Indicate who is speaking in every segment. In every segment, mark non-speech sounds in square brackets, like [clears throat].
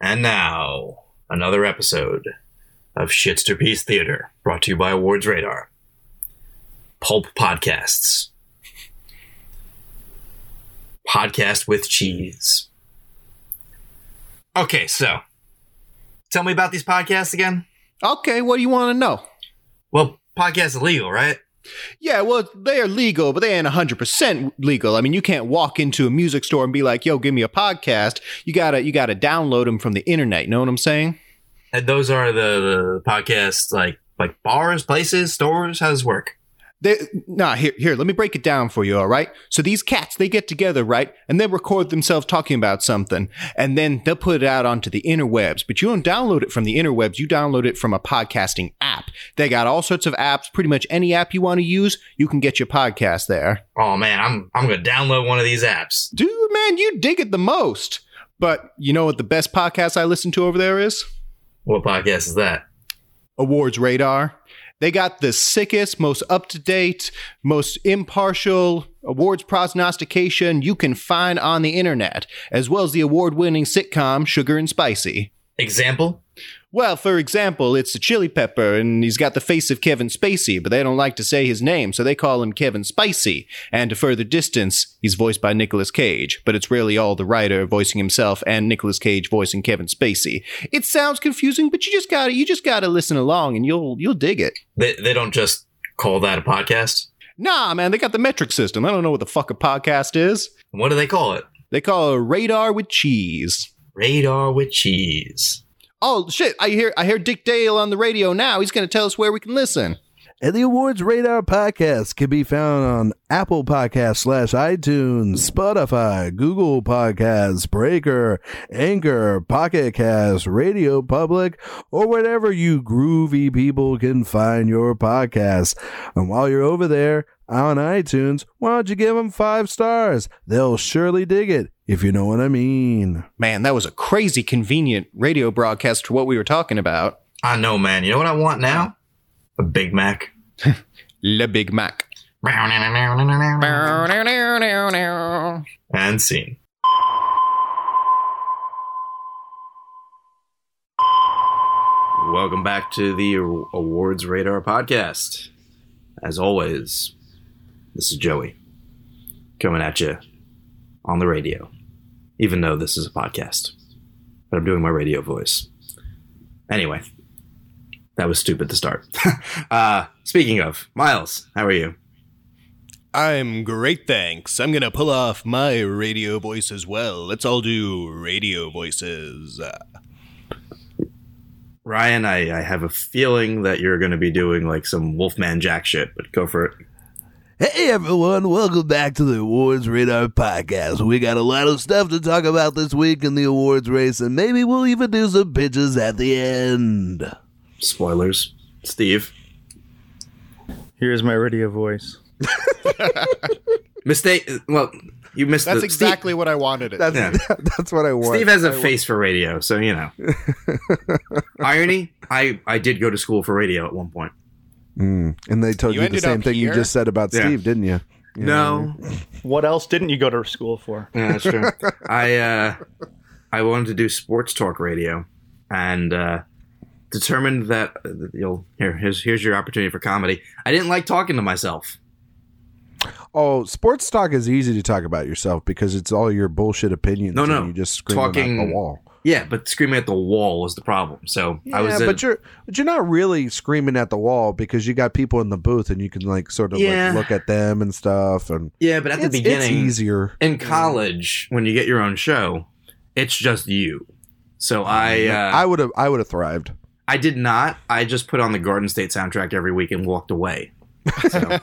Speaker 1: And now, another episode of Shitster Piece Theater, brought to you by Awards Radar, Pulp Podcasts, Podcast with Cheese. Okay, so tell me about these podcasts again.
Speaker 2: Okay, what do you want to know?
Speaker 1: Well, podcasts are legal, right?
Speaker 2: Yeah, well, they are legal, but they ain't 100% legal. I mean, you can't walk into a music store and be like, "Yo, give me a podcast." You got to you got to download them from the internet, you know what I'm saying?
Speaker 1: And those are the, the podcasts like like bars, places, stores. How does this work?
Speaker 2: They nah, here here, let me break it down for you, all right? So these cats, they get together, right? And they record themselves talking about something, and then they'll put it out onto the interwebs. But you don't download it from the interwebs, you download it from a podcasting app. They got all sorts of apps, pretty much any app you want to use, you can get your podcast there.
Speaker 1: Oh man, I'm I'm gonna download one of these apps.
Speaker 2: Dude, man, you dig it the most. But you know what the best podcast I listen to over there is?
Speaker 1: What podcast is that?
Speaker 2: Awards Radar. They got the sickest, most up to date, most impartial awards prognostication you can find on the internet, as well as the award winning sitcom Sugar and Spicy.
Speaker 1: Example?
Speaker 2: Well, for example, it's the Chili Pepper, and he's got the face of Kevin Spacey, but they don't like to say his name, so they call him Kevin Spicy. And to further distance, he's voiced by Nicolas Cage, but it's really all the writer voicing himself and Nicolas Cage voicing Kevin Spacey. It sounds confusing, but you just gotta you just gotta listen along, and you'll you'll dig it.
Speaker 1: They they don't just call that a podcast.
Speaker 2: Nah, man, they got the metric system. I don't know what the fuck a podcast is.
Speaker 1: What do they call it?
Speaker 2: They call it a radar with cheese.
Speaker 1: Radar with cheese.
Speaker 2: Oh shit! I hear I hear Dick Dale on the radio now. He's gonna tell us where we can listen.
Speaker 3: And the Awards Radar podcast can be found on Apple Podcast slash iTunes, Spotify, Google Podcasts, Breaker, Anchor, Pocket Cast, Radio Public, or whatever you groovy people can find your podcasts. And while you're over there on iTunes, why don't you give them five stars? They'll surely dig it, if you know what I mean.
Speaker 2: Man, that was a crazy convenient radio broadcast to what we were talking about.
Speaker 1: I know, man. You know what I want now? A Big Mac.
Speaker 2: Le Big Mac.
Speaker 1: And scene. Welcome back to the Awards Radar podcast. As always, this is Joey coming at you on the radio, even though this is a podcast. But I'm doing my radio voice. Anyway, that was stupid to start. [laughs] uh, speaking of, Miles, how are you?
Speaker 2: I'm great, thanks. I'm gonna pull off my radio voice as well. Let's all do radio voices.
Speaker 1: Ryan, I, I have a feeling that you're going to be doing like some Wolfman Jack shit, but go for it.
Speaker 3: Hey everyone, welcome back to the Awards Radar Podcast. We got a lot of stuff to talk about this week in the awards race, and maybe we'll even do some pitches at the end.
Speaker 1: Spoilers. Steve.
Speaker 4: Here's my radio voice.
Speaker 1: Mistake. Well, you missed
Speaker 2: That's
Speaker 1: the-
Speaker 2: exactly what I wanted. It.
Speaker 3: That's
Speaker 1: Yeah.
Speaker 3: [laughs] that's what I want.
Speaker 1: Steve has a face for radio, so you know. Irony, I, I did go to school for radio at one point.
Speaker 3: Mm. And they told
Speaker 2: You
Speaker 3: you, the
Speaker 2: ended
Speaker 3: same
Speaker 2: up
Speaker 3: thing
Speaker 2: here?
Speaker 3: you just said about
Speaker 1: Yeah.
Speaker 3: Steve, didn't you? You know?
Speaker 1: No,
Speaker 4: What else didn't you go to school for?
Speaker 1: Yeah, that's true. [laughs] I uh, I wanted to do sports talk radio, and uh, determined that uh, you'll here here's here's your opportunity for comedy. I didn't like talking to myself.
Speaker 3: Oh, sports talk is easy to talk about yourself because it's all your bullshit opinions.
Speaker 1: No,
Speaker 3: and
Speaker 1: no.
Speaker 3: you just scream talking at
Speaker 1: Talking-
Speaker 3: the wall.
Speaker 1: Yeah, but screaming at the wall was the problem. So
Speaker 3: Yeah,
Speaker 1: I was,
Speaker 3: but you're but you're not really screaming at the wall because you got people in the booth and you can like sort of
Speaker 1: Yeah.
Speaker 3: like look at them and stuff. And
Speaker 1: yeah, but at the
Speaker 3: it's, it's
Speaker 1: beginning,
Speaker 3: easier.
Speaker 1: in college, when you get your own show, it's just you. So I uh,
Speaker 3: I would have I would have thrived.
Speaker 1: I did not. I just put on the Garden State soundtrack every week and walked away. So,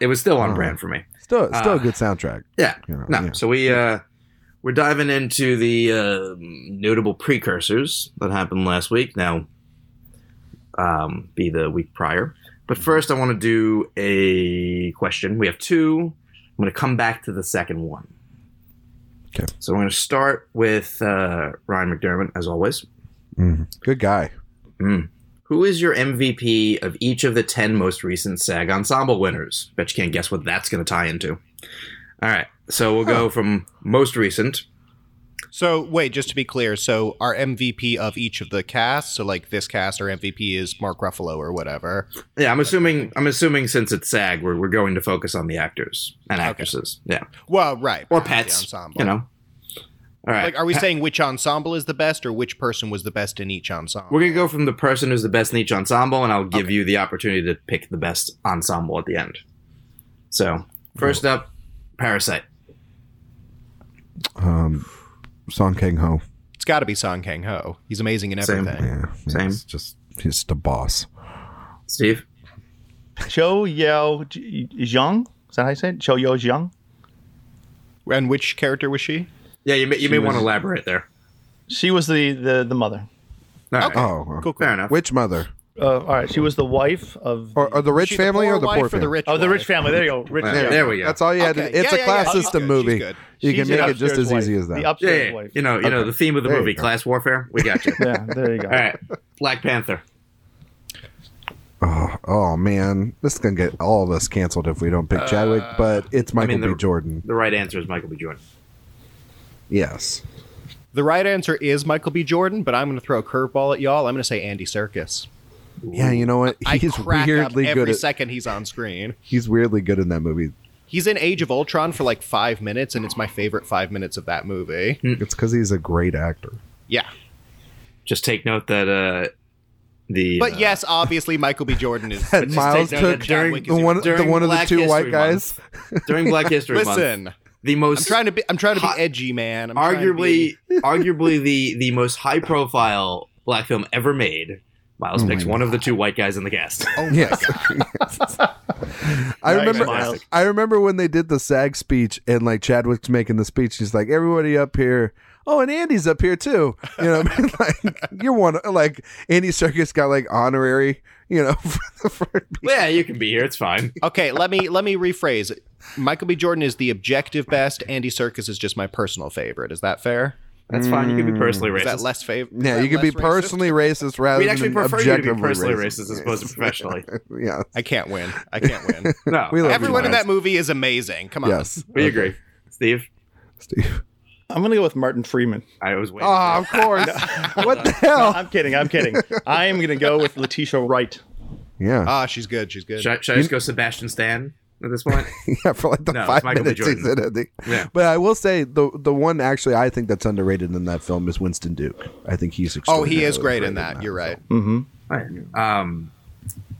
Speaker 1: it was still on
Speaker 3: Oh.
Speaker 1: brand for me.
Speaker 3: Still still a
Speaker 1: Uh,
Speaker 3: good soundtrack.
Speaker 1: Yeah.
Speaker 3: You know,
Speaker 1: No.
Speaker 3: yeah.
Speaker 1: So we uh, we're diving into the uh, notable precursors that happened last week. Now, um, be the week prior. But first, I want to do a question. We have two. I'm going to come back to the second one.
Speaker 3: Okay.
Speaker 1: So we're going to start with uh, Ryan McDermott, as always.
Speaker 3: Mhm. Good guy.
Speaker 1: Who is your MVP of each of the 10 most recent SAG Ensemble winners? Bet you can't guess what that's going to tie into. All right. So we'll go from most recent
Speaker 2: [laughs] So wait, just to be clear, so our MVP of each of the casts, so like this cast, our MVP is Mark Ruffalo or whatever.
Speaker 1: Yeah, I'm assuming. I'm assuming since it's SAG, we're we're going to focus on the actors and
Speaker 2: Okay.
Speaker 1: actresses. Yeah,
Speaker 2: Well, right,
Speaker 1: or
Speaker 2: the
Speaker 1: pets.
Speaker 2: ensemble.
Speaker 1: You know. All right.
Speaker 3: uh,
Speaker 2: Like, are we saying which ensemble is the best, or which person was the best in each ensemble?
Speaker 1: We're gonna go from the person who's the best in each ensemble, and I'll give you the opportunity to pick the best ensemble at the end. So first up, Parasite.
Speaker 3: Um, Song Kang Ho.
Speaker 2: it's got to be Song Kang Ho. He's amazing in
Speaker 1: Same.
Speaker 2: everything.
Speaker 3: Yeah,
Speaker 1: Same.
Speaker 3: He's just he's just a boss.
Speaker 1: Steve.
Speaker 4: Cho Yao J- Zhang? Is that how you say it? Cho Yao Zhang?
Speaker 2: And which character was she?
Speaker 1: Yeah, you may, you may
Speaker 4: was-
Speaker 1: want to elaborate there.
Speaker 4: She was the, the, the mother.
Speaker 1: All right.
Speaker 3: Oh,
Speaker 2: Cool, cool.
Speaker 1: Fair enough.
Speaker 3: Which mother?
Speaker 4: Uh, all right. She was the wife of.
Speaker 3: Or, or the rich
Speaker 2: She the
Speaker 3: family or the
Speaker 2: wife
Speaker 3: poor
Speaker 2: or
Speaker 3: family?
Speaker 2: the rich?
Speaker 4: Oh, the rich
Speaker 2: wife?
Speaker 4: family. There you go. Rich,
Speaker 1: There, there we go.
Speaker 3: That's all you had.
Speaker 2: Okay.
Speaker 3: to, it's
Speaker 2: Yeah,
Speaker 3: a
Speaker 2: yeah,
Speaker 3: class
Speaker 2: yeah. She's
Speaker 3: system
Speaker 2: good.
Speaker 3: movie.
Speaker 2: She's good.
Speaker 3: You
Speaker 4: She's
Speaker 3: can
Speaker 4: the
Speaker 3: make it just as
Speaker 4: upstairs
Speaker 3: easy
Speaker 4: wife.
Speaker 3: as
Speaker 4: The
Speaker 3: that.
Speaker 1: yeah,
Speaker 4: upstairs
Speaker 1: yeah,
Speaker 4: wife.
Speaker 1: you know, you know the theme of the
Speaker 3: There you
Speaker 1: movie,
Speaker 3: go.
Speaker 1: class warfare. We
Speaker 3: [laughs]
Speaker 1: got you.
Speaker 4: Yeah, there you
Speaker 1: [laughs]
Speaker 4: go.
Speaker 1: All right, Black Panther.
Speaker 3: Oh, oh, man, this is gonna get all of us canceled if we don't pick Chadwick. But it's Michael
Speaker 1: Uh, mean, the-
Speaker 3: B. Jordan.
Speaker 1: The right answer is Michael B. Jordan.
Speaker 3: Yes.
Speaker 2: The right answer is Michael B. Jordan, but I'm going to throw a curveball at y'all. I'm going to say Andy Serkis.
Speaker 3: Yeah, you know what? He's
Speaker 2: I crack
Speaker 3: weirdly
Speaker 2: up every
Speaker 3: good. At,
Speaker 2: second he's on screen.
Speaker 3: he's weirdly good in that movie.
Speaker 2: He's in Age of Ultron for like five minutes, and it's my favorite five minutes of that movie.
Speaker 3: It's because he's a great actor.
Speaker 2: Yeah,
Speaker 1: Just take note that uh, the
Speaker 2: but
Speaker 1: uh,
Speaker 2: yes, obviously Michael B. Jordan
Speaker 3: [laughs]
Speaker 2: is.
Speaker 3: That
Speaker 2: just
Speaker 3: Miles
Speaker 2: take note that
Speaker 3: took
Speaker 2: Chadwick
Speaker 3: the
Speaker 2: is-
Speaker 3: one, the
Speaker 1: during
Speaker 3: one of the
Speaker 1: Black
Speaker 3: two white
Speaker 1: History
Speaker 3: guys.
Speaker 1: [laughs] during Black History Month,
Speaker 2: Listen,
Speaker 1: the
Speaker 2: I'm
Speaker 1: most
Speaker 2: trying to be. I'm trying to
Speaker 1: Hot-
Speaker 2: be edgy, man. I'm trying to
Speaker 1: arguably
Speaker 2: be- [laughs]
Speaker 1: arguably the the most high profile black film ever made. Miles
Speaker 3: Oh
Speaker 1: picks
Speaker 3: my
Speaker 1: one of the two white guys in the cast. [laughs]
Speaker 2: Oh my
Speaker 3: Yes.
Speaker 2: god!
Speaker 3: I
Speaker 4: Nice,
Speaker 3: remember.
Speaker 4: Miles.
Speaker 3: I remember when they did the SAG speech and like Chadwick's making the speech. He's like, "Everybody up here." Oh, and Andy's up here too. You know, [laughs] what I mean? like you're one. Like Andy Circus got like honorary. You know, [laughs] for, for
Speaker 1: yeah, you can be here. It's fine.
Speaker 2: Okay, let me let me rephrase. Michael B. Jordan is the objective best. Andy Serkis is just my personal favorite. Is that fair?
Speaker 1: That's fine. You can
Speaker 3: Hmm.
Speaker 1: be personally
Speaker 2: Is that
Speaker 1: racist.
Speaker 2: less favorite?
Speaker 3: yeah, you can be personally racist rather
Speaker 1: We'd
Speaker 3: than
Speaker 1: actually prefer you to be
Speaker 3: objectively
Speaker 1: personally racist as
Speaker 3: [laughs]
Speaker 1: opposed to professionally.
Speaker 3: yeah,
Speaker 2: I can't win. I can't
Speaker 3: [laughs]
Speaker 2: win.
Speaker 1: No,
Speaker 3: We love you,
Speaker 2: Everyone in
Speaker 1: Miles.
Speaker 2: that movie is amazing. Come on.
Speaker 3: yes,
Speaker 1: We agree, Steve.
Speaker 3: Steve.
Speaker 4: I'm going to go with Martin Freeman.
Speaker 1: I was waiting.
Speaker 3: Oh,
Speaker 1: for
Speaker 3: of course. what the
Speaker 4: No, [laughs]
Speaker 3: hell?
Speaker 4: I'm kidding. I'm kidding. I am going to go with Letitia Wright.
Speaker 3: Yeah,
Speaker 2: Ah, she's good. She's
Speaker 1: that.
Speaker 2: good.
Speaker 1: Should I, should I just go Sebastian Stan at this point?
Speaker 3: [laughs] yeah, for like the
Speaker 1: No, it's
Speaker 3: five
Speaker 1: Michael B.
Speaker 3: minutes he's in
Speaker 1: Jordan.
Speaker 3: it. I think.
Speaker 1: Yeah.
Speaker 3: But I will say the the one actually I think that's underrated in that film is Winston Duke. I think he's
Speaker 2: oh, he is
Speaker 3: extraordinarily
Speaker 2: great in that. You're right.
Speaker 4: Mm-hmm.
Speaker 1: Um,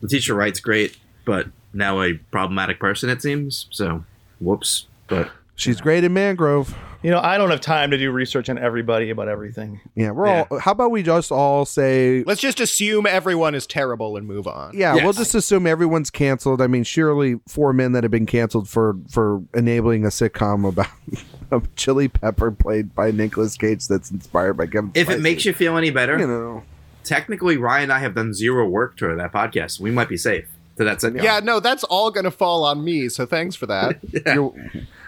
Speaker 1: the teacher writes great, but now a problematic person, it seems. So, whoops. But
Speaker 3: She's great in Mangrove.
Speaker 4: You know, I don't have time to do research on everybody about everything.
Speaker 3: Yeah, we're
Speaker 1: Yeah.
Speaker 3: all. How about we just all say?
Speaker 2: Let's just assume everyone is terrible and move on.
Speaker 3: Yeah, we'll
Speaker 1: Yes.
Speaker 3: just assume everyone's canceled. I mean, surely four men that have been canceled for for enabling a sitcom about [laughs] a Chili Pepper played by Nicolas Cage that's inspired by Kevin.
Speaker 1: if it makes you feel any better,
Speaker 3: you know,
Speaker 1: technically Ryan and I have done zero work to that podcast. We might be safe to that sitcom.
Speaker 2: Yeah, no, that's all going to fall on me. So thanks for that.
Speaker 3: you're,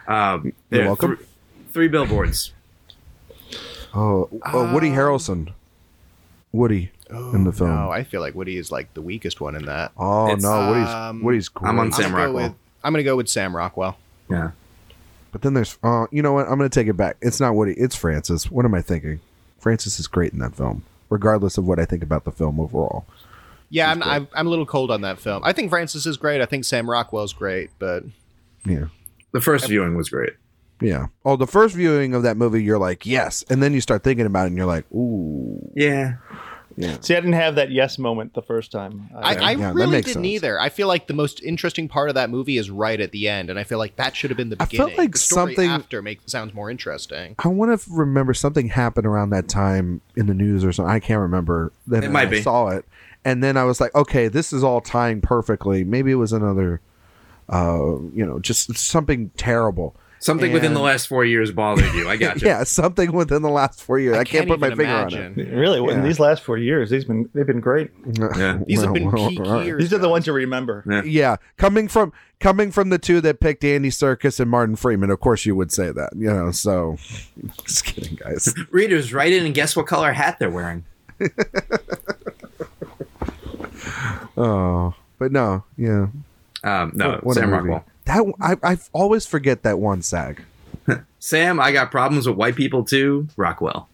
Speaker 1: Um,
Speaker 3: You're
Speaker 1: yeah,
Speaker 3: welcome.
Speaker 1: thr- three billboards.
Speaker 3: oh, oh,
Speaker 1: Um,
Speaker 3: Woody Harrelson, Woody [laughs] in the film.
Speaker 2: Oh, No, I feel like Woody is like the weakest one in that.
Speaker 3: oh
Speaker 1: it's,
Speaker 3: no, Woody's
Speaker 2: um,
Speaker 3: Woody's great.
Speaker 1: I'm on Sam
Speaker 2: I'm gonna go
Speaker 1: Rockwell.
Speaker 2: with- I'm going to go with Sam Rockwell.
Speaker 1: yeah.
Speaker 3: But then there's, uh, you know what? I'm going to take it back. It's not Woody. It's Francis. What am I thinking? Francis is great in that film, regardless of what I think about the film overall.
Speaker 2: Yeah, I'm, I'm, I'm a little cold on that film. I think Francis is great. I think Sam Rockwell's great, but
Speaker 3: Yeah.
Speaker 1: The first viewing was great.
Speaker 3: Yeah. Oh, the first viewing of that movie, you're like, yes. And then you start thinking about it and you're like, ooh.
Speaker 1: Yeah.
Speaker 4: See, I didn't have that yes moment the first time.
Speaker 2: I, I
Speaker 3: yeah, that
Speaker 2: really
Speaker 3: makes
Speaker 2: didn't
Speaker 3: sense.
Speaker 2: either. I feel like the most interesting part of that movie is right at the end, and I feel like that should have been the
Speaker 3: I
Speaker 2: beginning.
Speaker 3: felt like
Speaker 2: the story
Speaker 3: something-
Speaker 2: after makes sounds more interesting.
Speaker 3: I want to f- remember something happened around that time in the news or something. I can't remember. Then
Speaker 1: It might
Speaker 3: I
Speaker 1: be.
Speaker 3: saw it. And then I was like, okay, this is all tying perfectly. Maybe it was another, uh, you know, just something terrible.
Speaker 1: Something within
Speaker 3: And-
Speaker 1: the last four years bothered you. I got you.
Speaker 3: [laughs] Yeah, something within the last four years. I, can't, put my
Speaker 2: even
Speaker 3: finger on it.
Speaker 2: imagine.
Speaker 4: really,
Speaker 3: Yeah.
Speaker 4: in these last four years, these been they've been great.
Speaker 3: [laughs]
Speaker 1: Yeah.
Speaker 2: [laughs] These have
Speaker 3: Well,
Speaker 2: been
Speaker 3: well,
Speaker 2: peak
Speaker 3: all right.
Speaker 2: years.
Speaker 4: These are the
Speaker 2: now.
Speaker 4: ones you remember.
Speaker 1: Yeah.
Speaker 3: Yeah, coming from coming from the two that picked Andy Circus and Martin Freeman, of course you would say that, you know. So, [laughs] just kidding,
Speaker 1: [laughs]
Speaker 3: guys.
Speaker 1: Readers, write in and guess what color hat they're wearing.
Speaker 3: Oh, but no, yeah,
Speaker 1: Um, no,
Speaker 3: What a
Speaker 1: Sam
Speaker 3: movie.
Speaker 1: Rockwell.
Speaker 3: That I I always forget that one SAG.
Speaker 1: Sam, I got problems with white people too. Rockwell.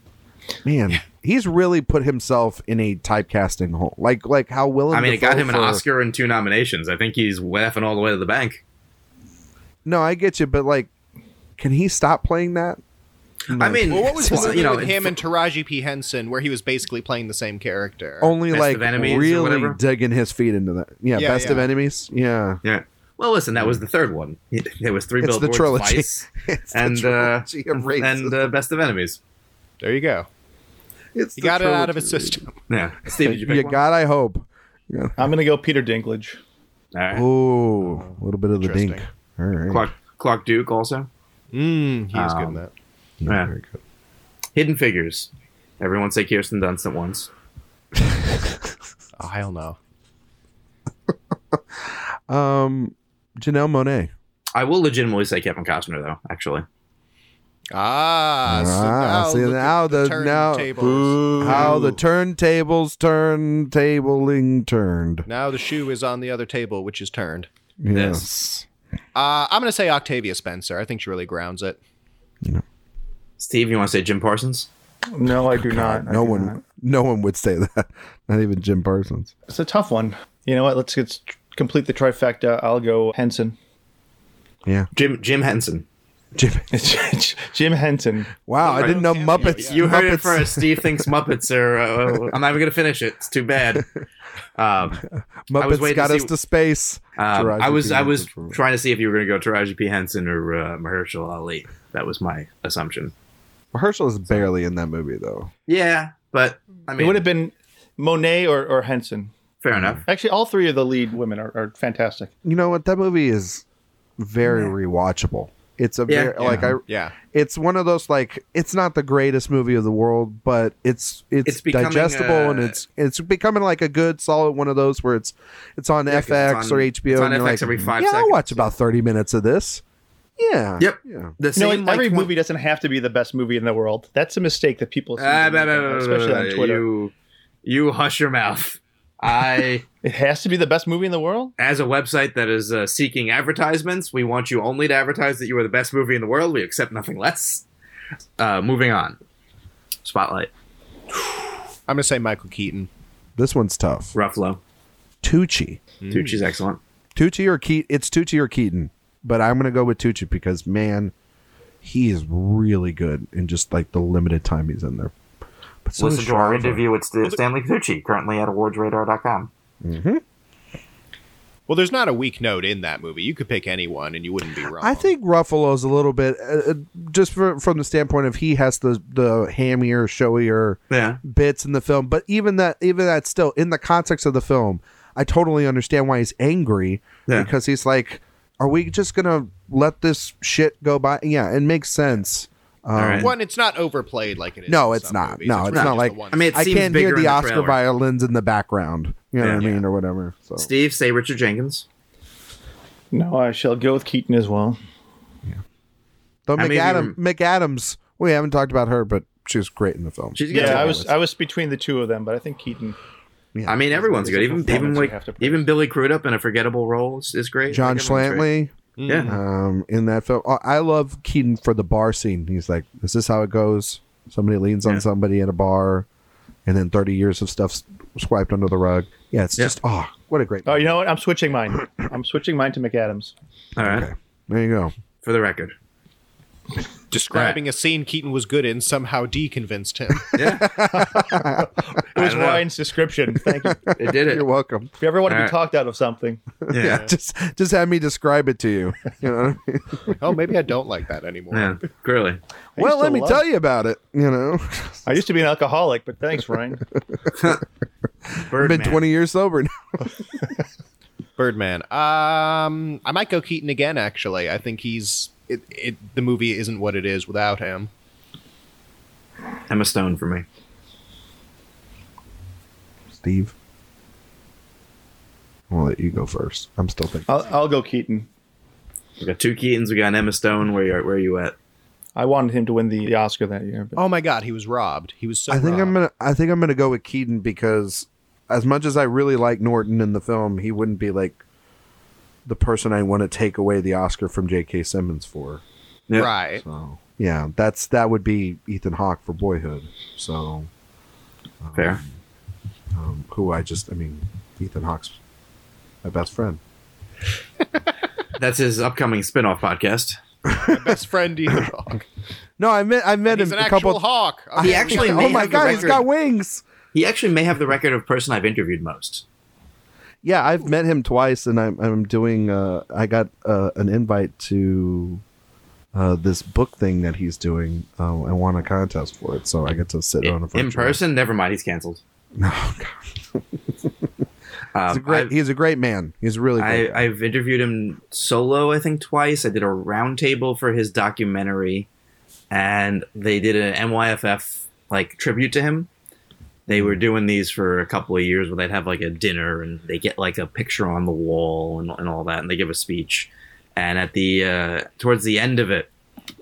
Speaker 3: Man, he's really put himself in a typecasting hole. Like like how Willem.
Speaker 1: I mean, it got
Speaker 3: Dafoe
Speaker 1: him an
Speaker 3: for-
Speaker 1: Oscar and two nominations. I think he's laughing all the way to the bank.
Speaker 3: No, I get you, but like, can he stop playing that?
Speaker 1: I mean,
Speaker 2: Well, what was his
Speaker 1: well,
Speaker 2: movie
Speaker 1: you [laughs] know,
Speaker 2: with
Speaker 1: in-
Speaker 2: him and Taraji P Henson, where he was basically playing the same character?
Speaker 3: Only
Speaker 1: Best
Speaker 3: like
Speaker 1: of Enemies or whatever?
Speaker 3: really digging his feet into that. Yeah,
Speaker 2: Yeah,
Speaker 3: best of
Speaker 2: yeah.
Speaker 3: enemies. Yeah,
Speaker 1: yeah. Well, listen, that was the third one. There was three
Speaker 3: It's the
Speaker 1: billboards,
Speaker 3: trilogy.
Speaker 1: Vice,
Speaker 3: [laughs] It's the
Speaker 1: and uh,
Speaker 3: trilogy of
Speaker 1: and
Speaker 3: racism.
Speaker 1: uh, Best of Enemies.
Speaker 2: there you go.
Speaker 3: It's
Speaker 2: He
Speaker 3: the
Speaker 2: got it out of
Speaker 3: trilogy.
Speaker 2: his system.
Speaker 1: Yeah, Steve, did you
Speaker 3: You,
Speaker 1: pick one?
Speaker 3: got, I hope.
Speaker 4: I'm gonna go Peter Dinklage.
Speaker 1: All right.
Speaker 3: Ooh, a little bit of the dink.
Speaker 2: Interesting.
Speaker 3: All right.
Speaker 1: Clark, Clark Duke also.
Speaker 2: Mm, he was good
Speaker 1: Um,
Speaker 2: in that.
Speaker 1: Yeah. Hidden Figures. Everyone say Kirsten Dunst at once.
Speaker 2: Oh, hell no.
Speaker 3: Um, Janelle Monet.
Speaker 1: I will legitimately say Kevin Costner though. Actually,
Speaker 2: Ah, so
Speaker 3: Ah,
Speaker 2: now
Speaker 3: see,
Speaker 2: look
Speaker 3: now
Speaker 2: at the,
Speaker 3: the- now-
Speaker 2: turntables.
Speaker 3: How the turntables turn, tabling turned.
Speaker 2: Now the shoe is on the other table, which is turned.
Speaker 3: Yes.
Speaker 2: Uh, I'm going to say Octavia Spencer. I think she really grounds it.
Speaker 1: Steve, you want to say Jim Parsons?
Speaker 4: No, I do not. I
Speaker 3: No
Speaker 4: do
Speaker 3: one,
Speaker 4: not.
Speaker 3: no one would say [laughs] that. Not even Jim Parsons.
Speaker 4: It's a tough one. You know what? Let's, let's complete the trifecta. I'll go Henson. [laughs]
Speaker 1: Jim Jim Henson.
Speaker 3: Jim.
Speaker 4: Jim Henson.
Speaker 3: Wow, I didn't know Muppets.
Speaker 1: You heard it
Speaker 3: Muppets-
Speaker 1: first. Steve thinks Muppets are.
Speaker 3: [laughs]
Speaker 1: Uh, I'm not even gonna finish it. It's too bad. Um, I was
Speaker 3: Muppets
Speaker 1: waiting
Speaker 3: got
Speaker 1: to
Speaker 3: us
Speaker 1: see-
Speaker 3: to space.
Speaker 1: Um,
Speaker 3: Taraji
Speaker 1: I was
Speaker 3: P.
Speaker 1: I was
Speaker 3: Henson.
Speaker 1: trying to see if you were going to go Taraji P Henson or uh, Mahershala Ali. That was my assumption.
Speaker 3: Herschel is barely in that movie though.
Speaker 1: Yeah, but I
Speaker 4: It
Speaker 1: mean,
Speaker 4: would have been Monet or, or Henson.
Speaker 1: fair enough.
Speaker 4: Actually, all three of the lead women are, are fantastic.
Speaker 3: You know what? That movie is very rewatchable. It's a
Speaker 1: Yeah.
Speaker 3: very like I.
Speaker 2: Yeah.
Speaker 3: It's one of those like it's not the greatest movie of the world, but it's it's,
Speaker 1: It's becoming,
Speaker 3: digestible
Speaker 1: uh,
Speaker 3: and it's it's becoming like a good solid one of those where it's it's on
Speaker 1: 'cause
Speaker 3: FX
Speaker 1: it's on-
Speaker 3: or HBO.
Speaker 1: it's on
Speaker 3: and you're
Speaker 1: FX
Speaker 3: like,
Speaker 1: every five
Speaker 3: yeah,
Speaker 1: seconds."
Speaker 3: I'll watch about thirty minutes of this. Yeah.
Speaker 1: Yep.
Speaker 3: Yeah.
Speaker 1: The
Speaker 4: You know,
Speaker 1: same, like,
Speaker 4: every
Speaker 1: one-
Speaker 4: movie doesn't have to be the best movie in the world. That's a mistake that people, seem to
Speaker 1: Ah,
Speaker 4: make,
Speaker 1: blah, blah, blah, blah,
Speaker 4: especially
Speaker 1: blah,
Speaker 4: on Twitter.
Speaker 1: You, you hush your mouth. I,
Speaker 4: It has to be the best movie in the world.
Speaker 1: as a website that is uh, seeking advertisements, we want you only to advertise that you are the best movie in the world. We accept nothing less. Uh, moving on. Spotlight.
Speaker 2: I'm going to say Michael Keaton.
Speaker 3: This one's tough.
Speaker 1: Ruffalo.
Speaker 3: Tucci.
Speaker 1: Tucci's excellent.
Speaker 3: Tucci or Keaton. It's Tucci or Keaton, but I'm gonna go with Tucci because man, he is really good in just like the limited time he's in there. But so is Shriver.
Speaker 1: with Stanley Tucci, currently at awardsradar.com.
Speaker 2: Well, there's not a weak note in that movie. You could pick anyone and you wouldn't be wrong.
Speaker 3: I think Ruffalo's a little bit uh, uh, just for, from the standpoint of he has the the hammier, showier
Speaker 1: Yeah.
Speaker 3: bits in the film, but even that even that still in the context of the film, I totally understand why he's angry
Speaker 1: Yeah.
Speaker 3: because he's like, are we just gonna let this shit go by? Yeah, it makes sense. Um,
Speaker 1: All right.
Speaker 2: One, it's not overplayed like it is.
Speaker 3: No,
Speaker 2: in
Speaker 3: it's
Speaker 2: some
Speaker 3: not.
Speaker 2: movies.
Speaker 3: No, it's
Speaker 2: really
Speaker 3: not
Speaker 2: just
Speaker 3: like-
Speaker 2: the one
Speaker 1: I mean, it
Speaker 3: I
Speaker 1: seems
Speaker 3: can't
Speaker 1: bigger in
Speaker 3: hear the,
Speaker 1: the
Speaker 3: Oscar
Speaker 1: trailer.
Speaker 3: violins in the background. You know
Speaker 1: Yeah.
Speaker 3: what I mean, or whatever. So
Speaker 1: Steve, say Richard Jenkins.
Speaker 4: No, I shall go with Keaton as well.
Speaker 3: though
Speaker 1: I mean,
Speaker 3: McAdam,
Speaker 1: you-
Speaker 3: McAdams, we haven't talked about her, but she was great in the film.
Speaker 1: She's good.
Speaker 4: Yeah,
Speaker 1: too.
Speaker 4: I was I was between the two of them, but I think Keaton.
Speaker 3: Yeah.
Speaker 1: I mean, everyone's good.
Speaker 4: a
Speaker 1: Even even
Speaker 4: performance you
Speaker 1: like
Speaker 4: have to put
Speaker 1: even Billy Crudup in a forgettable role is, is great.
Speaker 3: John
Speaker 1: Like, everyone's great.
Speaker 3: Schlantley,
Speaker 1: Yeah.
Speaker 3: um, in that film, Oh, I love Keaton for the bar scene. He's like, "Is this how it goes?" Somebody leans
Speaker 1: Yeah.
Speaker 3: on somebody at a bar, and then thirty years of stuff s- swiped under the rug. Yeah, it's
Speaker 1: Yeah.
Speaker 3: just oh, what a great.
Speaker 4: Oh, you know what? I'm switching mine. I'm switching mine to McAdams.
Speaker 1: All right.
Speaker 3: There you go.
Speaker 1: For the record.
Speaker 2: describing a scene Keaton was good in somehow deconvinced him. [laughs]
Speaker 1: [laughs] Yeah.
Speaker 4: It was
Speaker 1: don't know.
Speaker 4: Ryan's description. Thank you. If
Speaker 1: It did
Speaker 3: You're
Speaker 1: it.
Speaker 3: welcome.
Speaker 4: you ever want to
Speaker 1: All
Speaker 4: be
Speaker 1: right.
Speaker 4: talked out of something,
Speaker 1: Yeah. Yeah.
Speaker 3: [laughs] Just just have me describe it to you. You know. what I
Speaker 4: [laughs]
Speaker 3: mean?
Speaker 2: oh, maybe I don't like that anymore.
Speaker 1: Really.
Speaker 3: well,
Speaker 4: to
Speaker 3: let me
Speaker 4: love-
Speaker 3: tell you about it. You know,
Speaker 4: I used to be an alcoholic, but thanks, Ryan.
Speaker 3: I've been
Speaker 1: Birdman.
Speaker 3: 20 years sober now.
Speaker 2: Birdman. Um, I might go Keaton again. Actually, I think he's it, it. The movie isn't what it is without him.
Speaker 1: Emma Stone for me.
Speaker 3: Steve, I'll let you go first. I'm still thinking.
Speaker 4: I'll, I'll go Keaton.
Speaker 1: We got two Keatons. We got an Emma Stone. Where you where are you at?
Speaker 4: I wanted him to win the, the Oscar that year. But
Speaker 2: Oh my God, he was robbed. He was so.
Speaker 3: I think I'm
Speaker 2: robbed.
Speaker 3: gonna. I think I'm gonna go with Keaton because, as much as I really like Norton in the film, he wouldn't be like the person I want to take away the Oscar from J.K. Simmons for.
Speaker 1: Yeah.
Speaker 2: right.
Speaker 3: So Yeah, that's that would be Ethan Hawke for Boyhood. So um,
Speaker 1: Fair.
Speaker 3: Um, who I just, I mean, Ethan Hawke's my best friend.
Speaker 1: That's his upcoming spin-off podcast.
Speaker 2: Best friend Ethan
Speaker 1: [laughs]
Speaker 2: Hawk.
Speaker 5: No, I met I met
Speaker 2: He's
Speaker 5: him
Speaker 2: an
Speaker 5: a
Speaker 2: actual
Speaker 5: couple.
Speaker 2: hawk.
Speaker 3: [laughs]
Speaker 1: He actually
Speaker 5: oh
Speaker 1: may
Speaker 5: my
Speaker 1: have the
Speaker 5: god, he's
Speaker 1: record-
Speaker 5: got wings.
Speaker 1: He actually may have the record of person I've interviewed most.
Speaker 5: Yeah,
Speaker 3: I've met him twice, and I'm I'm doing. Uh, I got uh, an invite to uh, this book thing that he's doing. Uh, I won a contest for it, so I get to sit on a
Speaker 1: in person, never mind. He's canceled.
Speaker 3: No,
Speaker 1: Oh,
Speaker 3: God.
Speaker 1: Um,
Speaker 3: he's a great.
Speaker 1: I've-
Speaker 3: he's a great man. He's a really. Great guy.
Speaker 1: I, I've interviewed him solo, I think, twice. I did a roundtable for his documentary, and they did an NYFF like tribute to him. They were doing these for a couple of years where they'd have like a dinner and they get like a picture on the wall and, and all that, and they give a speech. And at the uh, towards the end of it,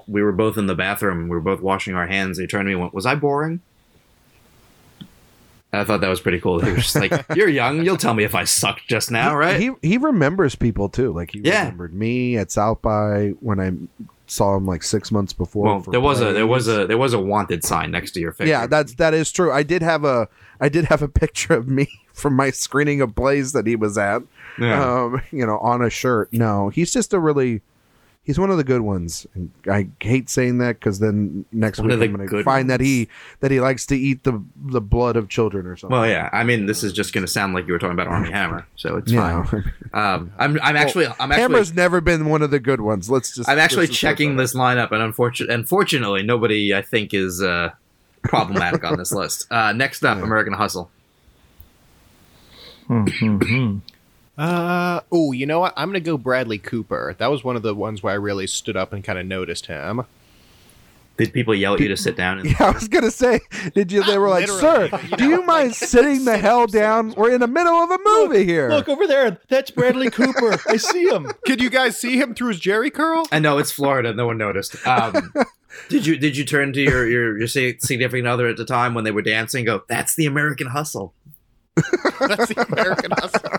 Speaker 1: we were both in the bathroom. We were both washing our hands. He turned to me and went, "Was I boring?" And I thought that was pretty cool. He was just
Speaker 3: [laughs]
Speaker 1: like, "You're young. You'll tell me if I sucked just now, right?"
Speaker 3: He he remembers people too. Like he
Speaker 1: Yeah.
Speaker 3: remembered me at South by when I saw him like six months before.
Speaker 1: Well,
Speaker 3: for
Speaker 1: there was a there was
Speaker 3: plays.
Speaker 1: a there was a wanted sign next to your picture.
Speaker 3: Yeah, that's that is true. I did have a I did have a [laughs] picture of me from my screening of plays that he was at.
Speaker 1: Yeah.
Speaker 3: um, [laughs] you know, on a shirt. No, he's just a really, he's one of the good ones. And I hate saying that because then next
Speaker 1: One of
Speaker 3: week
Speaker 1: the
Speaker 3: I'm going to
Speaker 1: good
Speaker 3: find that
Speaker 1: ones.
Speaker 3: he that he likes to eat the the blood of children or something.
Speaker 1: well, yeah. I mean, this is just going to sound like you were talking about Army Hammer, so it's
Speaker 3: Yeah.
Speaker 1: fine.
Speaker 3: [laughs]
Speaker 1: Um, I'm I'm actually I'm actually
Speaker 3: Hammer's never been one of the good ones. Let's just.
Speaker 1: I'm actually
Speaker 3: let's just
Speaker 1: checking
Speaker 3: say
Speaker 1: this lineup, and unfortunately, unfortunately, nobody I think is uh, problematic on this list. Uh, next up, American Hustle.
Speaker 2: Uh, oh, you know what? I'm going to go Bradley Cooper. That was one of the ones where I really stood up and kind of noticed him.
Speaker 1: Did people yell at you to sit down?
Speaker 3: that.
Speaker 1: And,
Speaker 3: [laughs] Yeah, I was gonna say. Did you? They were like,
Speaker 2: Literally,
Speaker 3: "Sir,
Speaker 2: you
Speaker 3: do
Speaker 2: know,
Speaker 3: you
Speaker 2: like-
Speaker 3: mind sitting the hell down? We're in the middle of a movie here."
Speaker 4: Look over there. That's Bradley Cooper. I see him.
Speaker 2: Could you guys see him through his jerry curl?
Speaker 1: I know it's Florida. No one noticed. Um,
Speaker 3: [laughs]
Speaker 1: did you did you turn to your, your your sig- significant other at the time when they were dancing? and Go, that's the American Hustle.
Speaker 2: [laughs] That's the American Hustle.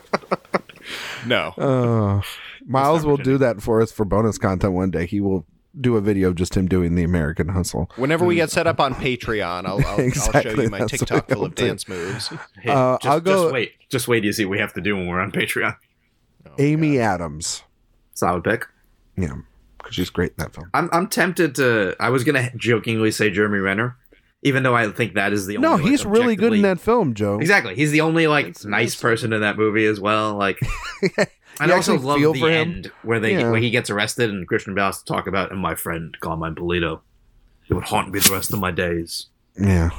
Speaker 2: No.
Speaker 3: Uh, Miles will do that for us for bonus content one day. He will do a video of just him doing the American Hustle.
Speaker 2: Whenever we get set up on Patreon, I'll, I'll, I'll show
Speaker 3: Exactly,
Speaker 2: you my
Speaker 3: that's what
Speaker 2: TikTok full
Speaker 3: I'll
Speaker 2: of
Speaker 3: do.
Speaker 2: dance moves.
Speaker 1: Hey,
Speaker 3: Uh,
Speaker 1: just,
Speaker 3: I'll go-
Speaker 1: just wait. Just wait. till You see, what we have to do when we're on [laughs] Patreon.
Speaker 3: [laughs] Amy Adams.
Speaker 1: Solid pick.
Speaker 3: Yeah, because she's great in that film.
Speaker 1: I'm I'm tempted to. I was gonna jokingly say Jeremy Renner, even though I think that is the only.
Speaker 3: No,
Speaker 1: like,
Speaker 3: he's really good in
Speaker 1: objectively-
Speaker 3: that film, Joe.
Speaker 1: Exactly, he's the only like nice person in that movie as well.
Speaker 3: [laughs]
Speaker 1: Like, and I also
Speaker 3: actually
Speaker 1: love
Speaker 3: feel
Speaker 1: the
Speaker 3: for him.
Speaker 1: end where they
Speaker 3: Yeah.
Speaker 1: where he gets arrested and Christian Bale has to talk about and my friend Carmine Polito. It would haunt me the rest of my days.
Speaker 3: Yeah.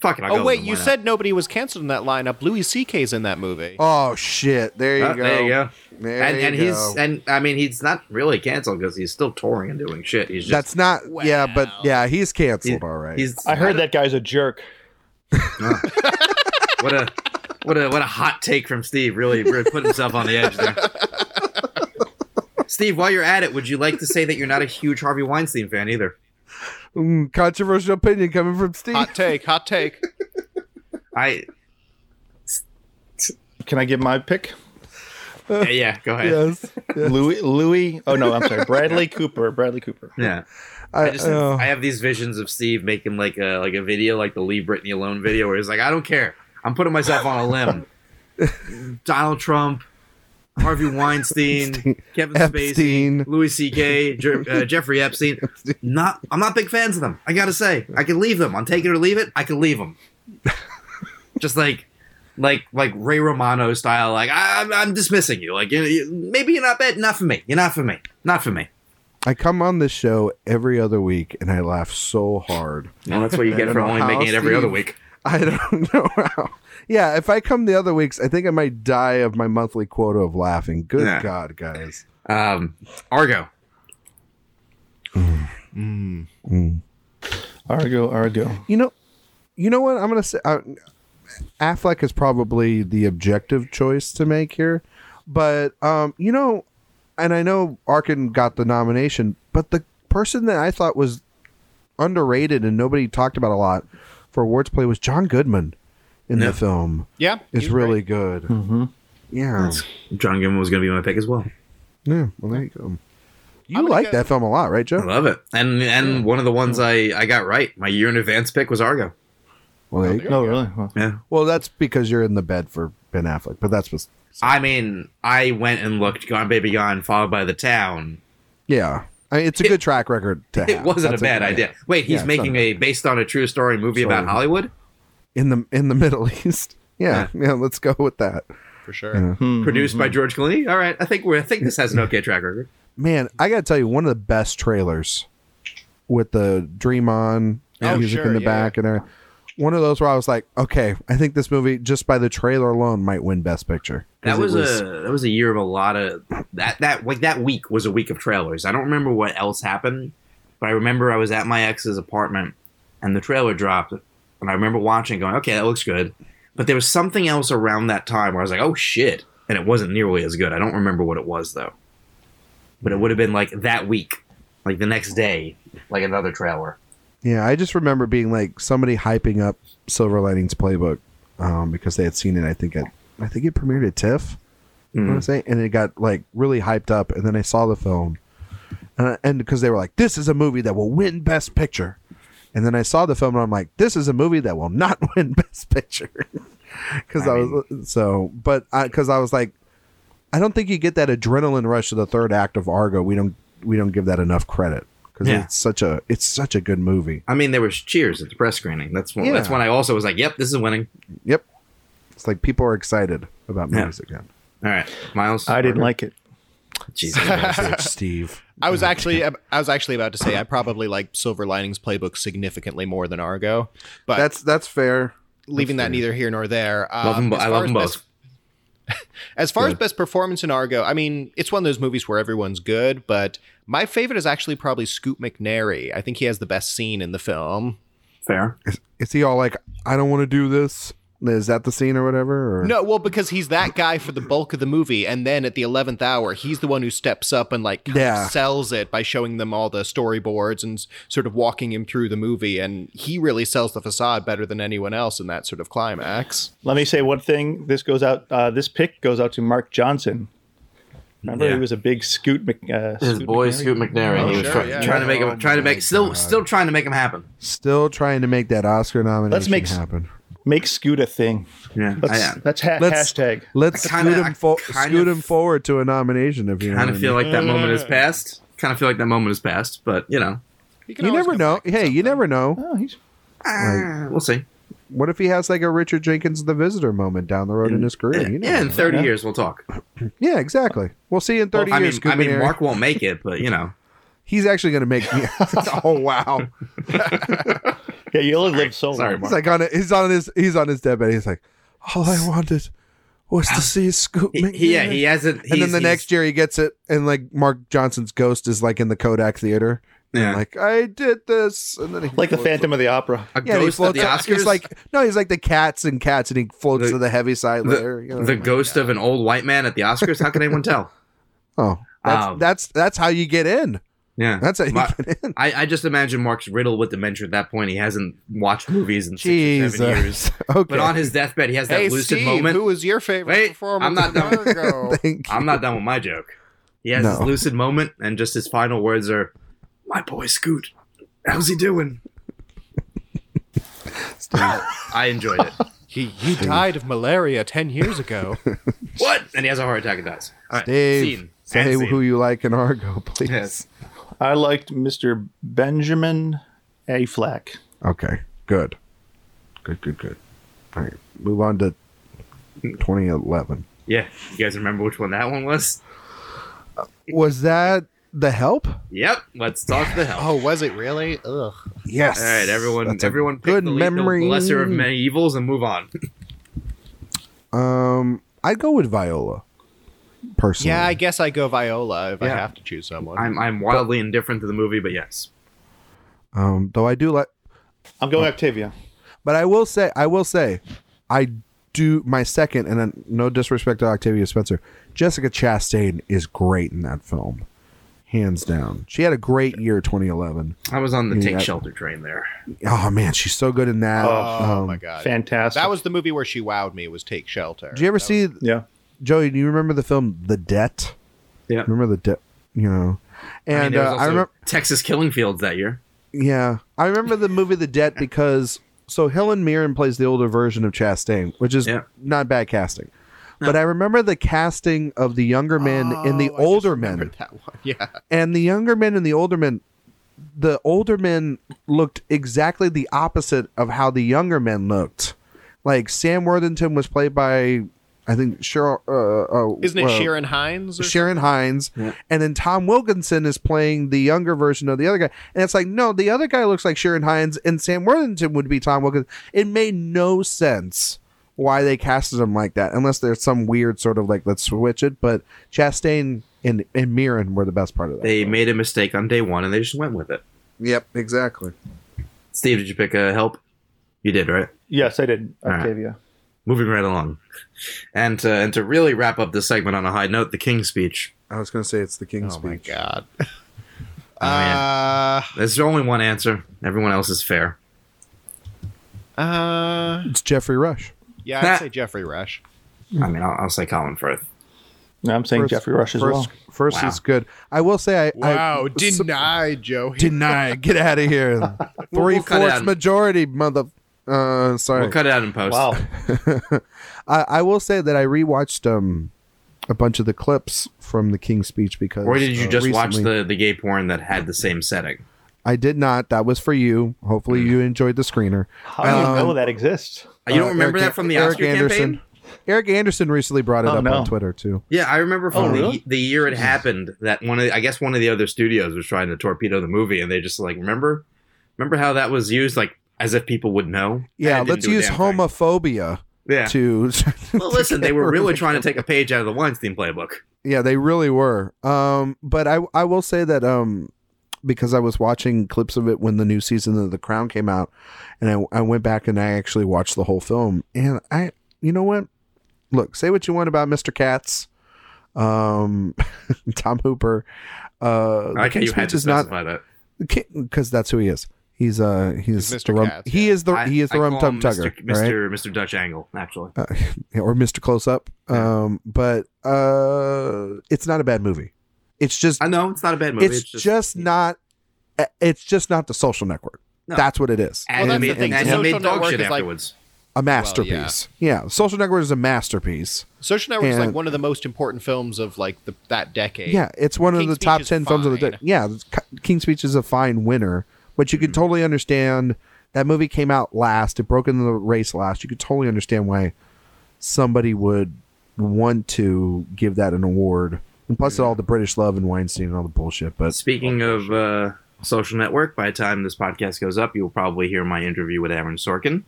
Speaker 1: Fuck it. I'll go
Speaker 2: Oh,
Speaker 1: with
Speaker 2: wait,
Speaker 1: him,
Speaker 2: you
Speaker 1: why not?
Speaker 2: said nobody was canceled in that lineup. Louis C.K.'s in that movie.
Speaker 3: Oh shit! There you
Speaker 1: Oh,
Speaker 3: go.
Speaker 1: There you go.
Speaker 3: There
Speaker 1: And
Speaker 3: you
Speaker 1: and
Speaker 3: go.
Speaker 1: he's and I mean he's not really canceled because he's still touring and doing shit. He's just
Speaker 3: that's not. Yeah, but yeah, he's canceled.
Speaker 1: He-
Speaker 3: all right.
Speaker 1: he's
Speaker 4: I heard that guy's a jerk.
Speaker 1: what a what a what a hot take from Steve. Really, really put himself on the edge there. Steve, while you're at it, would you like to say that you're not a huge Harvey Weinstein fan either?
Speaker 3: Mm, controversial opinion coming from Steve. [laughs]
Speaker 2: Hot take, hot take.
Speaker 1: I
Speaker 4: Can I give my pick?
Speaker 1: yeah, yeah go ahead.
Speaker 3: yes.
Speaker 1: [laughs]
Speaker 3: yes.
Speaker 4: Louis. Louis. Oh no, I'm sorry. Bradley Cooper. Bradley Cooper.
Speaker 1: Yeah, I uh, just
Speaker 3: oh,
Speaker 1: I have these visions of Steve making like a like a video like the Leave Britney Alone video where he's like, I don't care, I'm putting myself on a limb. [laughs] Donald Trump, Harvey Weinstein, Kevin Spacey,
Speaker 3: Epstein.
Speaker 1: Louis C.K., Jer- uh, Jeffrey Epstein. Not, I'm not big fans of them. I gotta say, I can leave them. I'm taking it or leave it. I can leave them. Just like, like, like Ray Romano style. Like I, I'm, I'm dismissing you. Like you, you- maybe you're not bad. Not for me. You're not for me. Not for me.
Speaker 3: I come on this show every other week, and I laugh so hard.
Speaker 1: Well, that's what you get
Speaker 3: I
Speaker 1: for
Speaker 3: don't
Speaker 1: only
Speaker 3: know
Speaker 1: making
Speaker 3: how,
Speaker 1: it every
Speaker 3: Steve.
Speaker 1: other week.
Speaker 3: I [laughs] don't know how. Yeah, if I come the other weeks, I think I might die of my monthly quota of laughing. Good
Speaker 1: Yeah.
Speaker 3: God, guys.
Speaker 1: Um, Argo.
Speaker 4: Argo. Argo.
Speaker 3: You know, you know what I'm gonna say. Uh, Affleck is probably the objective choice to make here, but um, you know, and I know Arkin got the nomination, but the person that I thought was underrated and nobody talked about a lot for awards play was John Goodman in
Speaker 1: Yeah.
Speaker 3: the film.
Speaker 2: Yeah.
Speaker 3: It's
Speaker 2: he's
Speaker 3: really
Speaker 2: great.
Speaker 3: good. Yeah,
Speaker 1: John Goodman was going to be my pick as well.
Speaker 3: yeah. Well, there you go. You
Speaker 2: gonna
Speaker 3: like
Speaker 2: go-
Speaker 3: that film a lot, right,
Speaker 1: I
Speaker 3: Joe?
Speaker 1: love it. And and one of the ones I I got right. My year in advance pick was Argo.
Speaker 3: Well, there you go.
Speaker 4: No, really. Well,
Speaker 1: Yeah.
Speaker 3: well, that's because you're in the bed for Ben Affleck, but that's what's
Speaker 1: I mean, I went and looked Gone Baby Gone, followed by The Town.
Speaker 3: yeah. I mean, it's a good track record to have.
Speaker 1: [laughs] It wasn't
Speaker 3: That's
Speaker 1: a bad
Speaker 3: yeah.
Speaker 1: idea. Wait, he's
Speaker 3: Yeah, it's
Speaker 1: making
Speaker 3: not
Speaker 1: a based on a true story movie
Speaker 3: Story.
Speaker 1: about Hollywood,
Speaker 3: in the in the [laughs] Middle East. Yeah, yeah. let's go with that.
Speaker 2: for sure.
Speaker 4: hmm.
Speaker 1: produced by George Clooney. All right, I think we're I think this has an okay track record.
Speaker 3: Man, I gotta tell you, one of the best trailers with the Dream On
Speaker 2: Yeah. Oh,
Speaker 3: music
Speaker 2: sure,
Speaker 3: in the
Speaker 2: yeah,
Speaker 3: back and everything. One of those where I was like, okay, I think this movie just by the trailer alone might win Best Picture. 'Cause
Speaker 1: That
Speaker 3: it
Speaker 1: was, a that was a year of a lot of that that like that week was a week of trailers. I don't remember what else happened, but I remember I was at my ex's apartment and the trailer dropped, and I remember watching, going, "Okay, that looks good," but there was something else around that time where I was like, "Oh shit!" and it wasn't nearly as good. I don't remember what it was though, but it would have been like that week, like the next day, like another trailer.
Speaker 3: Yeah, I just remember being like somebody hyping up Silver Linings Playbook um, because they had seen it. I think at I think it premiered at TIFF. You know what I'm saying, and it got like really hyped up. And then I saw the film, and I- and because they were like, "This is a movie that will win Best Picture," and then I saw the film, and I'm like, "This is a movie that will not [laughs] win Best Picture," [laughs] because
Speaker 1: I
Speaker 3: I, was so. But because I, was like, I don't think you get that adrenaline rush of the third act of Argo. We don't we don't give that enough credit because
Speaker 1: Yeah.
Speaker 3: it's such a it's such a good movie.
Speaker 1: I mean, there was cheers at the press screening. That's when,
Speaker 3: Yeah.
Speaker 1: that's when I also was like, "Yep, this is winning."
Speaker 3: Yep. It's like people are excited about
Speaker 1: Yeah.
Speaker 3: movies [laughs] again.
Speaker 1: All right, Miles.
Speaker 4: I didn't like it.
Speaker 1: Jesus.
Speaker 4: [laughs]
Speaker 3: Steve.
Speaker 2: I was actually I was actually about to say I probably like Silver Linings Playbook significantly more than Argo, but
Speaker 3: [laughs] That's that's fair.
Speaker 2: leaving that neither here nor there. Uh,
Speaker 1: Love 'em bo-
Speaker 2: as
Speaker 1: I
Speaker 2: far
Speaker 1: love
Speaker 2: as
Speaker 1: them
Speaker 2: best-
Speaker 1: both.
Speaker 2: [laughs] As far as best performance in Argo, I mean, it's one of those movies where everyone's good, but my favorite is actually probably Scoot McNairy. I think he has the best scene in the film.
Speaker 1: Fair.
Speaker 3: Is he all like, I don't want to do this? Is that the scene or whatever? Or?
Speaker 2: No, well, because he's that guy for the bulk of the movie, and then at the eleventh hour, he's the one who steps up and like kind of
Speaker 3: Yeah.
Speaker 2: sells it by showing them all the storyboards and s- sort of walking him through the movie, and he really sells the facade better than anyone else in that sort of climax.
Speaker 4: Let me say one thing. This goes out. Uh, this pick goes out to Mark Johnson. Remember,
Speaker 1: Yeah.
Speaker 4: he was a big Scoot. Mc, uh,
Speaker 1: His
Speaker 4: Scoot
Speaker 1: boy
Speaker 4: McNairy?
Speaker 1: Scoot McNairy.
Speaker 2: Oh,
Speaker 1: he was
Speaker 2: sure,
Speaker 1: try-
Speaker 2: yeah.
Speaker 1: trying to make him, trying to
Speaker 3: Oh,
Speaker 1: make, still, still trying to make him happen.
Speaker 3: Still trying to make that Oscar nomination
Speaker 4: Let's make-
Speaker 3: happen.
Speaker 4: Make Scoot a thing.
Speaker 1: Yeah,
Speaker 4: Let's,
Speaker 1: I,
Speaker 4: let's, ha-
Speaker 3: Let's-
Speaker 4: hashtag.
Speaker 3: Let's
Speaker 1: I kinda-
Speaker 3: scoot,
Speaker 1: I
Speaker 3: him, fo-
Speaker 1: kind
Speaker 3: scoot
Speaker 1: of-
Speaker 3: him forward to a nomination if you know
Speaker 1: kind
Speaker 3: what I
Speaker 1: of feel
Speaker 3: mean.
Speaker 1: like that moment is past. Kind of feel like that moment is past, but you know,
Speaker 2: can
Speaker 3: you
Speaker 2: always
Speaker 3: never
Speaker 2: go
Speaker 3: know.
Speaker 2: back to
Speaker 3: Hey, you never know.
Speaker 4: Oh, he's
Speaker 1: ah, we'll see.
Speaker 3: What if he has like a Richard Jenkins The Visitor moment down the road in his career?
Speaker 1: Yeah,
Speaker 3: You never
Speaker 1: yeah, in
Speaker 3: know.
Speaker 1: thirty years we'll talk.
Speaker 3: yeah, exactly. We'll see you in 30
Speaker 1: I mean,
Speaker 3: years.
Speaker 1: I mean,
Speaker 3: Scoot
Speaker 1: Mark won't make it, but you know,
Speaker 3: He's actually going to make me. [laughs] oh, wow.
Speaker 4: yeah. You'll live so long.
Speaker 1: sorry, Mark.
Speaker 3: He's like on it. He's on his. He's on his deathbed. He's like, all I wanted was to see Scoop.
Speaker 1: He- he- yeah, he hasn't.
Speaker 3: and then
Speaker 1: he's-
Speaker 3: the
Speaker 1: he's-
Speaker 3: next year he gets it, and like Mark Johnson's ghost is like in the Kodak Theater.
Speaker 1: yeah,
Speaker 3: Like I did this, and then he
Speaker 4: Like the
Speaker 3: floats
Speaker 4: Phantom of the Opera.
Speaker 1: a
Speaker 3: up- Yeah, and he
Speaker 1: ghost of
Speaker 3: floats
Speaker 1: the
Speaker 3: up-
Speaker 1: Oscars.
Speaker 3: He's like no, he's like the cats and cats, and he floats
Speaker 1: The-
Speaker 3: to the heavy side
Speaker 1: the-
Speaker 3: layer. you know?
Speaker 1: the ghost of an old white man at the Oscars. How can anyone
Speaker 3: [laughs]
Speaker 1: tell?
Speaker 3: oh, that's,
Speaker 1: Um,
Speaker 3: that's that's how you get in.
Speaker 1: Yeah,
Speaker 3: That's how you
Speaker 1: My-
Speaker 3: get in.
Speaker 1: I, I just imagine Mark's riddled with dementia at that point. He hasn't watched movies in six or
Speaker 3: Jesus.
Speaker 1: seven years.
Speaker 3: [laughs] Okay,
Speaker 1: But on his deathbed, he has that
Speaker 2: Hey,
Speaker 1: lucid
Speaker 2: Steve,
Speaker 1: moment.
Speaker 2: who was your favorite
Speaker 1: Wait,
Speaker 2: performance?
Speaker 1: I'm not
Speaker 2: in
Speaker 1: done. [laughs]
Speaker 2: Argo?
Speaker 3: [laughs] Thank you.
Speaker 1: I'm not done with my joke. He has his
Speaker 3: No.
Speaker 1: lucid moment, and just his final words are, "My boy Scoot, how's he doing?" I enjoyed [laughs] it.
Speaker 2: he, he died of malaria ten years ago.
Speaker 3: [laughs]
Speaker 1: What? And he has a heart attack and dies. All right,
Speaker 3: Dave,
Speaker 1: scene.
Speaker 3: say
Speaker 1: End scene.
Speaker 3: who you like in Argo, [laughs] please.
Speaker 1: Yes.
Speaker 4: I liked Mr. Benjamin Aflac.
Speaker 3: Okay, good. Good, good, good. All right, move on to 2011.
Speaker 1: Yeah. You guys remember which one that one was?
Speaker 3: Was that The Help?
Speaker 1: Yep. Let's talk the hell.
Speaker 2: oh, was it really? Ugh.
Speaker 3: Yes.
Speaker 1: All right, everyone.
Speaker 3: Oh, That's a
Speaker 1: everyone, pick
Speaker 3: good
Speaker 1: the, le-
Speaker 3: memory.
Speaker 1: the lesser of many evils, and move on.
Speaker 3: Um, I'd go with Viola, personally.
Speaker 2: Yeah, I guess I go Viola if I
Speaker 1: Yeah.
Speaker 2: have to choose someone.
Speaker 1: I'm I'm wildly indifferent to the movie, but yes.
Speaker 3: um, though I do like,
Speaker 4: I'm going Octavia.
Speaker 3: but I will say, I will say, I do my second, and then no disrespect to Octavia Spencer, Jessica Chastain is great in that film, hands down. She had a great year, 2011.
Speaker 1: I was on the
Speaker 3: Yeah.
Speaker 1: take shelter train there.
Speaker 3: Oh man, she's so good in that.
Speaker 2: oh
Speaker 3: Um,
Speaker 2: my god.
Speaker 4: Fantastic.
Speaker 2: That was the movie where she wowed me. Was Take Shelter.
Speaker 3: Did you ever
Speaker 2: That
Speaker 3: see
Speaker 4: yeah.
Speaker 3: Joey? Do you remember the film The Debt?
Speaker 1: Yeah.
Speaker 3: Remember the debt? You know,
Speaker 1: I mean,
Speaker 3: And
Speaker 1: there was
Speaker 3: uh, I
Speaker 1: also
Speaker 3: remember,
Speaker 1: Texas Killing Fields that year.
Speaker 3: yeah, I remember the movie The Debt because so Helen Mirren plays the older version of Chastain, which is
Speaker 1: Yeah.
Speaker 3: not bad casting. But I remember the casting of the younger men and the older men,
Speaker 2: That one. [laughs] Yeah.
Speaker 3: and the younger men and the older men. The older men looked exactly the opposite of how the younger men looked. Like Sam Worthington was played by, I think Cheryl. Uh, uh,
Speaker 2: Isn't it
Speaker 3: well,
Speaker 2: Sharon Hines? Or
Speaker 3: Sharon Hines, and then Tom Wilkinson is playing the younger version of the other guy. And it's like, no, the other guy looks like Sharon Hines, and Sam Worthington would be Tom Wilkinson. It made no sense why they casted him like that, unless there's some weird sort of like let's switch it. But Chastain and and Mirren were the best part of that.
Speaker 1: They made a mistake on day one and they just went with it.
Speaker 3: yep, exactly.
Speaker 1: Steve, did you pick a help? You did, right?
Speaker 4: Yes, I did.
Speaker 1: All right.
Speaker 4: Octavia.
Speaker 1: Moving right along, and to, and to really wrap up this segment on a high note, the King's speech.
Speaker 3: I was gonna say it's the King's
Speaker 2: Oh my
Speaker 3: Speech.
Speaker 2: god.
Speaker 3: [laughs] Oh,
Speaker 1: yeah.
Speaker 2: Uh,
Speaker 1: There's only one answer. Everyone else is fair.
Speaker 2: uh,
Speaker 3: It's Jeffrey Rush.
Speaker 2: yeah, I'd say Jeffrey Rush.
Speaker 1: I mean, I'll, I'll say Colin Firth.
Speaker 4: No, I'm saying Jeffrey Rush as
Speaker 3: first,
Speaker 4: well.
Speaker 3: First
Speaker 1: Wow.
Speaker 3: is good. I will say I I,
Speaker 2: deny, Joe.
Speaker 3: deny. Get out of
Speaker 1: [laughs]
Speaker 3: here. Three
Speaker 1: cut it
Speaker 3: fourths
Speaker 1: out.
Speaker 3: majority, mother. Uh, sorry.
Speaker 1: We'll cut it out in post.
Speaker 4: Wow.
Speaker 3: [laughs] I, I will say that I rewatched um a bunch of the clips from the King's Speech because.
Speaker 1: Or did you
Speaker 3: uh,
Speaker 1: just watch
Speaker 3: recently-
Speaker 1: the, the gay porn that had the same setting?
Speaker 3: I did not. That was for you. Hopefully, you enjoyed the screener.
Speaker 4: How do
Speaker 1: Um,
Speaker 4: you know that exists?
Speaker 1: Mm. You don't
Speaker 3: Uh,
Speaker 1: remember
Speaker 3: Eric-
Speaker 1: that from the
Speaker 3: Eric
Speaker 1: Oscar
Speaker 3: Anderson.
Speaker 1: campaign?
Speaker 3: Eric Anderson recently brought it
Speaker 4: Oh,
Speaker 3: up
Speaker 4: no.
Speaker 3: on Twitter too.
Speaker 1: Yeah, I remember from
Speaker 4: Oh,
Speaker 1: the,
Speaker 4: really?
Speaker 1: the year it happened that one of the, I guess one of the other studios was trying to torpedo the movie, and they just like remember remember how that was used like as if people would know.
Speaker 3: Yeah,
Speaker 1: And it didn't
Speaker 3: let's
Speaker 1: do a
Speaker 3: use
Speaker 1: damn thing.
Speaker 3: homophobia
Speaker 1: Yeah.
Speaker 3: to. [laughs]
Speaker 1: well, listen, they were really trying to take a page out of the Weinstein playbook.
Speaker 3: Yeah, they really were. Um, but I I will say that um, because I was watching clips of it when the new season of The Crown came out, and I I went back and I actually watched the whole film, and I you know what, look, say what you want about Mr. Katz, um, [laughs] Tom Hooper, uh,
Speaker 1: I like how
Speaker 3: King's
Speaker 1: you had
Speaker 3: Speech
Speaker 1: to
Speaker 3: is not
Speaker 1: specify that.
Speaker 3: because that's who he is. He's uh he's,
Speaker 2: He's Mr.
Speaker 3: the rum,
Speaker 2: Katz,
Speaker 3: he
Speaker 2: yeah.
Speaker 3: is the
Speaker 1: I-
Speaker 3: he is the
Speaker 1: I
Speaker 3: rum
Speaker 1: call
Speaker 3: tum
Speaker 1: him
Speaker 3: tugger,
Speaker 1: Mr.
Speaker 3: right? Uh,
Speaker 1: Mr. Mr. Dutch Angle, actually.
Speaker 3: Yeah, or Mr. Close Up. Um, but uh, it's not a bad movie. It's just
Speaker 1: I know it's not a bad movie.
Speaker 3: it's, just, not. eh, It's just not the Social Network.
Speaker 1: No.
Speaker 3: That's what it is.
Speaker 1: and
Speaker 2: that's
Speaker 1: he
Speaker 2: the
Speaker 1: made,
Speaker 2: thing,
Speaker 1: and
Speaker 2: The
Speaker 1: he made
Speaker 2: Social
Speaker 1: dog
Speaker 2: Network
Speaker 1: shit
Speaker 2: is like-
Speaker 1: afterwards.
Speaker 3: A masterpiece. yeah. Social Network is a masterpiece.
Speaker 2: Social Network is like
Speaker 3: And-
Speaker 2: one of the most important films of like the, that decade.
Speaker 3: Yeah, it's one of
Speaker 2: King's
Speaker 3: the
Speaker 2: Speech
Speaker 3: top
Speaker 2: is
Speaker 3: ten films of the
Speaker 2: fine. Hmm.
Speaker 3: day. Yeah, it's- King's Speech is a fine winner, but you could totally understand that movie came out last. It broke into the race last. You could totally understand why somebody would want to give that an award. And plus, all the British love and Weinstein and all the bullshit. But
Speaker 1: Speaking of uh, social network, by the time this podcast goes up, you'll probably hear my interview with Aaron Sorkin.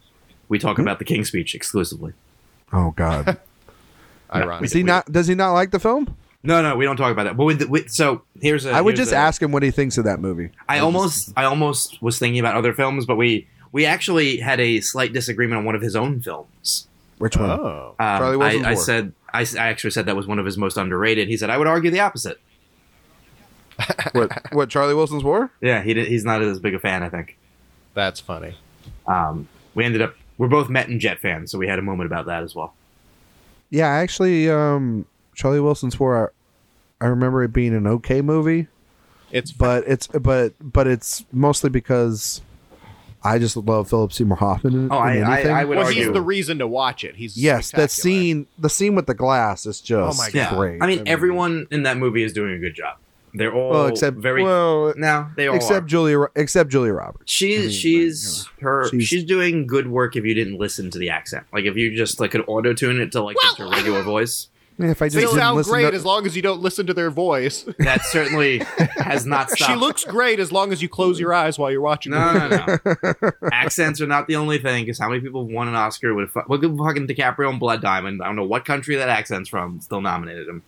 Speaker 1: We talk
Speaker 3: Hmm?
Speaker 1: about the King's Speech exclusively.
Speaker 3: oh god,
Speaker 2: [laughs] Ironic.
Speaker 3: is he not? Does he not like the film?
Speaker 1: No, no, we don't talk about that. But with, with, so here's a.
Speaker 3: I would
Speaker 1: here's
Speaker 3: just
Speaker 1: a-
Speaker 3: ask him what he thinks of that movie.
Speaker 1: I almost, I almost was thinking about other films, but we we actually had a slight disagreement on one of his own films.
Speaker 3: Which one?
Speaker 2: Oh.
Speaker 1: Um,
Speaker 3: Charlie Wilson's
Speaker 1: I, I
Speaker 3: War.
Speaker 1: said, I, s- I actually said that was one of his most underrated. He said, I would argue the opposite.
Speaker 3: what? What? Charlie Wilson's War?
Speaker 1: Yeah, he did, he's not as big a fan, I think.
Speaker 2: That's funny.
Speaker 1: Um, we ended up, we're both Met and Jet fans, so we had a moment about that as well.
Speaker 3: Yeah, actually, um, Charlie Wilson's War. I, I remember it being an okay movie,
Speaker 2: It's
Speaker 3: but it's but but it's mostly because I just love Philip Seymour Hoffman. In,
Speaker 1: Oh, I-
Speaker 3: in
Speaker 1: I-
Speaker 3: anything.
Speaker 1: I would
Speaker 2: well,
Speaker 1: argue-
Speaker 2: he's the reason to watch it. He's
Speaker 3: yes,
Speaker 2: spectacular.
Speaker 3: that scene, the scene with the glass is just
Speaker 2: Oh my God.
Speaker 1: Yeah,
Speaker 3: great.
Speaker 1: I mean, everyone in that movie is doing a good job. They're all
Speaker 3: well, except
Speaker 1: very
Speaker 3: well,
Speaker 1: no, they all
Speaker 3: except
Speaker 1: are.
Speaker 3: Julia, Ro- except Julia Roberts.
Speaker 1: She's she's her she's,
Speaker 3: She's-
Speaker 1: doing good work if you didn't listen to the accent. Like if you just like could auto tune it to like just her regular voice.
Speaker 3: If I just
Speaker 2: They
Speaker 3: didn't
Speaker 2: sound
Speaker 3: listen
Speaker 2: great
Speaker 3: to,
Speaker 2: as long as you don't listen to their voice. [laughs]
Speaker 1: That certainly has not stopped.
Speaker 2: she looks great as long as you close your eyes while you're watching.
Speaker 1: no, no, no.
Speaker 3: [laughs]
Speaker 1: Accents are not the only thing. Because how many people won an Oscar with fu- look at fucking DiCaprio and Blood Diamond? I don't know what country that accent's from. Still nominated him.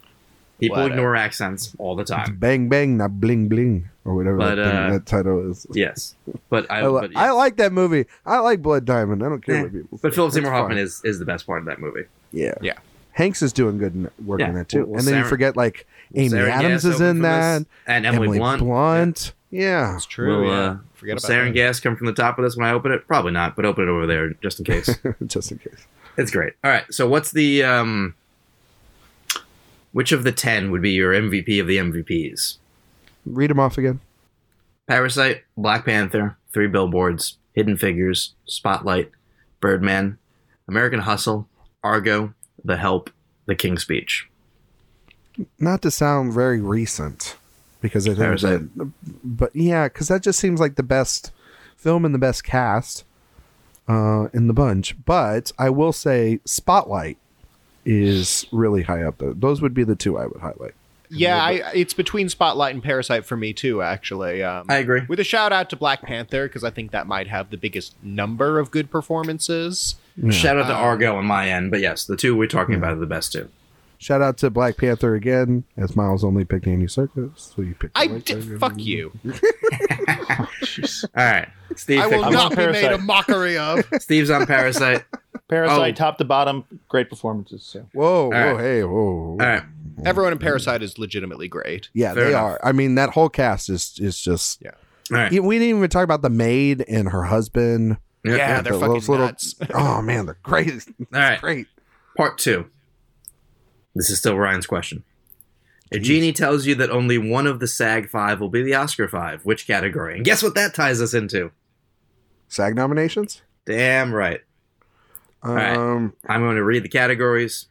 Speaker 1: People
Speaker 2: Whatever.
Speaker 1: ignore accents all the
Speaker 3: it's
Speaker 1: time.
Speaker 3: bang bang, not bling bling, or whatever
Speaker 1: But,
Speaker 3: that, thing-
Speaker 1: uh,
Speaker 3: that title is.
Speaker 1: Yes, but I,
Speaker 3: I, li-
Speaker 1: but,
Speaker 3: I like that movie. I like Blood Diamond. I don't care
Speaker 1: Eh,
Speaker 3: what people.
Speaker 1: but
Speaker 3: think.
Speaker 1: Philip
Speaker 3: That's
Speaker 1: Seymour Hoffman
Speaker 3: fine.
Speaker 1: is is the best part of that movie.
Speaker 3: Yeah.
Speaker 2: Yeah.
Speaker 3: Hanks is doing good in work
Speaker 1: Yeah.
Speaker 3: in that too.
Speaker 1: Well,
Speaker 3: and then you
Speaker 1: Sarah-
Speaker 3: forget like Amy
Speaker 1: Sarah Gass
Speaker 3: Adams is
Speaker 1: opened
Speaker 3: in
Speaker 1: for
Speaker 3: that.
Speaker 1: this, and Emily, Blunt.
Speaker 3: Blunt. Yeah.
Speaker 2: It's true.
Speaker 1: Will,
Speaker 2: yeah.
Speaker 1: uh,
Speaker 2: Forget
Speaker 1: will
Speaker 2: about
Speaker 1: Sarin
Speaker 2: that.
Speaker 1: gas come from the top of this when I open it? Probably not, but open it over there just in
Speaker 3: [laughs]
Speaker 1: case.
Speaker 3: Just in case.
Speaker 1: it's great. All right, so what's the um, which of the ten would be your MVP of the MVPs?
Speaker 3: Read them off again.
Speaker 1: Parasite, Black Panther, Three Billboards, Hidden Figures, Spotlight, Birdman, American Hustle, Argo, The Help, The King's Speech.
Speaker 3: Not to sound very recent, because I think
Speaker 1: Parasite.
Speaker 3: that- but yeah, because that just seems like the best film and the best cast uh, in the bunch. But I will say, Spotlight is really high up there. Those would be the two I would highlight.
Speaker 2: Yeah, I, it's between Spotlight and Parasite for me too. Actually, um,
Speaker 1: I agree.
Speaker 2: With a shout out to Black Panther because I think that might have the biggest number of good performances.
Speaker 1: Shout
Speaker 2: Uh,
Speaker 1: out to Argo on my end, but yes, the two we're talking about are the best two.
Speaker 3: Shout out to Black Panther again, as Miles only picked Andy Serkis, so you picked.
Speaker 2: I
Speaker 3: the right
Speaker 2: did,
Speaker 3: guy.
Speaker 2: fuck you.
Speaker 4: Jeez.
Speaker 1: All right, Steve.
Speaker 2: I
Speaker 1: picked
Speaker 2: will
Speaker 1: one.
Speaker 4: I'm
Speaker 2: not
Speaker 4: on
Speaker 2: be made a
Speaker 4: Parasite.
Speaker 2: mockery
Speaker 3: [laughs]
Speaker 2: of.
Speaker 1: [laughs] Steve's on Parasite.
Speaker 4: Parasite,
Speaker 1: Oh.
Speaker 4: top to bottom, great performances. So.
Speaker 3: Whoa, whoa,
Speaker 1: right.
Speaker 3: hey, whoa.
Speaker 1: All right,
Speaker 2: Everyone in Parasite is legitimately great.
Speaker 3: Yeah,
Speaker 1: Fair
Speaker 3: they
Speaker 1: enough.
Speaker 3: are. I mean, that whole cast is is just.
Speaker 2: Yeah.
Speaker 1: all right.
Speaker 3: Yeah, We didn't even talk about the maid and her husband.
Speaker 1: Yeah,
Speaker 2: Yeah,
Speaker 1: yeah.
Speaker 2: they're
Speaker 3: the-
Speaker 2: fucking
Speaker 3: those little-
Speaker 2: nuts. [laughs]
Speaker 3: Oh man, they're great.
Speaker 1: [laughs] All right.
Speaker 3: Great.
Speaker 1: Part two. This is still Ryan's question. A genie tells you that only one of the SAG five will be the Oscar five. Which category? And guess what that ties us into?
Speaker 3: SAG nominations.
Speaker 1: Damn right.
Speaker 3: Um,
Speaker 1: right. I'm going to read the categories.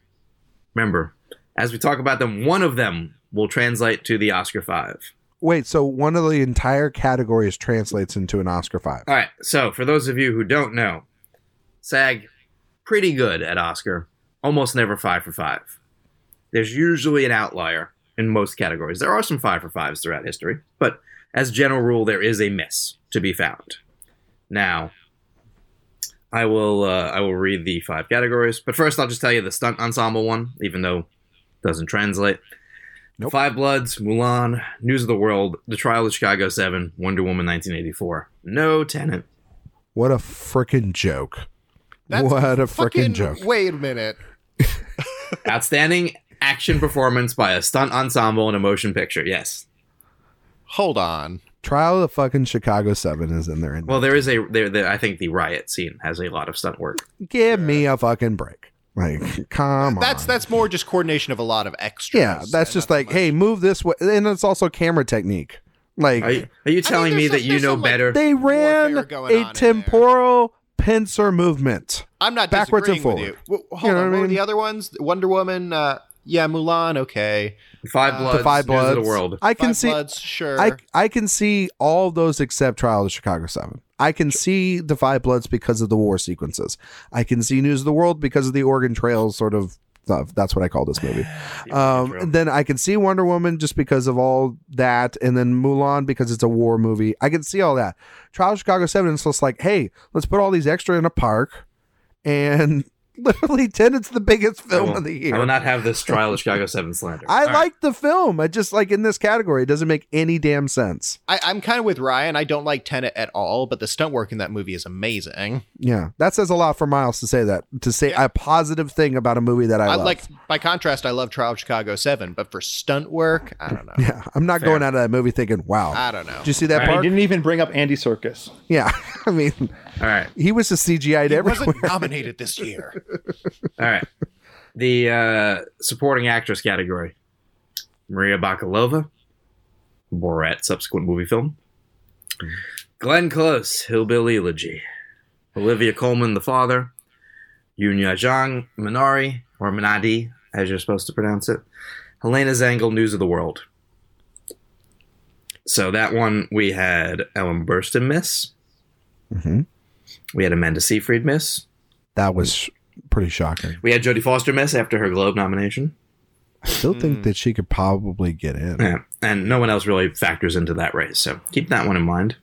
Speaker 1: Remember, as we talk about them, one of them will translate to the Oscar five.
Speaker 3: Wait, so one of the entire categories translates into an Oscar five.
Speaker 1: All right. So, for those of you who don't know, SAG pretty good at Oscar, almost never five for five. There's usually an outlier in most categories. There are some five for fives throughout history, but as general rule, there is a miss to be found. Now, I will uh, I will read the five categories, but first I'll just tell you the stunt ensemble one, even though it doesn't translate. The
Speaker 3: Nope.
Speaker 1: Five Bloods, Mulan, News of the World, The Trial of Chicago 7, Wonder Woman 1984. No tenant.
Speaker 3: What a freaking joke!
Speaker 2: That's
Speaker 3: what a
Speaker 2: fucking
Speaker 3: freaking joke!
Speaker 2: Wait a minute.
Speaker 1: Outstanding action performance by a stunt ensemble in a motion picture. Yes.
Speaker 2: Hold on.
Speaker 3: Trial of the fucking Chicago Seven is in there.
Speaker 1: Well, there is a there. there I think the riot scene has a lot of stunt work.
Speaker 3: give me a fucking break. Like, [laughs] come
Speaker 2: That's
Speaker 3: on.
Speaker 2: that's more just coordination of a lot of extras.
Speaker 3: yeah. That's
Speaker 2: and
Speaker 3: just
Speaker 2: not
Speaker 3: like, hey, move this way, and it's also camera technique. Like,
Speaker 1: Are you, are you telling me
Speaker 2: there's
Speaker 1: that you
Speaker 2: some- there's
Speaker 1: know
Speaker 2: some, like,
Speaker 1: better?
Speaker 3: they ran
Speaker 2: warfare going on
Speaker 3: a
Speaker 2: in
Speaker 3: temporal pincer movement.
Speaker 2: I'm not
Speaker 3: Backwards and
Speaker 2: disagreeing with You. Well, hold on.
Speaker 3: know what I
Speaker 2: What were
Speaker 3: mean?
Speaker 2: the other ones? Wonder Woman. Uh, yeah, Mulan. Okay. uh,
Speaker 1: five bloods,
Speaker 3: the five
Speaker 1: News
Speaker 3: bloods.
Speaker 1: of the world.
Speaker 3: I can
Speaker 2: Five
Speaker 3: see.
Speaker 2: Bloods. Sure.
Speaker 3: I I can see all those except Trial of Chicago Seven. I can see the Five Bloods because of the war sequences. I can see News of the World because of the Oregon Trail sort of stuff. That's what I call this movie. Um, and then I can see Wonder Woman just because of all that, and then Mulan because it's a war movie. I can see all that. Trial of Chicago Seven is just like, hey, let's put all these extra in a park, and [laughs] literally Tenet's the biggest film
Speaker 1: will-
Speaker 3: of the
Speaker 1: I will
Speaker 3: year.
Speaker 1: not have this trial of Chicago Seven slander.
Speaker 3: I
Speaker 1: All right.
Speaker 3: like the film. I just like in this category, it doesn't make any damn sense.
Speaker 2: I, I'm kind of with Ryan. I don't like Tenet at all, but the stunt work in that movie is amazing.
Speaker 3: Yeah, that says a lot for Miles to say that to say a positive thing about a movie that I,
Speaker 2: I,
Speaker 3: love.
Speaker 2: like, by contrast, I love Trial of Chicago Seven, but for stunt work, I don't know.
Speaker 3: [laughs] [laughs] Yeah, I'm not going out of that movie thinking, "Wow,
Speaker 2: I don't know.
Speaker 3: did you see that
Speaker 1: Right.
Speaker 3: part?"
Speaker 4: I didn't even bring up Andy Circus.
Speaker 3: Yeah, [laughs] I mean,
Speaker 1: All right.
Speaker 3: he was just CGI'd
Speaker 2: He
Speaker 3: everywhere.
Speaker 2: wasn't nominated this year.
Speaker 1: All right. The uh, supporting actress category Maria Bakalova, Borat subsequent movie film, Glenn Close, Hillbilly Elegy, Olivia Coleman, The Father, Yunya Zhang, Minari, or Minadi, as you're supposed to pronounce it, Helena Zengel, News of the World. So that one we had Ellen Burstyn miss.
Speaker 3: Mhm.
Speaker 1: We had Amanda Seyfried miss.
Speaker 3: That was sh- pretty shocking.
Speaker 1: We had Jodie Foster miss after her Globe nomination.
Speaker 3: I still
Speaker 1: Hmm.
Speaker 3: think that she could probably get in.
Speaker 1: Yeah, and no one else really factors into that race, so keep that one in mind.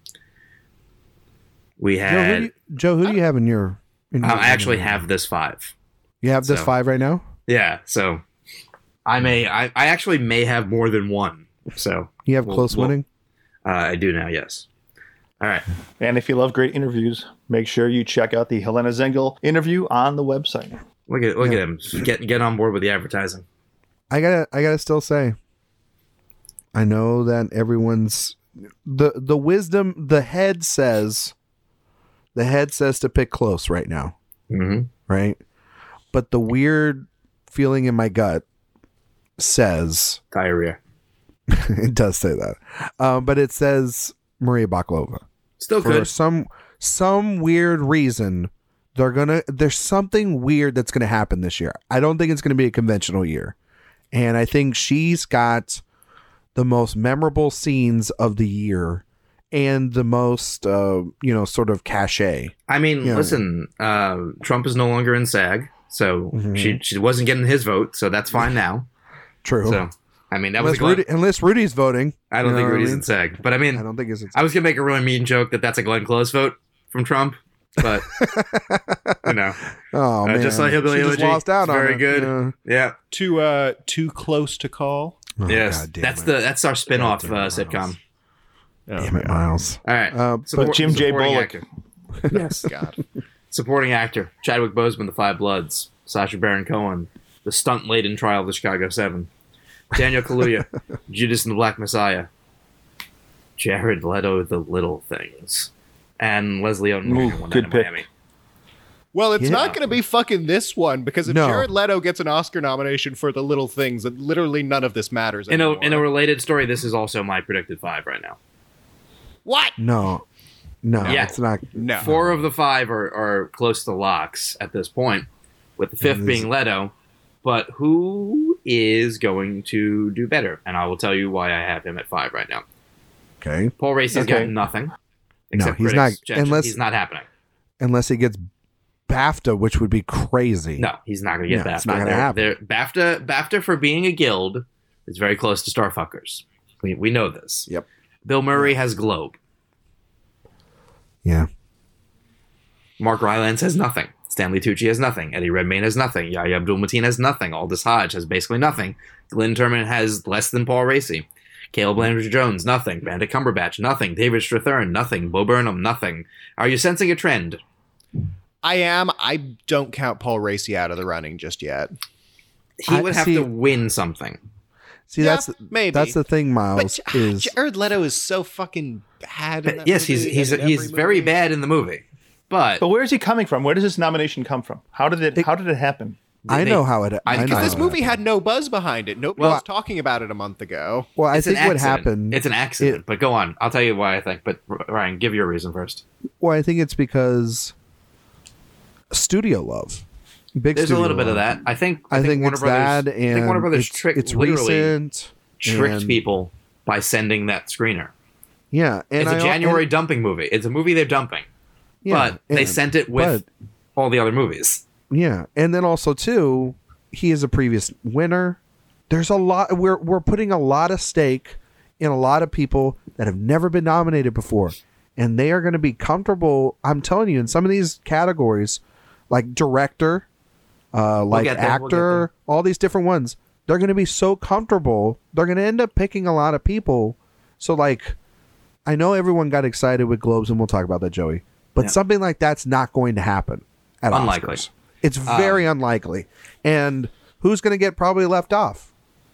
Speaker 1: We
Speaker 3: Joe, who
Speaker 1: had.
Speaker 3: do you, Joe, who do
Speaker 1: Uh,
Speaker 3: you have in your? In
Speaker 1: um,
Speaker 3: your
Speaker 1: Eh. I actually have this five.
Speaker 3: You have this
Speaker 1: so.
Speaker 3: five right now.
Speaker 1: Yeah, so I may. I, I actually may have more than one. So
Speaker 3: You have
Speaker 1: Well,
Speaker 3: close
Speaker 1: well-
Speaker 3: winning.
Speaker 1: uh, I do now. Yes. All right.
Speaker 4: And if you love great interviews, make sure you check out the Helena Zengel interview on the website.
Speaker 1: Look at look at him. Get get on board with the advertising.
Speaker 3: I gotta, I gotta still say. I know that everyone's the the wisdom. The head says, the head says to pick close right now.
Speaker 1: hmm
Speaker 3: right? But the weird feeling in my gut says [laughs]
Speaker 1: Diarrhea.
Speaker 3: it does say that, um, but it says Maria Baklova
Speaker 1: Still
Speaker 3: for
Speaker 1: could.
Speaker 3: some some weird reason. They're gonna. There's something weird that's gonna happen this year. I don't think it's gonna be a conventional year, and I think she's got the most memorable scenes of the year and the most uh, you know sort of cachet.
Speaker 1: I mean,
Speaker 3: Yeah.
Speaker 1: listen, uh, Trump is no longer in SAG, so
Speaker 3: Mhm.
Speaker 1: she she wasn't getting his vote, so that's
Speaker 3: [laughs]
Speaker 1: fine now.
Speaker 3: True.
Speaker 1: So I mean, that was a
Speaker 3: unless,
Speaker 1: glut.
Speaker 3: Rudy, unless Rudy's voting,
Speaker 1: I don't
Speaker 3: you know
Speaker 1: think
Speaker 3: what I
Speaker 1: Rudy's
Speaker 3: mean?
Speaker 1: in SAG, but I mean,
Speaker 3: I don't think it's.
Speaker 1: I was gonna make a really mean joke that that's a Glenn Close vote from Trump,
Speaker 3: [laughs]
Speaker 1: but you know,
Speaker 3: Oh
Speaker 1: I
Speaker 3: man,
Speaker 1: just saw Hillbilly
Speaker 3: She just
Speaker 1: Elegy.
Speaker 3: lost out
Speaker 1: It's
Speaker 3: on
Speaker 1: very
Speaker 3: it.
Speaker 1: good.
Speaker 3: Yeah.
Speaker 1: yeah,
Speaker 2: [laughs] Too uh too close to call.
Speaker 3: Oh,
Speaker 1: yes,
Speaker 3: God damn
Speaker 1: that's
Speaker 3: it.
Speaker 1: the that's our spin-off
Speaker 3: God damn it,
Speaker 1: uh,
Speaker 3: Miles.
Speaker 1: sitcom.
Speaker 3: damn it, Miles.
Speaker 1: All right,
Speaker 3: Uh,
Speaker 1: Support-
Speaker 4: Jim J.
Speaker 1: supporting
Speaker 4: Bullock.
Speaker 1: actor. yes, God. Supporting actor: Chadwick Boseman, The Five Bloods, Sasha Baron Cohen, The Stunt-Laden Trial of the Chicago Seven, Daniel
Speaker 3: [laughs]
Speaker 1: Kaluuya, Judas and the Black Messiah, Jared Leto, The Little Things, and Leslie Odom.
Speaker 4: Ooh,
Speaker 1: won that
Speaker 4: good
Speaker 1: in
Speaker 4: pick.
Speaker 1: Miami.
Speaker 2: Well, it's
Speaker 3: Yeah.
Speaker 2: not going to be fucking this one because if
Speaker 3: No.
Speaker 2: Jared Leto gets an Oscar nomination for the little things, then literally none of this matters
Speaker 1: In a
Speaker 2: anymore.
Speaker 1: in a related story, this is also my predicted five right now.
Speaker 2: what?
Speaker 3: no, no,
Speaker 1: Yeah.
Speaker 3: it's not.
Speaker 2: No.
Speaker 1: Four of the five are, are close to locks at this point, with the fifth
Speaker 3: Is-
Speaker 1: being Leto. But who is going to do better? And I will tell you why I have him at five right now.
Speaker 3: Okay,
Speaker 1: Paul Racy's
Speaker 4: Okay.
Speaker 1: got nothing.
Speaker 3: No,
Speaker 1: Except
Speaker 3: he's
Speaker 1: critics'
Speaker 3: not-
Speaker 1: objection.
Speaker 3: unless-
Speaker 1: he's not happening.
Speaker 3: unless he gets BAFTA, which would be crazy.
Speaker 1: No, he's not going to get
Speaker 3: No,
Speaker 1: BAFTA.
Speaker 3: it's not gonna
Speaker 1: They're-
Speaker 3: happen.
Speaker 1: they're- BAFTA BAFTA for being a guild is very close to Starfuckers. We we know this.
Speaker 3: Yep.
Speaker 1: Bill Murray has Globe.
Speaker 3: Yeah.
Speaker 1: Mark Rylance has nothing. Stanley Tucci has nothing. Eddie Redmayne has nothing. Yahya Abdul Mateen has nothing. Aldous Hodge has basically nothing. Glenn Turman has less than Paul Racy. Caleb Landry Jones, nothing. Banda Cumberbatch, nothing. David Strathern, nothing. Bo Burnham, nothing. Are you sensing a trend?
Speaker 2: I am. I don't count Paul Racy out of the running just yet.
Speaker 1: He
Speaker 3: I-
Speaker 1: would have
Speaker 3: see-
Speaker 1: to win something.
Speaker 3: See,
Speaker 2: Yeah,
Speaker 3: that's
Speaker 2: maybe.
Speaker 3: that's the thing,
Speaker 2: but
Speaker 3: Miles.
Speaker 2: J- ah,
Speaker 3: is
Speaker 2: Jared Leto is so fucking bad. In
Speaker 1: But
Speaker 2: that
Speaker 1: yes, he's
Speaker 2: movie
Speaker 1: he's
Speaker 2: and in every
Speaker 1: he's very
Speaker 2: movie.
Speaker 1: bad in the movie. But
Speaker 4: But where is he coming from? Where does this nomination come from? How did it?
Speaker 3: It-
Speaker 4: how did it happen?
Speaker 3: I
Speaker 1: they-
Speaker 3: know how it.
Speaker 1: I-
Speaker 3: I, know
Speaker 2: Because this
Speaker 3: how it
Speaker 2: movie
Speaker 3: happened.
Speaker 2: had no buzz behind it. Nobody
Speaker 1: Well,
Speaker 2: was talking about it a month ago.
Speaker 3: Well, I
Speaker 1: it's an
Speaker 3: think what
Speaker 1: accident.
Speaker 3: happened.
Speaker 1: It's an accident. but go on. I'll tell you why I think. But R- Ryan, give your reason first.
Speaker 3: Well, I think it's because studio love. Big.
Speaker 1: There's a
Speaker 3: studio
Speaker 1: little bit of
Speaker 3: love.
Speaker 1: that. I think.
Speaker 3: I, think
Speaker 1: Warner
Speaker 3: it's
Speaker 1: Brothers,
Speaker 3: that, and
Speaker 1: I think Warner Brothers
Speaker 3: it's,
Speaker 1: tricked
Speaker 3: it's
Speaker 1: literally
Speaker 3: recent.
Speaker 1: tricked
Speaker 3: and-
Speaker 1: people by sending that screener.
Speaker 3: Yeah, and
Speaker 1: it's
Speaker 3: I
Speaker 1: a
Speaker 3: al-
Speaker 1: January
Speaker 3: and-
Speaker 1: dumping movie. It's a movie they're dumping,
Speaker 3: yeah,
Speaker 1: but they
Speaker 3: and-
Speaker 1: sent it with
Speaker 3: but-
Speaker 1: all the other movies.
Speaker 3: Yeah, and then also too, he is a previous winner. There's a lot we're we're putting a lot of stake in a lot of people that have never been nominated before, and they are going to be comfortable. I'm telling you, in some of these categories, like director, uh, like
Speaker 1: get there,
Speaker 3: actor,
Speaker 1: we'll get there.
Speaker 3: all these different ones, they're going to be so comfortable. They're going to end up picking a lot of people. So like, I know everyone got excited with Globes, and we'll talk about that, Joey. But
Speaker 1: Yeah.
Speaker 3: something like that's not going to happen at
Speaker 1: Unlikely.
Speaker 3: Oscars. It's
Speaker 1: Um,
Speaker 3: very unlikely. And who's going to get probably left off?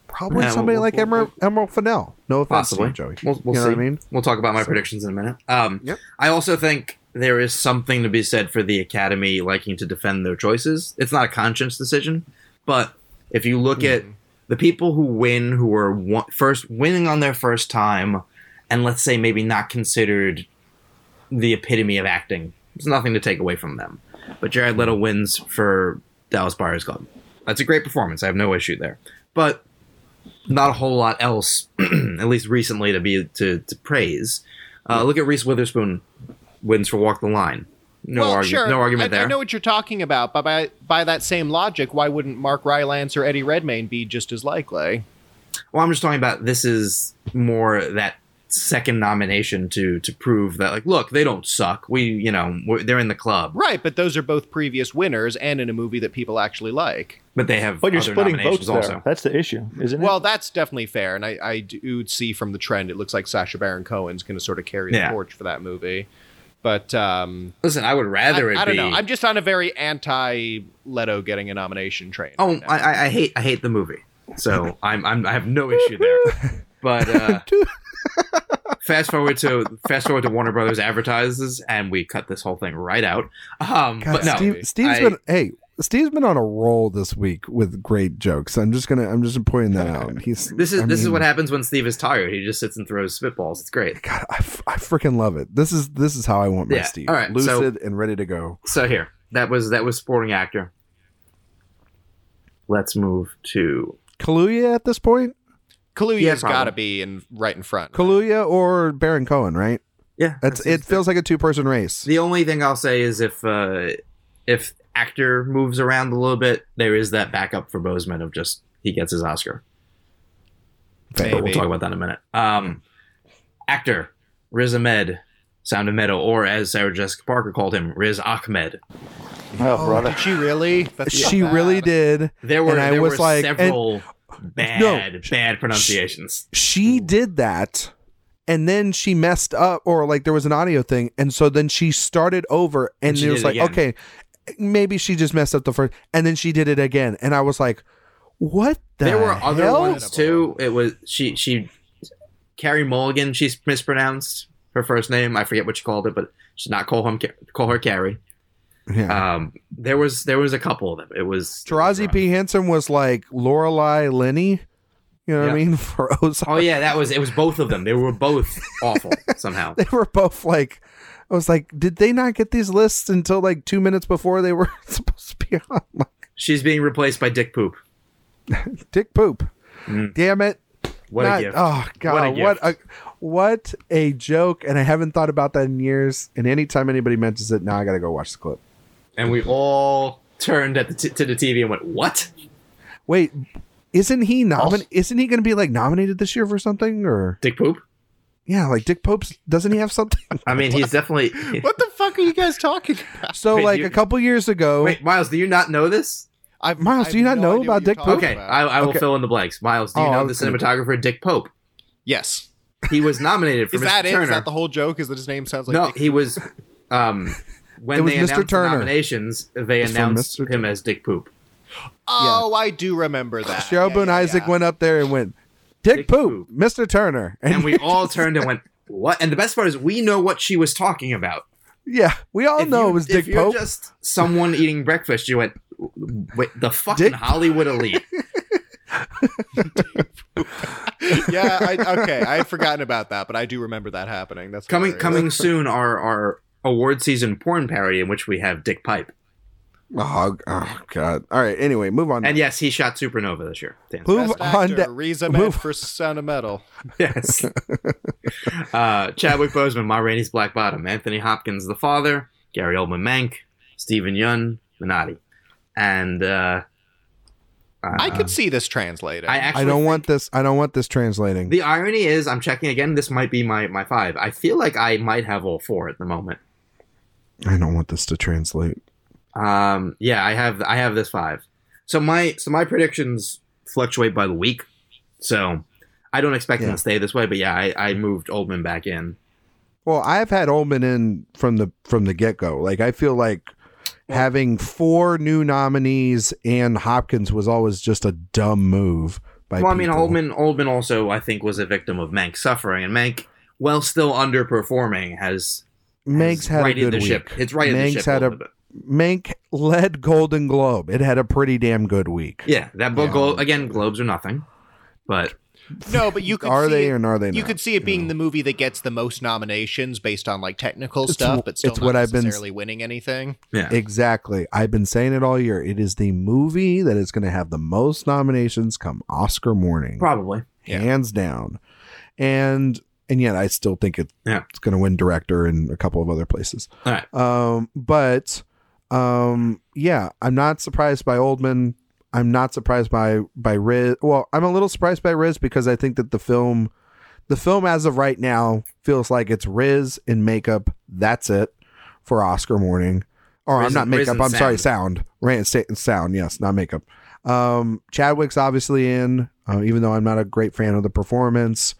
Speaker 3: Probably
Speaker 1: Yeah,
Speaker 3: somebody
Speaker 1: we'll-
Speaker 3: like
Speaker 1: we'll-
Speaker 3: Emerald, Emerald Fennell. No offense, to
Speaker 1: Possibly,
Speaker 3: you, Joey.
Speaker 1: We'll, we'll
Speaker 3: you know
Speaker 1: see.
Speaker 3: what I mean?
Speaker 1: We'll talk about my predictions in a minute. Um,
Speaker 3: Yep.
Speaker 1: I also think there is something to be said for the Academy liking to defend their choices. It's not a conscience decision, but if you look
Speaker 3: Hmm.
Speaker 1: at the people who win, who are one, first winning on their first time, and let's say maybe not considered the epitome of acting, there's nothing to take away from them. But Jared Leto wins for Dallas Buyers Club. That's a great performance. I have no issue there, but not a whole lot else, [clears throat] at least recently, to be to, to praise. Uh, look at Reese Witherspoon wins for Walk the Line. No
Speaker 2: well,
Speaker 1: argument.
Speaker 2: sure.
Speaker 1: No argument
Speaker 2: I,
Speaker 1: there.
Speaker 2: I know what you're talking about, but by by that same logic, why wouldn't Mark Rylance or Eddie Redmayne be just as likely?
Speaker 1: Well, I'm just talking about this is more that second nomination to to prove that like look they don't suck we you know we're, they're in the club
Speaker 2: Right, but those are both previous winners and in a movie that people actually like.
Speaker 1: but they have
Speaker 4: But you're
Speaker 1: other
Speaker 4: splitting votes
Speaker 1: nominations
Speaker 4: there.
Speaker 1: also
Speaker 4: That's the issue, isn't it?
Speaker 2: Well, that's definitely fair, and I, I do see from the trend it looks like Sasha Baron Cohen's going to sort of carry
Speaker 1: Yeah.
Speaker 2: the torch for that movie. But um,
Speaker 1: listen I would
Speaker 2: I,
Speaker 1: rather it
Speaker 2: I don't
Speaker 1: be
Speaker 2: know. I'm just on a very anti Leto getting a nomination train.
Speaker 1: oh
Speaker 2: right now.
Speaker 1: I, I I hate I hate the movie
Speaker 3: [laughs]
Speaker 1: so I'm, I'm I have no issue there but uh fast forward to fast forward to Warner Brothers advertises and we cut this whole thing right out um
Speaker 3: God,
Speaker 1: but no
Speaker 3: Steve, Steve's
Speaker 1: I-
Speaker 3: been. Hey, Steve's been on a roll this week with great jokes. I'm just gonna I'm just pointing that out. He's
Speaker 1: This is
Speaker 3: I
Speaker 1: this is
Speaker 3: mean,
Speaker 1: what happens when Steve is tired. He just sits and throws spitballs. It's great.
Speaker 3: God, I, f- I freaking love it. This is this is how I want my
Speaker 1: Yeah,
Speaker 3: Steve.
Speaker 1: all right, so-
Speaker 3: Lucid and ready to go.
Speaker 1: So here, that was that was sporting actor. Let's move to
Speaker 3: Kaluuya at this point,
Speaker 1: Yeah,
Speaker 2: Kaluuya's
Speaker 1: probably.
Speaker 2: got to be in right in front.
Speaker 3: Kaluuya or Baron Cohen, right?
Speaker 1: yeah.
Speaker 3: That's it. Feels like a two person race.
Speaker 1: The only thing I'll say is if uh, if actor moves around a little bit, there is that backup for Bozeman of just he gets his Oscar. But we'll
Speaker 2: Maybe.
Speaker 1: talk about that in a minute. Um, actor Riz Ahmed, Sound of Metal, or as Sarah Jessica Parker called him, Riz Ahmed.
Speaker 4: Oh,
Speaker 2: Oh,
Speaker 4: brother.
Speaker 2: did she really? That's so
Speaker 3: She
Speaker 2: bad.
Speaker 3: really did.
Speaker 1: There were
Speaker 3: And I
Speaker 1: there
Speaker 3: was
Speaker 1: were
Speaker 3: like- and- [laughs]
Speaker 1: several bad
Speaker 3: No,
Speaker 1: bad pronunciations.
Speaker 3: she
Speaker 1: Hmm.
Speaker 3: did that and then she messed up or like there was an audio thing and so then she started over
Speaker 1: And
Speaker 3: and,
Speaker 1: she
Speaker 3: it was
Speaker 1: did
Speaker 3: like
Speaker 1: it
Speaker 3: okay maybe she just messed up the first and then she did it again and i was like what the
Speaker 1: there were other
Speaker 3: hell?
Speaker 1: ones too. It was she she Carrie Mulligan. She's mispronounced her first name. I forget what she called it, but she did not call him Ca- call her Carrie.
Speaker 3: yeah
Speaker 1: Um, there was there was a couple of them. It was
Speaker 3: Tarazi P. Henson was like Lorelei Lenny, you know what
Speaker 1: Yeah.
Speaker 3: I mean? [laughs] For Ozark,
Speaker 1: Oh yeah, that was it. Was both of them. They were both awful somehow.
Speaker 3: they were both like, I was like, did they not get these lists until like two minutes before they were [laughs] supposed to be on?
Speaker 1: She's being replaced by Dick Poop.
Speaker 3: Dick poop,
Speaker 1: Mm.
Speaker 3: damn it!
Speaker 1: What
Speaker 3: Not-
Speaker 1: a gift.
Speaker 3: Oh god,
Speaker 1: gift.
Speaker 3: what a, what a joke! And I haven't thought about that in years. And anytime anybody mentions it, now I gotta go watch the clip.
Speaker 1: And we all turned at the t- to the TV and went, "What?"
Speaker 3: Wait, isn't he
Speaker 4: Also-
Speaker 3: nomin- Isn't he gonna be like nominated this year for something? Or
Speaker 1: Dick Poop.
Speaker 3: yeah, like Dick Pope's doesn't he have something?
Speaker 1: [laughs] I mean, he's definitely.
Speaker 2: What the fuck are you guys talking about?
Speaker 3: so
Speaker 1: Wait,
Speaker 3: like
Speaker 1: you-
Speaker 3: a couple years ago,
Speaker 1: Wait, Miles, do you not know this?
Speaker 2: I've,
Speaker 3: Miles,
Speaker 2: I
Speaker 3: do you
Speaker 2: have
Speaker 3: not
Speaker 2: no
Speaker 3: know
Speaker 2: idea
Speaker 3: about
Speaker 2: what you're
Speaker 3: Dick
Speaker 2: talking
Speaker 3: Pope?
Speaker 1: okay,
Speaker 2: about.
Speaker 1: I, I will
Speaker 3: Okay.
Speaker 1: fill in the blanks. Miles, do you
Speaker 3: Oh, I
Speaker 1: know the
Speaker 3: was gonna-
Speaker 1: cinematographer Dick Pope?
Speaker 2: yes.
Speaker 1: He was nominated
Speaker 3: [laughs]
Speaker 1: for
Speaker 2: Is
Speaker 1: Mr.
Speaker 2: that it?
Speaker 1: Turner.
Speaker 2: Is that the whole joke? Is that his name sounds like
Speaker 1: no,
Speaker 2: Dick?
Speaker 1: he was. Um,
Speaker 3: [laughs]
Speaker 1: when
Speaker 3: It was
Speaker 1: they
Speaker 3: Mr.
Speaker 1: announced the
Speaker 3: Turner.
Speaker 1: nominations, they
Speaker 3: It's from
Speaker 1: announced
Speaker 3: Mr.
Speaker 1: him as Dick Poop.
Speaker 2: Oh, I do remember that.
Speaker 1: Ah,
Speaker 3: Cheryl
Speaker 2: Yeah,
Speaker 3: Boone
Speaker 2: yeah,
Speaker 3: Isaac
Speaker 2: yeah.
Speaker 3: went up there and went, Dick,
Speaker 1: Dick
Speaker 3: Poop, Mr. Turner,
Speaker 1: And we all turned and went, "What?" And the best part is, we know what she was talking about.
Speaker 3: [laughs] yeah, we all
Speaker 1: If
Speaker 3: know
Speaker 1: you-
Speaker 3: Oh, it was
Speaker 1: if
Speaker 3: Dick
Speaker 1: you're
Speaker 3: Pope.
Speaker 1: just someone eating breakfast, you went, "Wait, the fucking
Speaker 3: Dick-
Speaker 1: Hollywood elite."
Speaker 2: [laughs]
Speaker 3: [laughs]
Speaker 2: yeah, I, okay. I had forgotten about that, but I do remember that happening. That's
Speaker 1: Coming
Speaker 2: hilarious.
Speaker 1: coming soon are our award season porn parody in which we have Dick Pipe.
Speaker 3: oh, oh God! All right. Anyway, move on.
Speaker 1: And yes, he shot Supernova this year. Damn.
Speaker 3: Mm. Who-
Speaker 2: Best
Speaker 3: Move on
Speaker 2: actor,
Speaker 3: to-
Speaker 2: Riz Ahmed
Speaker 3: move-
Speaker 2: for Sound of Metal.
Speaker 1: [laughs]
Speaker 3: [laughs]
Speaker 1: Yes. uh, Chadwick Boseman, Ma Rainey's Black Bottom, Anthony Hopkins, The Father, Gary Oldman, Mank, Stephen Yun, Minotti, and uh, uh,
Speaker 2: I could see this translated.
Speaker 1: I actually
Speaker 3: I don't want this. I don't want this translating.
Speaker 1: The irony is, I'm checking again. This might be my my five. I feel like I might have all four at the moment.
Speaker 3: I don't want this to translate.
Speaker 1: Um, yeah, I have I have this five. So my so my predictions fluctuate by the week. So I don't expect them
Speaker 3: Yeah.
Speaker 1: to stay this way. But yeah, I, I moved Oldman back in.
Speaker 3: Well, I've had Ullman in from the from the get go. Like I feel like having four new nominees and Hopkins was always just a dumb move. By
Speaker 1: well, I mean
Speaker 3: people.
Speaker 1: Oldman Oldman also I think was a victim of Mank suffering and Mank, while still underperforming, has has
Speaker 3: Manx had a
Speaker 1: righted
Speaker 3: good
Speaker 1: the
Speaker 3: week.
Speaker 1: ship. It's right in the
Speaker 3: Manx
Speaker 1: ship.
Speaker 3: had
Speaker 1: a
Speaker 3: a-
Speaker 1: little bit.
Speaker 3: Mank led Golden Globe. It had a pretty damn good week.
Speaker 1: Yeah, that book glo- again. Globes are nothing, but
Speaker 2: no, but you could
Speaker 3: Are
Speaker 2: see
Speaker 3: they
Speaker 2: it-
Speaker 3: or are they
Speaker 2: You
Speaker 3: not?
Speaker 2: could see it being the movie that gets the most nominations based on like technical
Speaker 3: It's
Speaker 2: stuff,
Speaker 3: w-
Speaker 2: but still
Speaker 3: it's
Speaker 2: not
Speaker 3: what I've been-
Speaker 2: necessarily winning anything.
Speaker 1: yeah,
Speaker 3: Exactly. I've been saying it all year. It is the movie that is going to have the most nominations come Oscar morning,
Speaker 1: probably.
Speaker 2: Yeah.
Speaker 3: hands down. And and yet I still think it,
Speaker 1: Yeah.
Speaker 3: it's going to win director and a couple of other places.
Speaker 1: All right.
Speaker 3: Um, but um, yeah, I'm not surprised by Oldman. I'm not surprised by by Riz. Well, I'm a little surprised by Riz because I think that the film, the film as of right now feels like it's Riz in makeup. That's it for Oscar morning. Or
Speaker 1: Riz-
Speaker 3: I'm not
Speaker 1: Riz
Speaker 3: makeup.
Speaker 1: and
Speaker 3: I'm sorry, sound. Rant sound. Yes, not makeup. Um, Chadwick's obviously in, uh, even though I'm not a great fan of the performance.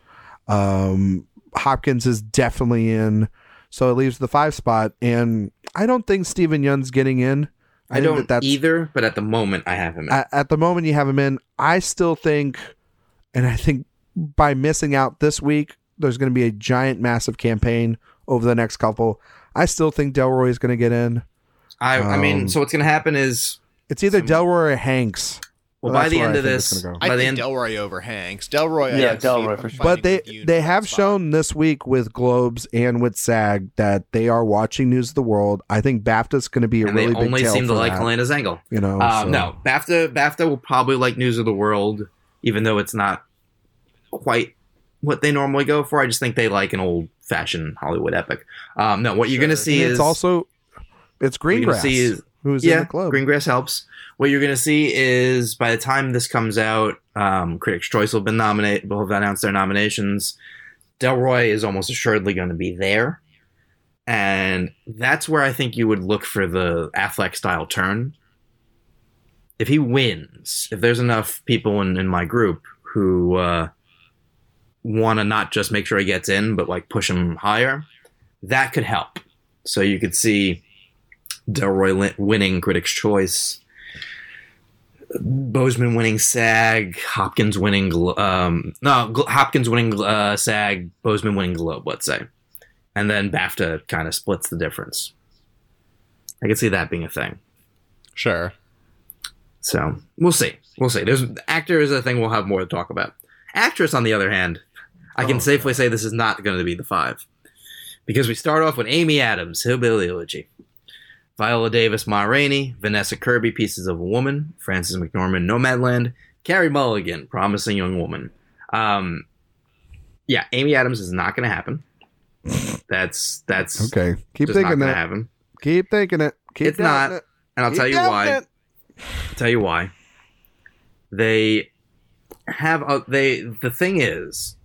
Speaker 3: Um, Hopkins is definitely in, so it leaves the five spot. And I don't think Steven Yun's getting in.
Speaker 1: I,
Speaker 3: think
Speaker 1: don't
Speaker 3: that that's, Uh,
Speaker 1: either, but at the moment I have him. in.
Speaker 3: at, at the moment you have him in. I still think, and I think by missing out this week, there's going to be a giant, massive campaign over the next couple. I still think Delroy is going to get in.
Speaker 1: I, I mean,
Speaker 3: Um,
Speaker 1: so what's going to happen is
Speaker 3: It's either Delroy or Hanks.
Speaker 1: Well,
Speaker 3: That's
Speaker 1: by the
Speaker 3: where
Speaker 1: end
Speaker 3: I
Speaker 1: of
Speaker 3: think it's
Speaker 1: this,
Speaker 3: gonna go.
Speaker 1: by
Speaker 2: I
Speaker 1: the
Speaker 2: think
Speaker 1: end,
Speaker 2: Delroy over Hanks. Delroy, I
Speaker 4: Yeah,
Speaker 2: can see-
Speaker 4: Delroy
Speaker 2: I'm
Speaker 4: for sure.
Speaker 2: finding
Speaker 3: But they
Speaker 2: a huge
Speaker 3: they have
Speaker 2: spot.
Speaker 3: shown this week with Globes and with SAG that they are watching News of the World. I think BAFTA's going to be a
Speaker 1: and
Speaker 3: really
Speaker 1: they
Speaker 3: big
Speaker 1: only
Speaker 3: tail
Speaker 1: seem to
Speaker 3: for
Speaker 1: like
Speaker 3: that,
Speaker 1: Helena's angle.
Speaker 3: You know,
Speaker 1: Um,
Speaker 3: so-
Speaker 1: No, BAFTA BAFTA will probably like News of the World, even though it's not quite what they normally go for. I just think they like an old fashioned Hollywood epic. Um, no, what you're going to see
Speaker 3: And
Speaker 1: is
Speaker 3: it's also it's
Speaker 1: what you're gonna
Speaker 3: Greengrass
Speaker 1: see is
Speaker 3: who's in the club.
Speaker 1: Greengrass helps. What you're going to see is by the time this comes out, um, Critics' Choice will have been nominated, will have announced their nominations. Delroy is almost assuredly going to be there, and that's where I think you would look for the Affleck style turn. If he wins, if there's enough people in, in my group who uh, want to not just make sure he gets in, but like push him higher, that could help. So you could see Delroy Lin- winning Critics' Choice, Bozeman winning SAG, Hopkins winning Glo- um, no Gl- Hopkins winning uh, SAG, Bozeman winning Globe, let's say, and then BAFTA kind of splits the difference. I could see that being a thing.
Speaker 2: Sure.
Speaker 1: So we'll see. We'll see. There's actor is a thing we'll have more to talk about. Actress, on the other hand, I
Speaker 3: Oh,
Speaker 1: can safely say this is not going to be the five because we start off with Amy Adams, Hillbilly Elegy, Viola Davis, Ma Rainey, Vanessa Kirby, Pieces of a Woman, Frances McDormand, Nomadland, Carrie Mulligan, Promising Young Woman. Um, yeah, Amy Adams is not going to happen. That's that's
Speaker 3: Okay, keep
Speaker 1: just not
Speaker 3: thinking
Speaker 1: going to
Speaker 3: that.
Speaker 1: happen,
Speaker 3: Keep thinking it. Keep
Speaker 1: It's not.
Speaker 3: doubting it.
Speaker 1: and I'll
Speaker 3: Keep
Speaker 1: tell you
Speaker 3: doubting
Speaker 1: why.
Speaker 3: it.
Speaker 1: tell you why. They have a, they the thing is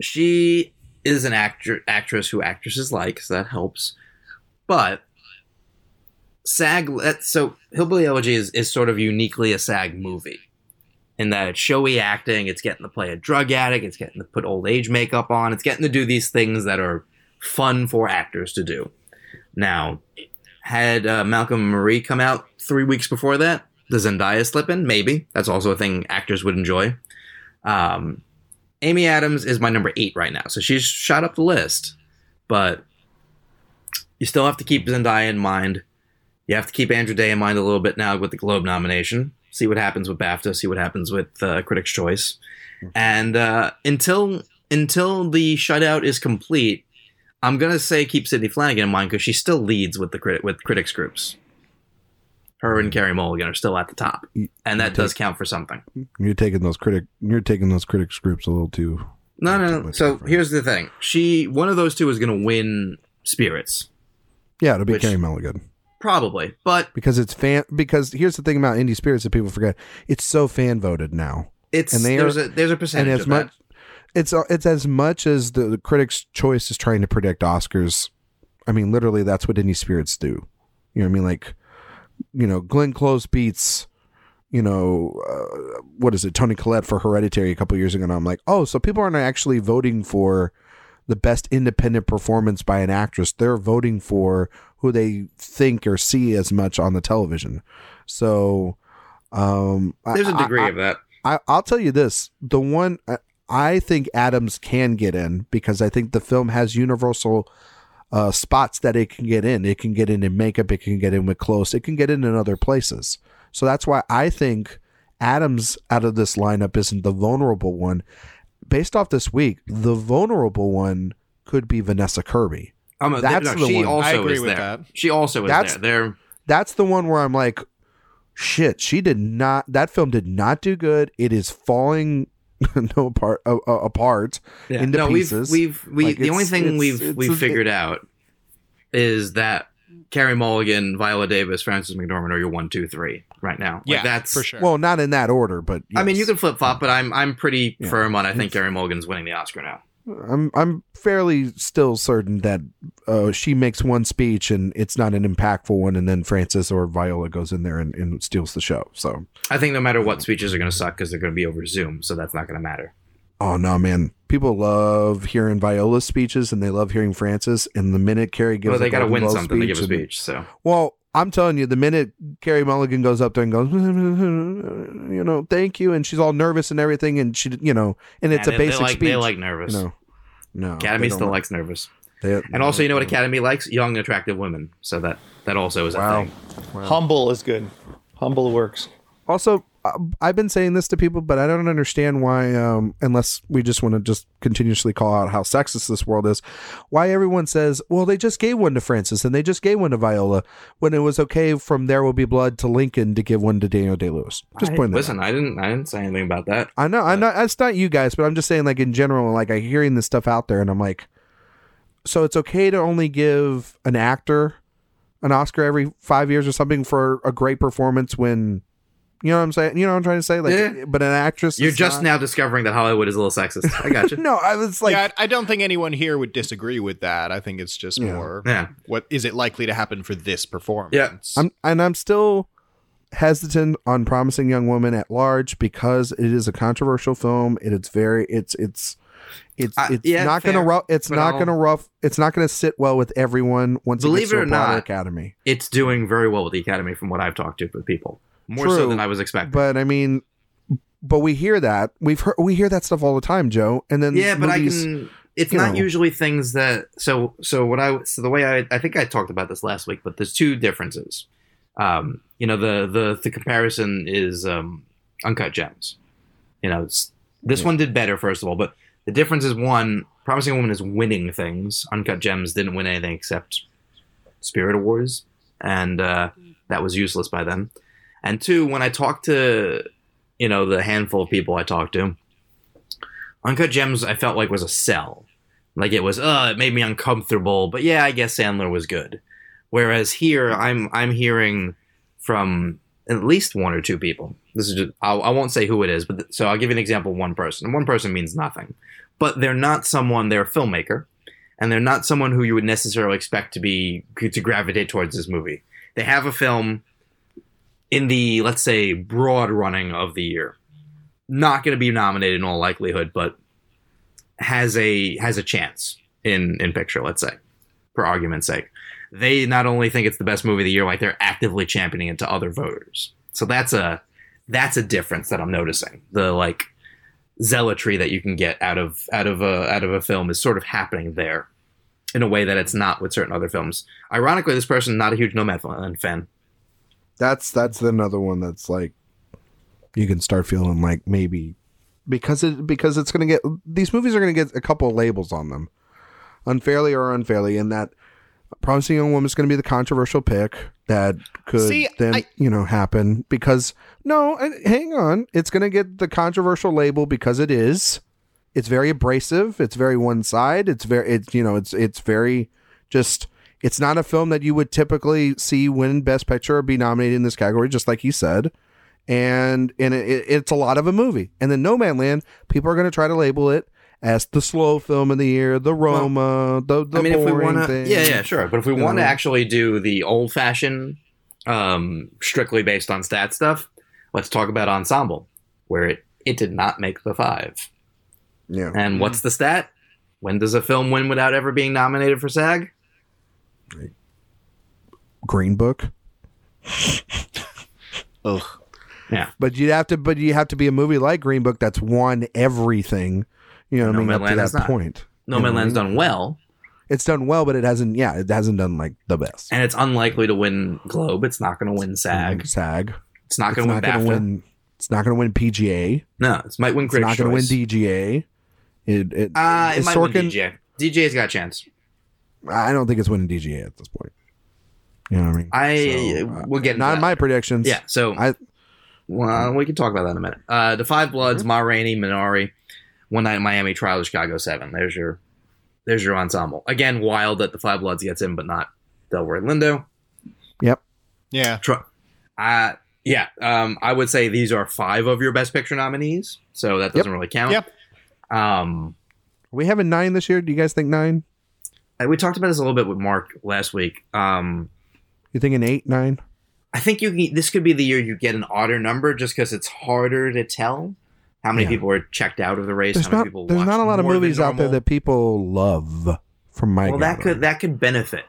Speaker 1: she is an actor actress who actresses like, so that helps. But SAG let- so Hillbilly Elegy is, is sort of uniquely a SAG movie in that it's showy acting, it's getting to play a drug addict, it's getting to put old age makeup on, it's getting to do these things that are fun for actors to do. Now, had uh, Malcolm and Marie come out three weeks before that, the Zendaya slip in, maybe. That's also a thing actors would enjoy. Um, Amy Adams is my number eight right now, so she's shot up the list. But you still have to keep Zendaya in mind. You have to keep Andrew Day in mind a little bit now with the Globe nomination. See what happens with BAFTA. See what happens with uh, Critics' Choice. And uh, until until the shutout is complete, I'm gonna say keep Sydney Flanagan in mind because she still leads with the crit- with critics groups. Her and Carrie Mulligan are still at the top, and that does count for something.
Speaker 3: You're taking those critic. You're taking those critics groups a little too.
Speaker 1: No,
Speaker 3: Not
Speaker 1: no.
Speaker 3: too
Speaker 1: no.
Speaker 3: much
Speaker 1: So
Speaker 3: different.
Speaker 1: here's the thing: she one of those two is gonna win Spirits
Speaker 3: Yeah, it'll be
Speaker 1: Which-
Speaker 3: Carrie Mulligan
Speaker 1: probably, but
Speaker 3: because it's fan. Because here's the thing about indie spirits that people forget: it's so fan voted now,
Speaker 1: it's
Speaker 3: And they
Speaker 1: there's
Speaker 3: are-
Speaker 1: a there's a
Speaker 3: and
Speaker 1: percentage
Speaker 3: as
Speaker 1: of
Speaker 3: much
Speaker 1: that.
Speaker 3: it's uh, it's as much as the, the critics' choice is trying to predict Oscars. I mean, literally, that's what indie spirits do. You know, what I mean, like, you know, Glenn Close beats, you know, uh, what is it, Tony Collette for Hereditary a couple years ago, and I'm like, oh, so people aren't actually voting for the best independent performance by an actress; they're voting for who they think or see as much on the television. So, um, I-
Speaker 1: There's a
Speaker 3: I-
Speaker 1: degree
Speaker 3: I-
Speaker 1: of that.
Speaker 3: I, I'll tell you this: the one I, I think Adams can get in because I think the film has universal uh, spots that it can get in. It can get in in makeup. It can get in with clothes. It can get in in other places. So that's why I think Adams out of this lineup isn't the vulnerable one. Based off this week, the vulnerable one could be Vanessa Kirby.
Speaker 1: Um, th-
Speaker 3: that's the
Speaker 1: she
Speaker 3: one. I
Speaker 1: also
Speaker 2: agree
Speaker 1: is
Speaker 2: with
Speaker 1: there.
Speaker 2: that.
Speaker 1: She also is
Speaker 3: That's-
Speaker 1: there. They're
Speaker 3: That's the one where I'm like, shit, she did not. That film did not do good. It is falling [laughs] no apart uh, uh, apart.
Speaker 1: Yeah.
Speaker 3: into
Speaker 1: no,
Speaker 3: pieces.
Speaker 1: We've we've we
Speaker 3: Like,
Speaker 1: the only
Speaker 3: it's-
Speaker 1: thing
Speaker 3: it's-
Speaker 1: we've
Speaker 3: it's
Speaker 1: we've
Speaker 3: a-
Speaker 1: figured out is that Carrie Mulligan, Viola Davis, Frances McDormand are your one, two, three right now. Like,
Speaker 2: Yeah,
Speaker 1: that's
Speaker 2: for sure.
Speaker 3: Well, not in that order, but
Speaker 1: I mean, you
Speaker 3: yes.
Speaker 1: can flip flop, but I'm I'm pretty
Speaker 3: Yeah.
Speaker 1: firm on I think Carrie Mulligan's winning the Oscar now.
Speaker 3: I'm I'm fairly still certain that uh, she makes one speech and it's not an impactful one, and then Francis or Viola goes in there and, and steals the show. So,
Speaker 1: I think no matter
Speaker 3: Mm-hmm.
Speaker 1: what, speeches are going to suck because they're going to be over Zoom, so that's not going to matter.
Speaker 3: oh no, man, people love hearing Viola's speeches and they love hearing Francis. And the minute Carrie gives,
Speaker 1: Well, they
Speaker 3: got to
Speaker 1: win something to give a
Speaker 3: and-
Speaker 1: speech. So
Speaker 3: Well, I'm telling you, the minute Carrie Mulligan goes up there and goes, [laughs] you know, thank you, and she's all nervous and everything, and she, you know, and it's
Speaker 1: Nah,
Speaker 3: a
Speaker 1: they-
Speaker 3: basic
Speaker 1: they like,
Speaker 3: speech.
Speaker 1: They like nervous.
Speaker 3: no, no,
Speaker 1: Academy
Speaker 3: they don't
Speaker 1: still
Speaker 3: like-
Speaker 1: likes nervous,
Speaker 3: they-
Speaker 1: and also you know what Academy likes young, attractive women. So that that also is a
Speaker 3: Wow.
Speaker 1: thing.
Speaker 4: [laughs] Humble is good. Humble works.
Speaker 3: Also, I- I've been saying this to people, but I don't understand why, um, unless we just want to just continuously call out how sexist this world is, why everyone says, well, they just gave one to Francis and they just gave one to Viola when it was okay from There Will Be Blood to Lincoln to give one to Daniel Day Lewis. Just
Speaker 1: I-
Speaker 3: point that out.
Speaker 1: Listen, I didn't I didn't say anything about that.
Speaker 3: I know. I'm not. That's not you guys, but I'm just saying, like in general, like I'm hearing this stuff out there, and I'm like, so it's okay to only give an actor an Oscar every five years or something for a great performance when, you know what I'm saying? You know what I'm trying to say? Like,
Speaker 1: Yeah.
Speaker 3: but an actress.
Speaker 1: You're
Speaker 3: is
Speaker 1: just
Speaker 3: not-
Speaker 1: now discovering that Hollywood is a little sexist.
Speaker 3: [laughs]
Speaker 1: I got you.
Speaker 3: No, I was like,
Speaker 2: yeah, I, I don't think anyone here would disagree with that. I think it's just
Speaker 3: Yeah.
Speaker 2: more
Speaker 1: Yeah.
Speaker 2: what is it likely to happen for this performance?
Speaker 1: Yeah.
Speaker 3: I'm, and I'm still hesitant on promising young woman at large because it is a controversial film. and It's very. It's it's. It's,
Speaker 1: I-
Speaker 3: it's
Speaker 1: Uh, yeah,
Speaker 3: not gonna
Speaker 1: fair,
Speaker 3: rough. It's
Speaker 1: but
Speaker 3: not
Speaker 1: I'll-
Speaker 3: gonna rough. It's not gonna sit well with everyone once
Speaker 1: Believe it
Speaker 3: it gets
Speaker 1: or
Speaker 3: to a broader
Speaker 1: not,
Speaker 3: academy.
Speaker 1: It's doing very well with the Academy from what I've talked to with people. More
Speaker 3: True,
Speaker 1: so than I was expecting.
Speaker 3: But I mean, but we hear that we've heard we hear that stuff all the time, Joe. And then
Speaker 1: yeah, but
Speaker 3: movies-
Speaker 1: I can. It's
Speaker 3: you
Speaker 1: not
Speaker 3: know.
Speaker 1: usually things that. So so what I so the way I I think I talked about this last week, but there's two differences. Um, you know the the the comparison is um, uncut gems. You know it's, this one did better first of all, but the difference is one promising woman is winning things. Uncut gems didn't win anything except Spirit Awards, and uh, that was useless by then. And two, when I talked to you know the handful of people I talked to, Uncut Gems I felt like was a sell. Like it was, uh, it made me uncomfortable, but yeah, I guess Sandler was good. Whereas here, I'm I'm hearing from at least one or two people. This is just, I'll, I won't say who it is, but th- so I'll give you an example. of One person, and one person means nothing, but they're not someone. They're a filmmaker, and they're not someone who you would necessarily expect to be to gravitate towards this movie. They have a film in the let's say broad running of the year, not going to be nominated in all likelihood, but has a has a chance in in picture. Let's say, for argument's sake, they not only think it's the best movie of the year, like they're actively championing it to other voters. So that's a that's a difference that I'm noticing. The like zealotry that you can get out of out of a out of a film is sort of happening there in a way that it's not with certain other films. Ironically, this person not a huge Nomadland fan.
Speaker 3: that's that's another one that's like you can start feeling like maybe because it because it's gonna get these movies are gonna get a couple of labels on them, unfairly or unfairly, and that. Promising Young Woman is going to be the controversial pick that could
Speaker 2: See,
Speaker 3: then
Speaker 2: I-
Speaker 3: you know happen because no, and hang on, it's going to get the controversial label because it is. It's very abrasive. It's very one side. It's very it's you know it's it's very just it's not a film that you would typically see win Best Picture or be nominated in this category, just like he said. And and it- it, it's a lot of a movie. And then No Man Land, people are going to try to label it as the slow film of the year, the Roma, the the
Speaker 1: I mean, if we
Speaker 3: boring
Speaker 1: want to,
Speaker 3: thing.
Speaker 1: yeah, yeah, sure. But if we
Speaker 3: You
Speaker 1: want to
Speaker 3: know?
Speaker 1: actually do the old fashioned, um, strictly based on stat stuff, let's talk about ensemble, where it it did not make the five.
Speaker 3: yeah.
Speaker 1: And what's the stat? When does a film win without ever being nominated for SAG?
Speaker 3: Green Book.
Speaker 2: Ugh.
Speaker 3: But you'd have to, but you have to be a movie like Green Book that's won everything. You know, what I
Speaker 1: No
Speaker 3: mean,
Speaker 1: Man
Speaker 3: up to
Speaker 1: Land
Speaker 3: that
Speaker 1: has not.
Speaker 3: point,
Speaker 1: No Man
Speaker 3: You know what I
Speaker 1: Land's
Speaker 3: mean?
Speaker 1: done well,
Speaker 3: it's done well, but it hasn't. Yeah, it hasn't done like the best.
Speaker 1: and it's unlikely to win Globe. It's not going to win SAG.
Speaker 3: SAG.
Speaker 1: It's not
Speaker 3: Mm-hmm.
Speaker 1: going to win
Speaker 3: It's not going
Speaker 1: BAFTA.
Speaker 3: to win. It's not going to win PGA.
Speaker 1: No, it might win
Speaker 3: It's
Speaker 1: Critics'
Speaker 3: not going to win
Speaker 1: Choice.
Speaker 3: DGA. It. it,
Speaker 1: uh, it
Speaker 3: is
Speaker 1: might win
Speaker 3: Sorkin-
Speaker 1: DJ. DJ's got a chance.
Speaker 3: I don't think it's winning DGA at this point. You know what I mean?
Speaker 1: I
Speaker 3: So, uh,
Speaker 1: we'll get into
Speaker 3: not
Speaker 1: that
Speaker 3: my
Speaker 1: later.
Speaker 3: predictions.
Speaker 1: Yeah, so
Speaker 3: I-
Speaker 1: well, we can talk about that in a minute. Uh, the Five Bloods, Ma Rainey, Minari, One Night in Miami, Trial of Chicago Seven. There's your there's your ensemble. Again, wild that the Five Bloods gets in, but not Delroy Lindo.
Speaker 2: Yeah.
Speaker 1: Tr- uh, yeah, um, I would say these are five of your Best Picture nominees, so that doesn't really count.
Speaker 2: Yep.
Speaker 1: Um,
Speaker 3: Are we having nine this year? Do you guys think nine?
Speaker 1: and we talked about this a little bit with Mark last week. Um,
Speaker 3: You thinking eight, nine?
Speaker 1: I think you can, this could be the year you get an odder number just because it's harder to tell how many
Speaker 3: Yeah.
Speaker 1: people are checked out of the race.
Speaker 3: There's
Speaker 1: how many
Speaker 3: not.
Speaker 1: people
Speaker 3: There's
Speaker 1: watched
Speaker 3: not a lot of
Speaker 1: more than
Speaker 3: movies out there
Speaker 1: normal.
Speaker 3: that people love. From my
Speaker 1: well, that
Speaker 3: gathering.
Speaker 1: could that could benefit.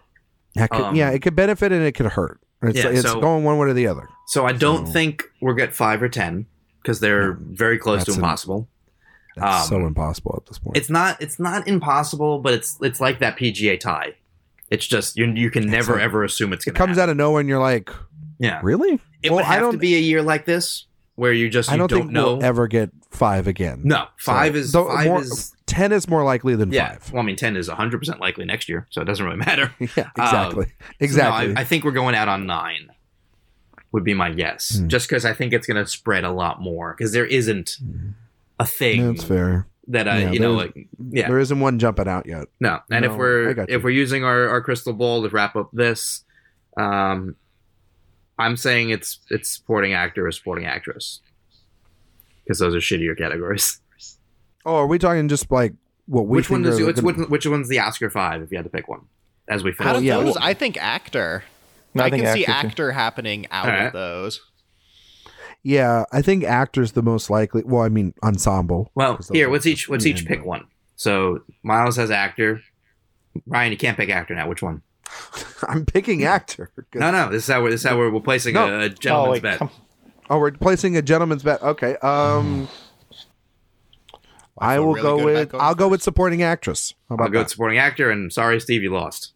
Speaker 3: That could,
Speaker 1: Um,
Speaker 3: yeah, it could benefit and it could hurt. It's,
Speaker 1: Yeah,
Speaker 3: it's
Speaker 1: so-
Speaker 3: going one way or the other.
Speaker 1: So I don't
Speaker 3: So-
Speaker 1: think we'll get five or ten because they're very close to
Speaker 3: That's an-
Speaker 1: impossible.
Speaker 3: That's
Speaker 1: Um,
Speaker 3: so impossible at this point.
Speaker 1: It's not it's not impossible, but it's it's like that PGA tie. It's just you you can never
Speaker 3: like-
Speaker 1: ever assume it's
Speaker 3: it
Speaker 1: going
Speaker 3: comes out of nowhere and you're like,
Speaker 1: Yeah.
Speaker 3: Really?
Speaker 1: It
Speaker 3: Well,
Speaker 1: would
Speaker 3: I
Speaker 1: have to
Speaker 3: don't-
Speaker 1: be a year like this where you just you
Speaker 3: I don't,
Speaker 1: don't,
Speaker 3: think
Speaker 1: know.
Speaker 3: we'll ever get five again.
Speaker 1: no,
Speaker 3: So,
Speaker 1: five is
Speaker 3: though
Speaker 1: five
Speaker 3: more-
Speaker 1: is
Speaker 3: ten is more likely than
Speaker 1: yeah.
Speaker 3: five.
Speaker 1: Well, I mean, ten is hundred percent likely next year, so it doesn't really [laughs] matter.
Speaker 3: Yeah,
Speaker 2: Um,
Speaker 3: exactly,
Speaker 1: So, no,
Speaker 3: exactly.
Speaker 1: I, I think we're going out on nine. Would be my guess,
Speaker 3: Hmm.
Speaker 1: just because I think it's going to spread a lot more because there isn't a
Speaker 3: Yeah,
Speaker 1: thing
Speaker 3: Mm, that's fair.
Speaker 1: that I,
Speaker 3: Yeah,
Speaker 1: you know,
Speaker 3: there
Speaker 1: like yeah,
Speaker 3: There isn't one jumping out yet.
Speaker 1: No, and
Speaker 3: No,
Speaker 1: if
Speaker 3: I
Speaker 1: we're
Speaker 3: got
Speaker 1: if
Speaker 3: you.
Speaker 1: we're using our, our crystal ball to wrap up this, um, I'm saying it's it's supporting actor or supporting actress because those are shittier categories.
Speaker 3: Oh, are we talking just like what we?
Speaker 1: which one
Speaker 3: think
Speaker 1: does
Speaker 3: are
Speaker 1: you, which,
Speaker 3: gonna-
Speaker 1: which, which one's the Oscar five if you had to pick one? As we
Speaker 2: Out
Speaker 1: finish,
Speaker 2: of
Speaker 3: yeah,
Speaker 2: those,
Speaker 3: well-
Speaker 2: I think actor.
Speaker 4: No,
Speaker 2: I, can see
Speaker 4: actor too.
Speaker 2: actor happening out
Speaker 1: Alright.
Speaker 2: of
Speaker 3: [laughs]
Speaker 2: those.
Speaker 3: Yeah, I think actor's the most likely. Well, I mean ensemble.
Speaker 1: well,
Speaker 3: 'Cause those
Speaker 1: here
Speaker 3: are
Speaker 1: let's each let's each
Speaker 3: just-
Speaker 1: pick one. So Miles has actor. Ryan, you can't pick actor now. Which one?
Speaker 3: [laughs] I'm
Speaker 1: Hmm.
Speaker 3: picking actor.
Speaker 1: No, no. This is how we're this is how we're replacing
Speaker 3: No.
Speaker 1: a, a
Speaker 4: Oh,
Speaker 1: gentleman's
Speaker 4: wait,
Speaker 1: bet.
Speaker 4: come-
Speaker 3: Oh, we're placing a gentleman's bet. Okay. Um, I,
Speaker 2: Hmm. feel
Speaker 3: will
Speaker 2: really
Speaker 3: go
Speaker 2: good about
Speaker 3: with.
Speaker 2: going
Speaker 3: I'll go with supporting actress.
Speaker 1: I'll
Speaker 3: How about
Speaker 1: go with
Speaker 3: that?
Speaker 1: supporting actor, and sorry, Steve, you lost.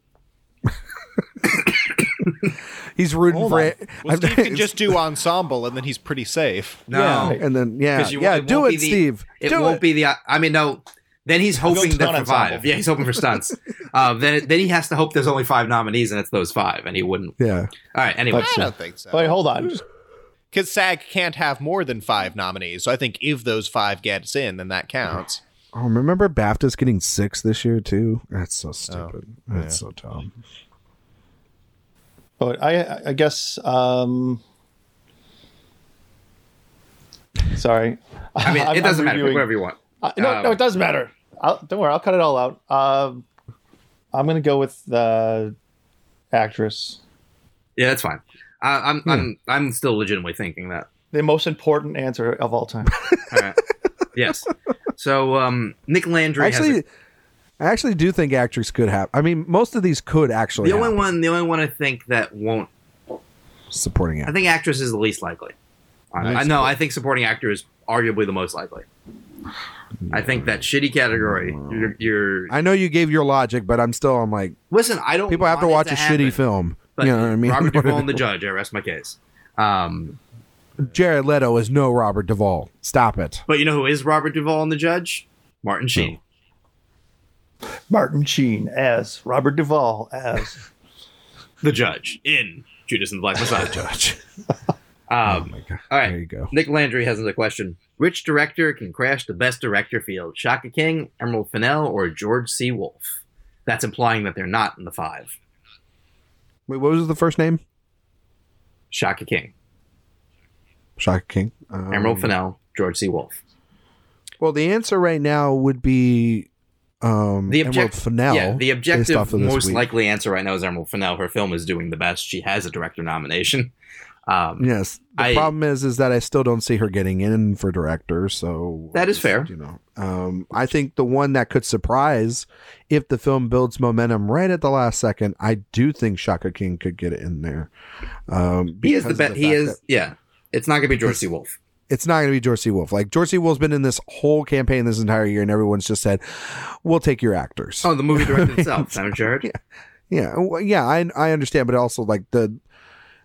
Speaker 3: He's rooting
Speaker 4: Hold
Speaker 3: for.
Speaker 4: on.
Speaker 3: it. [laughs]
Speaker 2: Well, Steve can just do ensemble, and then he's pretty safe.
Speaker 1: No,
Speaker 3: yeah, and then yeah,
Speaker 1: 'Cause you-
Speaker 3: yeah.
Speaker 1: it
Speaker 3: Do
Speaker 1: won't be
Speaker 3: it,
Speaker 1: the-
Speaker 3: Steve.
Speaker 1: It
Speaker 3: do
Speaker 1: won't
Speaker 3: it.
Speaker 1: be the. I mean, no. Then he's hoping
Speaker 4: Stunt
Speaker 1: that for
Speaker 4: Ensemble.
Speaker 1: five. Yeah, he's hoping for stunts.
Speaker 3: [laughs]
Speaker 1: uh, then then he has to hope there's only five nominees and it's those five, and he wouldn't.
Speaker 3: Yeah.
Speaker 1: All right. Anyway,
Speaker 4: But-
Speaker 2: I don't think so.
Speaker 4: Wait, hold on. Just-
Speaker 2: Because SAG can't have more than five nominees. So I think if those five gets in, then that counts.
Speaker 3: Oh, remember BAFTA's getting six this year too. That's
Speaker 1: Oh,
Speaker 3: so stupid. That's so dumb.
Speaker 4: But I, I guess. Um, sorry.
Speaker 1: I
Speaker 4: [laughs]
Speaker 1: mean, it doesn't matter. Pick
Speaker 4: reviewing-
Speaker 1: whatever you want.
Speaker 4: Uh, no,
Speaker 1: Um,
Speaker 4: no, it does matter. I'll, don't worry, I'll cut it all out. Um, I'm gonna go with the actress,
Speaker 1: Yeah, that's fine. I, I'm I'm I'm still legitimately thinking that.
Speaker 4: the most important answer of all time.
Speaker 1: All right. yes. So um, Nick Landry. has
Speaker 3: Actually,
Speaker 1: a,
Speaker 3: I actually do think actress could have. I mean, most of these could actually.
Speaker 1: the only
Speaker 3: happen.
Speaker 1: one. The only one I think that won't.
Speaker 3: supporting
Speaker 1: I
Speaker 3: actor.
Speaker 1: think actress is the least likely. I I know. I think supporting actor is arguably the most likely. I think that shitty category. You're, you're
Speaker 3: I know you gave your logic, but I'm still. I'm like
Speaker 1: listen. I don't.
Speaker 3: people have to
Speaker 1: want
Speaker 3: watch
Speaker 1: it
Speaker 3: a
Speaker 1: happen.
Speaker 3: shitty film.
Speaker 1: But
Speaker 3: you know what I mean?
Speaker 1: Robert Duvall and the judge. I rest my case. Um,
Speaker 3: [laughs] Jared Leto is no Robert Duvall. Stop it.
Speaker 1: but you know who is Robert Duvall and the judge? Martin Sheen.
Speaker 4: Martin Sheen as Robert Duvall as
Speaker 1: The judge in Judas and the Black
Speaker 3: [laughs]
Speaker 1: Messiah.
Speaker 3: Judge.
Speaker 1: Um,
Speaker 3: Oh my god.
Speaker 1: all right.
Speaker 3: There you go.
Speaker 1: Nick Landry has another question. Which director can crash the best director field? Shaka King, Emerald Fennell, or George C. Wolfe? That's implying that they're not in the five.
Speaker 3: Wait, what was the first name?
Speaker 1: Shaka King,
Speaker 3: Shaka King. Um,
Speaker 1: Emerald Fennell, George C. Wolfe.
Speaker 3: Well, the answer right now would be um,
Speaker 1: The
Speaker 3: Emerald
Speaker 1: object-
Speaker 3: Fennell.
Speaker 1: yeah, the
Speaker 3: based
Speaker 1: objective
Speaker 3: off of this
Speaker 1: most
Speaker 3: week.
Speaker 1: likely answer right now is Emerald Fennell. Her film is doing the best. She has a director nomination. [laughs] Um,
Speaker 3: Yes. The
Speaker 1: I-
Speaker 3: problem is, is that I still don't see her getting in for director. So
Speaker 1: That is fair.
Speaker 3: You know, um, I think the one that could surprise, if the film builds momentum right at the last second, I do think Shaka King could get it in there. Um,
Speaker 1: he is the
Speaker 3: because
Speaker 1: best.
Speaker 3: of
Speaker 1: he
Speaker 3: fact
Speaker 1: is.
Speaker 3: that
Speaker 1: Yeah, it's not gonna be George C. Wolf.
Speaker 3: It's not going to be George C. Wolf. Like George C. Wolf's been in this whole campaign this entire year, and everyone's just said, "We'll take your actors."
Speaker 1: Oh, the movie directed itself.
Speaker 3: [laughs]
Speaker 1: Simon Jared.
Speaker 3: Yeah, well, yeah, I I understand, but also like the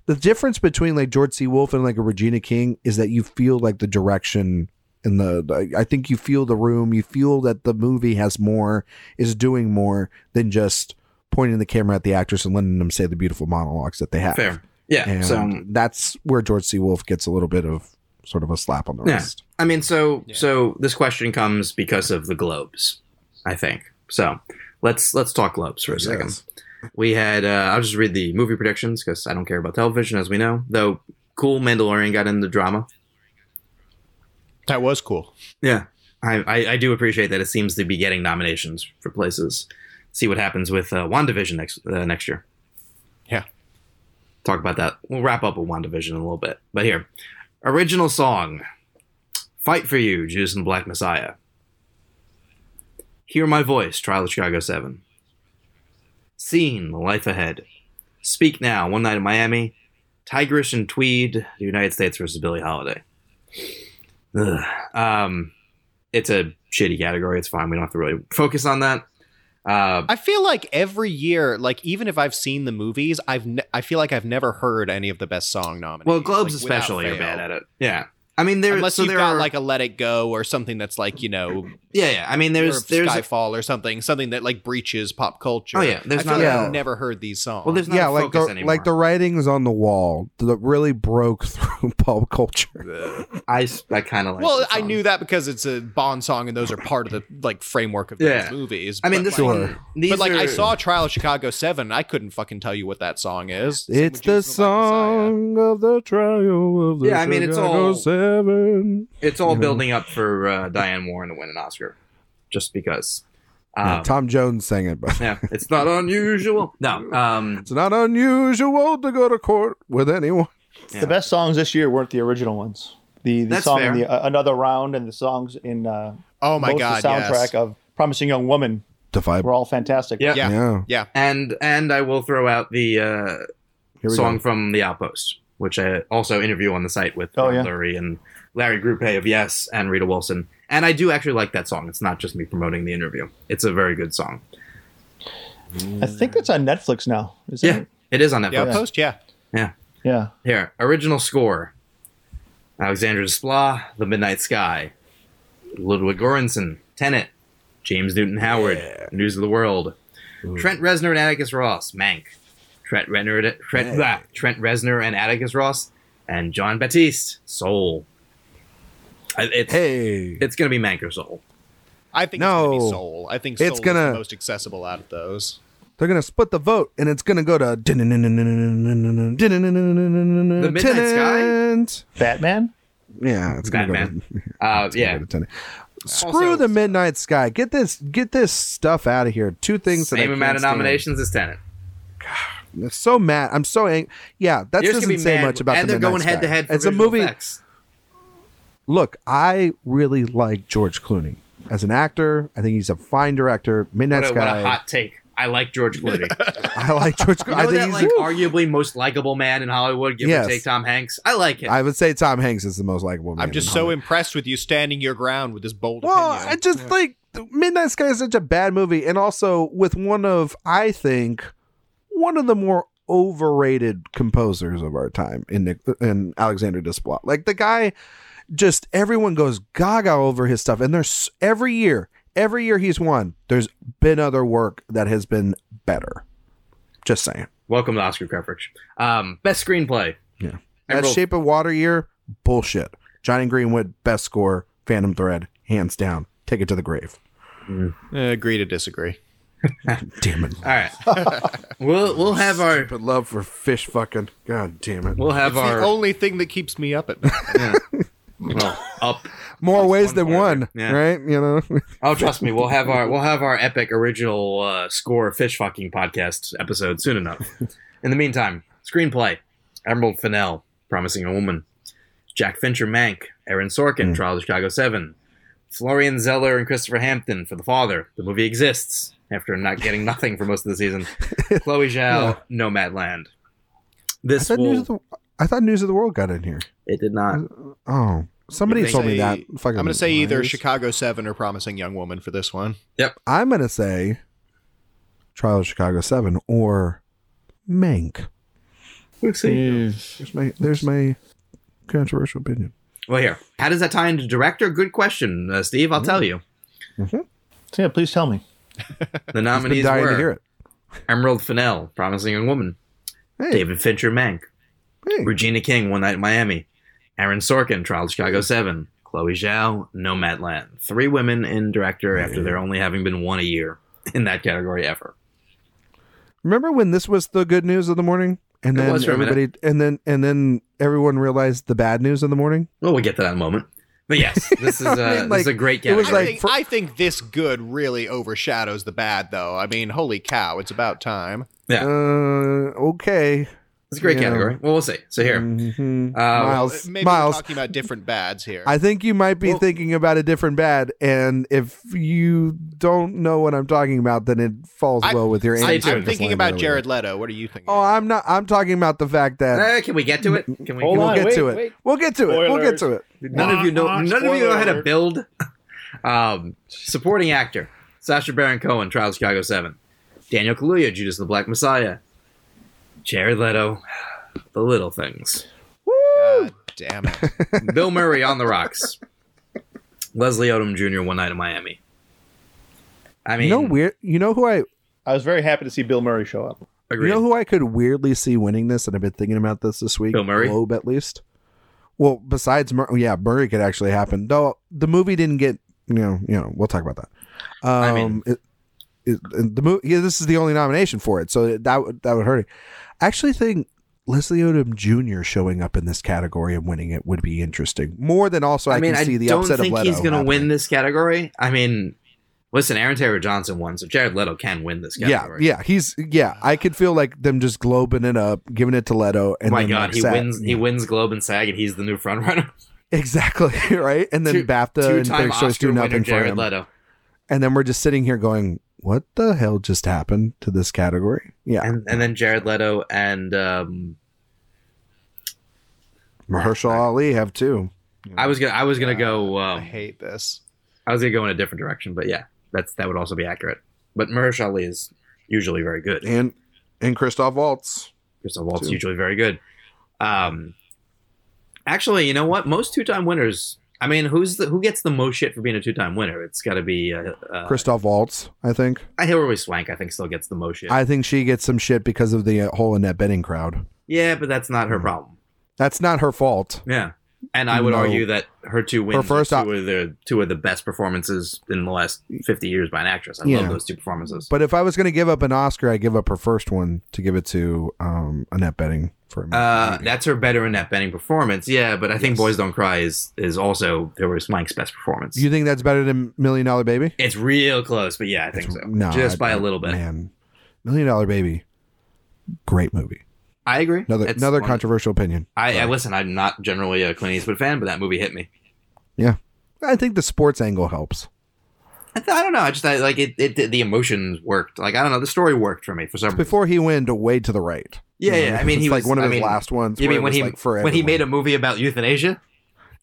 Speaker 3: the difference between like George C. Wolfe and like a Regina King is that you feel like the direction and the, the I think you feel the room, you feel that the movie has more, is doing more than just pointing the camera at the actors and letting them say the beautiful monologues that they have.
Speaker 1: Fair. Yeah.
Speaker 3: And
Speaker 1: so
Speaker 3: that's where George C. Wolfe gets a little bit of sort of a slap on the
Speaker 1: Yeah.
Speaker 3: wrist.
Speaker 1: I mean, so so this question comes because of the Globes, I think. So let's let's talk Globes for a second.
Speaker 3: Yes.
Speaker 1: We had. Uh, I'll just read the movie predictions because I don't care about television, as we know. Though, cool Mandalorian got in the drama.
Speaker 2: That was cool.
Speaker 1: Yeah, I, I I do appreciate that. It seems to be getting nominations for places. See what happens with uh, Wandavision next uh, next year.
Speaker 2: Yeah.
Speaker 1: talk about that. We'll wrap up with WandaVision in a little bit. But here, original song Fight for You, Judas and the Black Messiah. Hear My Voice, Trial of Chicago 7. Scene, The Life Ahead. Speak Now, One Night in Miami. Tigris and Tweed, The United States versus Billie Holiday. Ugh. Um, it's a shitty category. It's fine. We don't have to really focus on that. Uh,
Speaker 2: I feel like every year, like even if I've seen the movies, I've ne- I feel like I've never heard any of the best song nominees.
Speaker 1: well, Globes
Speaker 2: like, without
Speaker 1: especially are
Speaker 2: fail.
Speaker 1: bad at it. Yeah. I mean, there,
Speaker 2: Unless
Speaker 1: so
Speaker 2: you've
Speaker 1: there
Speaker 2: got
Speaker 1: are,
Speaker 2: like a Let It Go or something that's like you know
Speaker 1: yeah, yeah. I mean, there's,
Speaker 2: or
Speaker 1: there's,
Speaker 2: Skyfall or something, something that like breaches pop culture.
Speaker 1: Oh, yeah, there's
Speaker 2: I feel
Speaker 1: not
Speaker 2: like
Speaker 3: a-
Speaker 2: I've never heard these songs.
Speaker 1: well, there's not
Speaker 3: yeah,
Speaker 1: a
Speaker 3: like
Speaker 1: focus
Speaker 3: the,
Speaker 1: anymore.
Speaker 3: like the writings on the wall that really broke [laughs] through pop culture.
Speaker 1: I, I kind of like.
Speaker 2: well,
Speaker 1: the
Speaker 2: I
Speaker 1: song.
Speaker 2: knew that because it's a Bond song, and those are part of the like framework of those
Speaker 1: Yeah.
Speaker 2: movies.
Speaker 1: I mean,
Speaker 2: but,
Speaker 1: this
Speaker 2: like,
Speaker 1: one. These
Speaker 2: But like, I
Speaker 1: are-
Speaker 2: saw Trial of Chicago Seven, and I couldn't fucking tell you what that song is. Same
Speaker 3: It's
Speaker 2: with Jesus
Speaker 3: the
Speaker 2: and the Black Messiah.
Speaker 3: song of the trial of the
Speaker 1: Yeah, I mean, it's
Speaker 3: Chicago
Speaker 1: all-
Speaker 3: seven.
Speaker 1: It's
Speaker 3: Mhm.
Speaker 1: all building up for uh, Diane Warren to win an Oscar, just because. Um,
Speaker 3: Tom Jones sang it, but
Speaker 1: yeah, it's not
Speaker 3: [laughs]
Speaker 1: unusual. No, um,
Speaker 3: it's not unusual to go to court with anyone.
Speaker 1: Yeah.
Speaker 4: The best songs this year weren't the original ones. The the
Speaker 1: That's
Speaker 4: song
Speaker 1: fair.
Speaker 4: in the, uh, another round and the songs in uh,
Speaker 2: Oh my
Speaker 4: both
Speaker 2: god!
Speaker 4: the soundtrack
Speaker 2: yes.
Speaker 4: of Promising Young Woman
Speaker 3: Defy.
Speaker 4: were all fantastic.
Speaker 1: Yeah.
Speaker 2: Yeah.
Speaker 3: Yeah.
Speaker 1: and and I will throw out the uh,
Speaker 3: Here we
Speaker 1: song
Speaker 3: go.
Speaker 1: from The Outpost, which I also interview on the site with
Speaker 4: Oh,
Speaker 1: Ron
Speaker 4: yeah.
Speaker 1: Lurie and Larry Grupe of Yes and Rita Wilson. And I do actually like that song. It's not just me promoting the interview. It's a very good song.
Speaker 4: I think it's on Netflix now. Is
Speaker 1: Yeah,
Speaker 4: it?
Speaker 1: it is on Netflix.
Speaker 2: The Outpost, yeah.
Speaker 4: Yeah.
Speaker 1: Here, original score: Alexander Desplat, The Midnight Sky, Ludwig Göransson, Tenet, James Newton Howard, News of the World, Trent Reznor and Atticus Ross, Mank, Trent Reznor, Trent, blah, Trent Reznor and Atticus Ross, and John Baptiste, Soul. I- It's
Speaker 3: Hey.
Speaker 1: it's gonna be Mank or Soul.
Speaker 2: I think it's gonna
Speaker 3: No.
Speaker 2: be Soul. I think Soul
Speaker 3: It's
Speaker 2: is
Speaker 3: gonna-
Speaker 2: the most accessible out of those.
Speaker 3: They're gonna split the vote, and it's gonna go to the Midnight
Speaker 1: Midnight Sky?
Speaker 4: Batman?
Speaker 3: Yeah, [laughs] it's gonna
Speaker 1: Batman.
Speaker 3: go to.
Speaker 1: Uh, yeah,
Speaker 3: go to Tenet. Screw the Midnight Sky. Get this, get this stuff out of here. Two things. that I
Speaker 1: same
Speaker 3: can't
Speaker 1: amount of
Speaker 3: stand.
Speaker 1: nominations as Tenet.
Speaker 3: I'm so mad. I'm so angry. Yeah, that
Speaker 1: You're just
Speaker 3: doesn't say
Speaker 1: mad-
Speaker 3: much about
Speaker 1: and
Speaker 3: the
Speaker 1: they're
Speaker 3: Midnight
Speaker 1: going
Speaker 3: Sky.
Speaker 1: head to head.
Speaker 3: It's a movie. Look, I really like George Clooney as an actor. I think he's a fine director. Midnight
Speaker 1: What a, what
Speaker 3: Sky.
Speaker 1: a hot take. I like George Clooney.
Speaker 3: [laughs] I like George. Clooney.
Speaker 1: You
Speaker 3: I
Speaker 1: know
Speaker 3: think
Speaker 1: that,
Speaker 3: he's
Speaker 1: like, arguably most likable man in Hollywood, give
Speaker 3: Yes.
Speaker 1: or take Tom Hanks. I like him.
Speaker 3: I would say Tom Hanks is the most likable. man
Speaker 2: I'm just
Speaker 3: in
Speaker 2: so
Speaker 3: Hollywood.
Speaker 2: impressed with you standing your ground with this bold
Speaker 3: Well,
Speaker 2: opinion.
Speaker 3: I just like Midnight Sky is such a bad movie, and also with one of I think one of the more overrated composers of our time in Nick, in Alexander Desplat. Like the guy, just everyone goes gaga over his stuff, and there's every year, every year he's won. There's been other work that has been better. Just saying.
Speaker 1: Welcome to Oscar coverage. Um, best screenplay.
Speaker 3: Yeah.
Speaker 1: I
Speaker 3: That
Speaker 1: wrote-
Speaker 3: Shape of Water year, bullshit. Johnny Greenwood, best score, Phantom Thread, hands down. Take it to the grave.
Speaker 2: Uh, agree to disagree.
Speaker 3: Damn it.
Speaker 1: All right, we'll we'll have our
Speaker 3: But love for fish fucking. God damn it.
Speaker 1: we'll have
Speaker 2: It's
Speaker 1: our
Speaker 2: the only thing that keeps me up at night.
Speaker 1: well, up.
Speaker 3: More ways than
Speaker 1: one part of
Speaker 3: one,
Speaker 1: it. Yeah.
Speaker 3: right? You know?
Speaker 1: Oh, trust me, we'll have our we'll have our epic original uh, score fish fucking podcast episode soon enough. In the meantime, screenplay: Emerald Fennell, Promising a Woman, Jack Fincher, Mank, Aaron
Speaker 3: Hmm.
Speaker 1: Sorkin, Trial of Chicago Seven, Florian Zeller and Christopher Hampton for The Father. The movie exists after not getting nothing for most of the
Speaker 3: [laughs]
Speaker 1: season. Chloe Zhao, Nomadland.
Speaker 3: I
Speaker 1: This
Speaker 3: thought,
Speaker 1: will-
Speaker 3: News of the, I thought News of the World got in here.
Speaker 1: it did not.
Speaker 3: Oh. Somebody
Speaker 1: They
Speaker 3: told me
Speaker 2: Say-
Speaker 3: that.
Speaker 2: I'm
Speaker 3: Fucking
Speaker 2: going to say either
Speaker 3: liars.
Speaker 2: Chicago 7 or Promising Young Woman for this one.
Speaker 3: I'm going to say Trial of Chicago 7 or Mank. Hmm. There's my, there's my controversial opinion.
Speaker 1: Well, here, how does that tie into director? Good question, uh, Steve. I'll
Speaker 3: Hmm.
Speaker 1: tell you.
Speaker 4: Yeah, please tell me.
Speaker 1: The
Speaker 3: I've been
Speaker 1: nominees
Speaker 3: dying
Speaker 1: were
Speaker 3: to hear it.
Speaker 1: Emerald Fennell, Promising Young Woman,
Speaker 3: Hey.
Speaker 1: David Fincher, Mank,
Speaker 3: Hey.
Speaker 1: Regina King, One Night in Miami, Aaron Sorkin, Trial of Chicago 7, Chloe Zhao, Nomadland. Three women in director after there only having been one a year in that category ever.
Speaker 3: Remember when this was the good news of the morning? And
Speaker 1: It
Speaker 3: then
Speaker 1: was for a minute.
Speaker 3: everybody and then and then everyone realized the bad news of the morning?
Speaker 1: Well, we'll get to that in a moment. But yes,
Speaker 3: [laughs]
Speaker 1: this is, uh,
Speaker 3: I mean,
Speaker 1: this is a
Speaker 3: like,
Speaker 1: great
Speaker 3: it
Speaker 1: category.
Speaker 3: was
Speaker 2: I,
Speaker 3: like-
Speaker 2: think,
Speaker 3: for-
Speaker 2: I think this good really overshadows the bad, though. I mean, holy cow, it's about time.
Speaker 1: Yeah.
Speaker 3: Uh okay.
Speaker 1: it's a great
Speaker 3: yeah.
Speaker 1: category. Well, we'll see. So here,
Speaker 3: Mhm.
Speaker 1: uh,
Speaker 3: Miles
Speaker 2: Maybe
Speaker 3: Miles
Speaker 2: we're talking about different bads here.
Speaker 3: I think you might be
Speaker 1: Well-
Speaker 3: thinking about a different bad, and if you don't know what I'm talking about, then it falls
Speaker 2: I-
Speaker 3: well with your
Speaker 1: Stay
Speaker 3: answer.
Speaker 1: tuned.
Speaker 2: am thinking about Jared Leto. What are you thinking?
Speaker 3: Oh, I'm not. I'm talking about the fact that
Speaker 1: uh, can we get to
Speaker 3: Mm,
Speaker 1: it? Can we?
Speaker 4: Hold
Speaker 3: we'll
Speaker 4: on,
Speaker 3: get
Speaker 4: wait,
Speaker 3: to it.
Speaker 4: wait.
Speaker 3: We'll get to it. We'll get to it.
Speaker 1: None of you know. None of you know how to build. Um, supporting actor: Sasha Baron Cohen, Trial of Chicago 7. Daniel Kaluuya, Judas and the Black Messiah. Jared Leto, The Little
Speaker 3: [laughs]
Speaker 1: Things.
Speaker 2: [laughs] God damn it.
Speaker 1: Um, Bill Murray on the rocks. Leslie Odom Jr. One Night in Miami. I mean,
Speaker 3: you know weird you know who I
Speaker 4: I was very happy to see Bill Murray show up.
Speaker 1: agreed.
Speaker 3: You know who I could weirdly see winning this, and I've been thinking about this this week.
Speaker 1: Bill Murray?
Speaker 3: Globe, at least. Well, besides, Mur- yeah, Murray could actually happen. Though the movie didn't get, you know, you know, we'll talk about that. Um,
Speaker 1: I mean-
Speaker 3: it, it, and the movie. Yeah, this is the only nomination for it, so it- that would that would hurt it. I actually think Leslie Odom Jr. showing up in this category and winning it would be interesting more than also I,
Speaker 1: I mean,
Speaker 3: can
Speaker 1: I
Speaker 3: see the
Speaker 1: don't
Speaker 3: upset
Speaker 1: think
Speaker 3: of Leto.
Speaker 1: he's going to
Speaker 3: happening.
Speaker 1: win this category. I mean, listen, Aaron Taylor Johnson won, so Jared Leto can win this
Speaker 3: Yeah,
Speaker 1: category.
Speaker 3: yeah, he's yeah. I could feel like them just globing it up, giving it to Leto, and
Speaker 1: My
Speaker 3: then, uh,
Speaker 1: God,
Speaker 3: like,
Speaker 1: he
Speaker 3: sat-
Speaker 1: wins. He wins Globe and SAG, and he's the new frontrunner.
Speaker 3: Exactly [laughs] right, and then
Speaker 1: Two-
Speaker 3: BAFTA and
Speaker 1: Two-time
Speaker 3: Critics' Choice
Speaker 1: Oscar
Speaker 3: do
Speaker 1: winner
Speaker 3: nothing for
Speaker 1: Jared
Speaker 3: him,
Speaker 1: Leto.
Speaker 3: and then we're just sitting here going, "What the hell just happened to this category?" Yeah,
Speaker 1: and and then Jared Leto and um,
Speaker 3: Mahershala Ali have two.
Speaker 1: I was gonna I was gonna go
Speaker 2: I
Speaker 1: um,
Speaker 2: hate this.
Speaker 1: I was gonna go in a different direction, but yeah, that's that would also be accurate. But Mahershala Ali is usually very good.
Speaker 3: and and Christoph Waltz.
Speaker 1: Christoph Waltz is
Speaker 3: Two.
Speaker 1: usually very good. Um, actually, you know what? Most two-time winners. I mean, who's the who gets the most shit for being a two-time winner? It's got to be uh, uh,
Speaker 3: Christoph Waltz, I think.
Speaker 1: I Hillary Swank. I think still gets the most shit.
Speaker 3: I think she gets some shit because of the uh, whole Annette Benning crowd.
Speaker 1: yeah, but that's not her
Speaker 3: Hmm.
Speaker 1: problem.
Speaker 3: That's not her fault.
Speaker 1: Yeah, and I would
Speaker 3: No.
Speaker 1: argue that her two wins,
Speaker 3: Her first
Speaker 1: are
Speaker 3: op-
Speaker 1: two of the two of the best performances in the last fifty years by an actress. I
Speaker 3: Yeah.
Speaker 1: love those two performances.
Speaker 3: But if I was going to give up an Oscar, I give up her first one to give it to um, Annette Benning for American
Speaker 1: Uh,
Speaker 3: Beauty.
Speaker 1: that's her better in that Benning performance. Yeah, but I think Boys Don't Cry is is also Hillary Swank's best performance.
Speaker 3: You think that's better than Million Dollar Baby?
Speaker 1: it's real close, but yeah, I think so.
Speaker 3: No,
Speaker 1: just
Speaker 3: I-
Speaker 1: by a little bit.
Speaker 3: Man, Million Dollar Baby, great movie.
Speaker 1: I agree.
Speaker 3: Another
Speaker 1: It's
Speaker 3: another
Speaker 1: one-
Speaker 3: controversial opinion.
Speaker 1: I, I listen. I'm not generally a Clint Eastwood fan, but that movie hit me.
Speaker 3: I think the sports angle helps.
Speaker 1: I, th- I don't know. I just I, like it, it. The emotions worked. Like I don't know. The story worked for me for some. reason.
Speaker 3: Before he went way to the right.
Speaker 1: Yeah,
Speaker 3: You know,
Speaker 1: yeah. I
Speaker 3: it's
Speaker 1: mean, he
Speaker 3: like
Speaker 1: was
Speaker 3: one of
Speaker 1: I
Speaker 3: his
Speaker 1: mean,
Speaker 3: last ones.
Speaker 1: You
Speaker 3: where
Speaker 1: mean
Speaker 3: it
Speaker 1: when
Speaker 3: was,
Speaker 1: he
Speaker 3: like, for
Speaker 1: when he
Speaker 3: everyone.
Speaker 1: made a movie about euthanasia?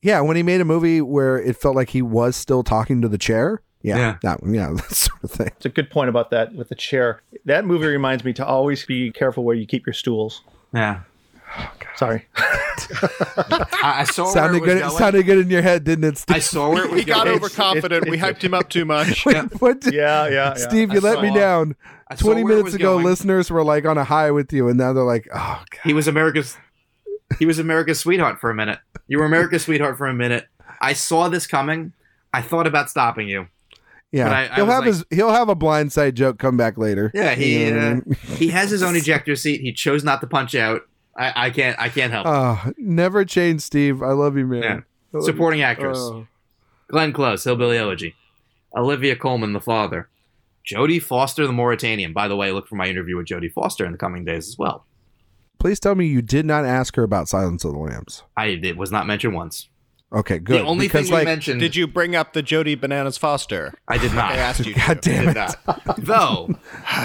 Speaker 3: yeah when he made a movie where it felt like he was still talking to the chair. Yeah,
Speaker 1: Yeah.
Speaker 3: that yeah [laughs] that sort of thing.
Speaker 4: It's a good point about that with the chair. That movie reminds me to always be careful where you keep your stools.
Speaker 1: Yeah.
Speaker 4: Sorry.
Speaker 1: I, I saw
Speaker 3: sounded
Speaker 1: where
Speaker 3: good.
Speaker 1: it was going.
Speaker 3: sounded good in your head, didn't it? Steve?
Speaker 1: I saw where it
Speaker 3: [laughs]
Speaker 1: was
Speaker 2: He got
Speaker 1: going.
Speaker 2: overconfident. we hyped him up too [laughs] much.
Speaker 3: what did,
Speaker 4: Yeah, yeah. yeah.
Speaker 3: Steve,
Speaker 1: I
Speaker 3: you let me
Speaker 1: saw-
Speaker 3: down.
Speaker 1: I saw
Speaker 3: Twenty
Speaker 1: where it
Speaker 3: minutes
Speaker 1: was
Speaker 3: ago,
Speaker 1: going.
Speaker 3: listeners were like on a high with you, and now they're like, oh god.
Speaker 1: He was America's he was America's sweetheart for a minute. You were America's sweetheart for a minute. I saw this coming. I thought about stopping you.
Speaker 3: Yeah,
Speaker 1: But I- I
Speaker 3: he'll
Speaker 1: was
Speaker 3: have
Speaker 1: like-
Speaker 3: his he'll have a blindside joke come back later.
Speaker 1: Yeah, he
Speaker 3: You know what I
Speaker 1: uh,
Speaker 3: mean? [laughs]
Speaker 1: he has his own ejector seat. He chose not to punch out. I, I can't I can't help. it.
Speaker 3: Ah, never change, Steve. I love you, man.
Speaker 1: Yeah.
Speaker 3: I love
Speaker 1: Supporting
Speaker 3: you.
Speaker 1: actress:
Speaker 3: Oh.
Speaker 1: Glenn Close, Hillbilly Elegy, Olivia Colman, The Father, Jodie Foster, The Mauritanian. By the way, look for my interview with Jodie Foster in the coming days as well.
Speaker 3: Please tell me you did not ask her about Silence of the Lambs.
Speaker 1: I it was not mentioned once.
Speaker 3: Okay, good.
Speaker 1: the only
Speaker 3: because,
Speaker 1: thing we
Speaker 3: like,
Speaker 1: mentioned,
Speaker 2: Did you bring up the Jody Bananas Foster?
Speaker 1: I did
Speaker 3: [laughs]
Speaker 1: not.
Speaker 2: I asked [laughs] you.
Speaker 3: God
Speaker 2: to.
Speaker 3: damn
Speaker 1: did
Speaker 3: it!
Speaker 1: not. Though,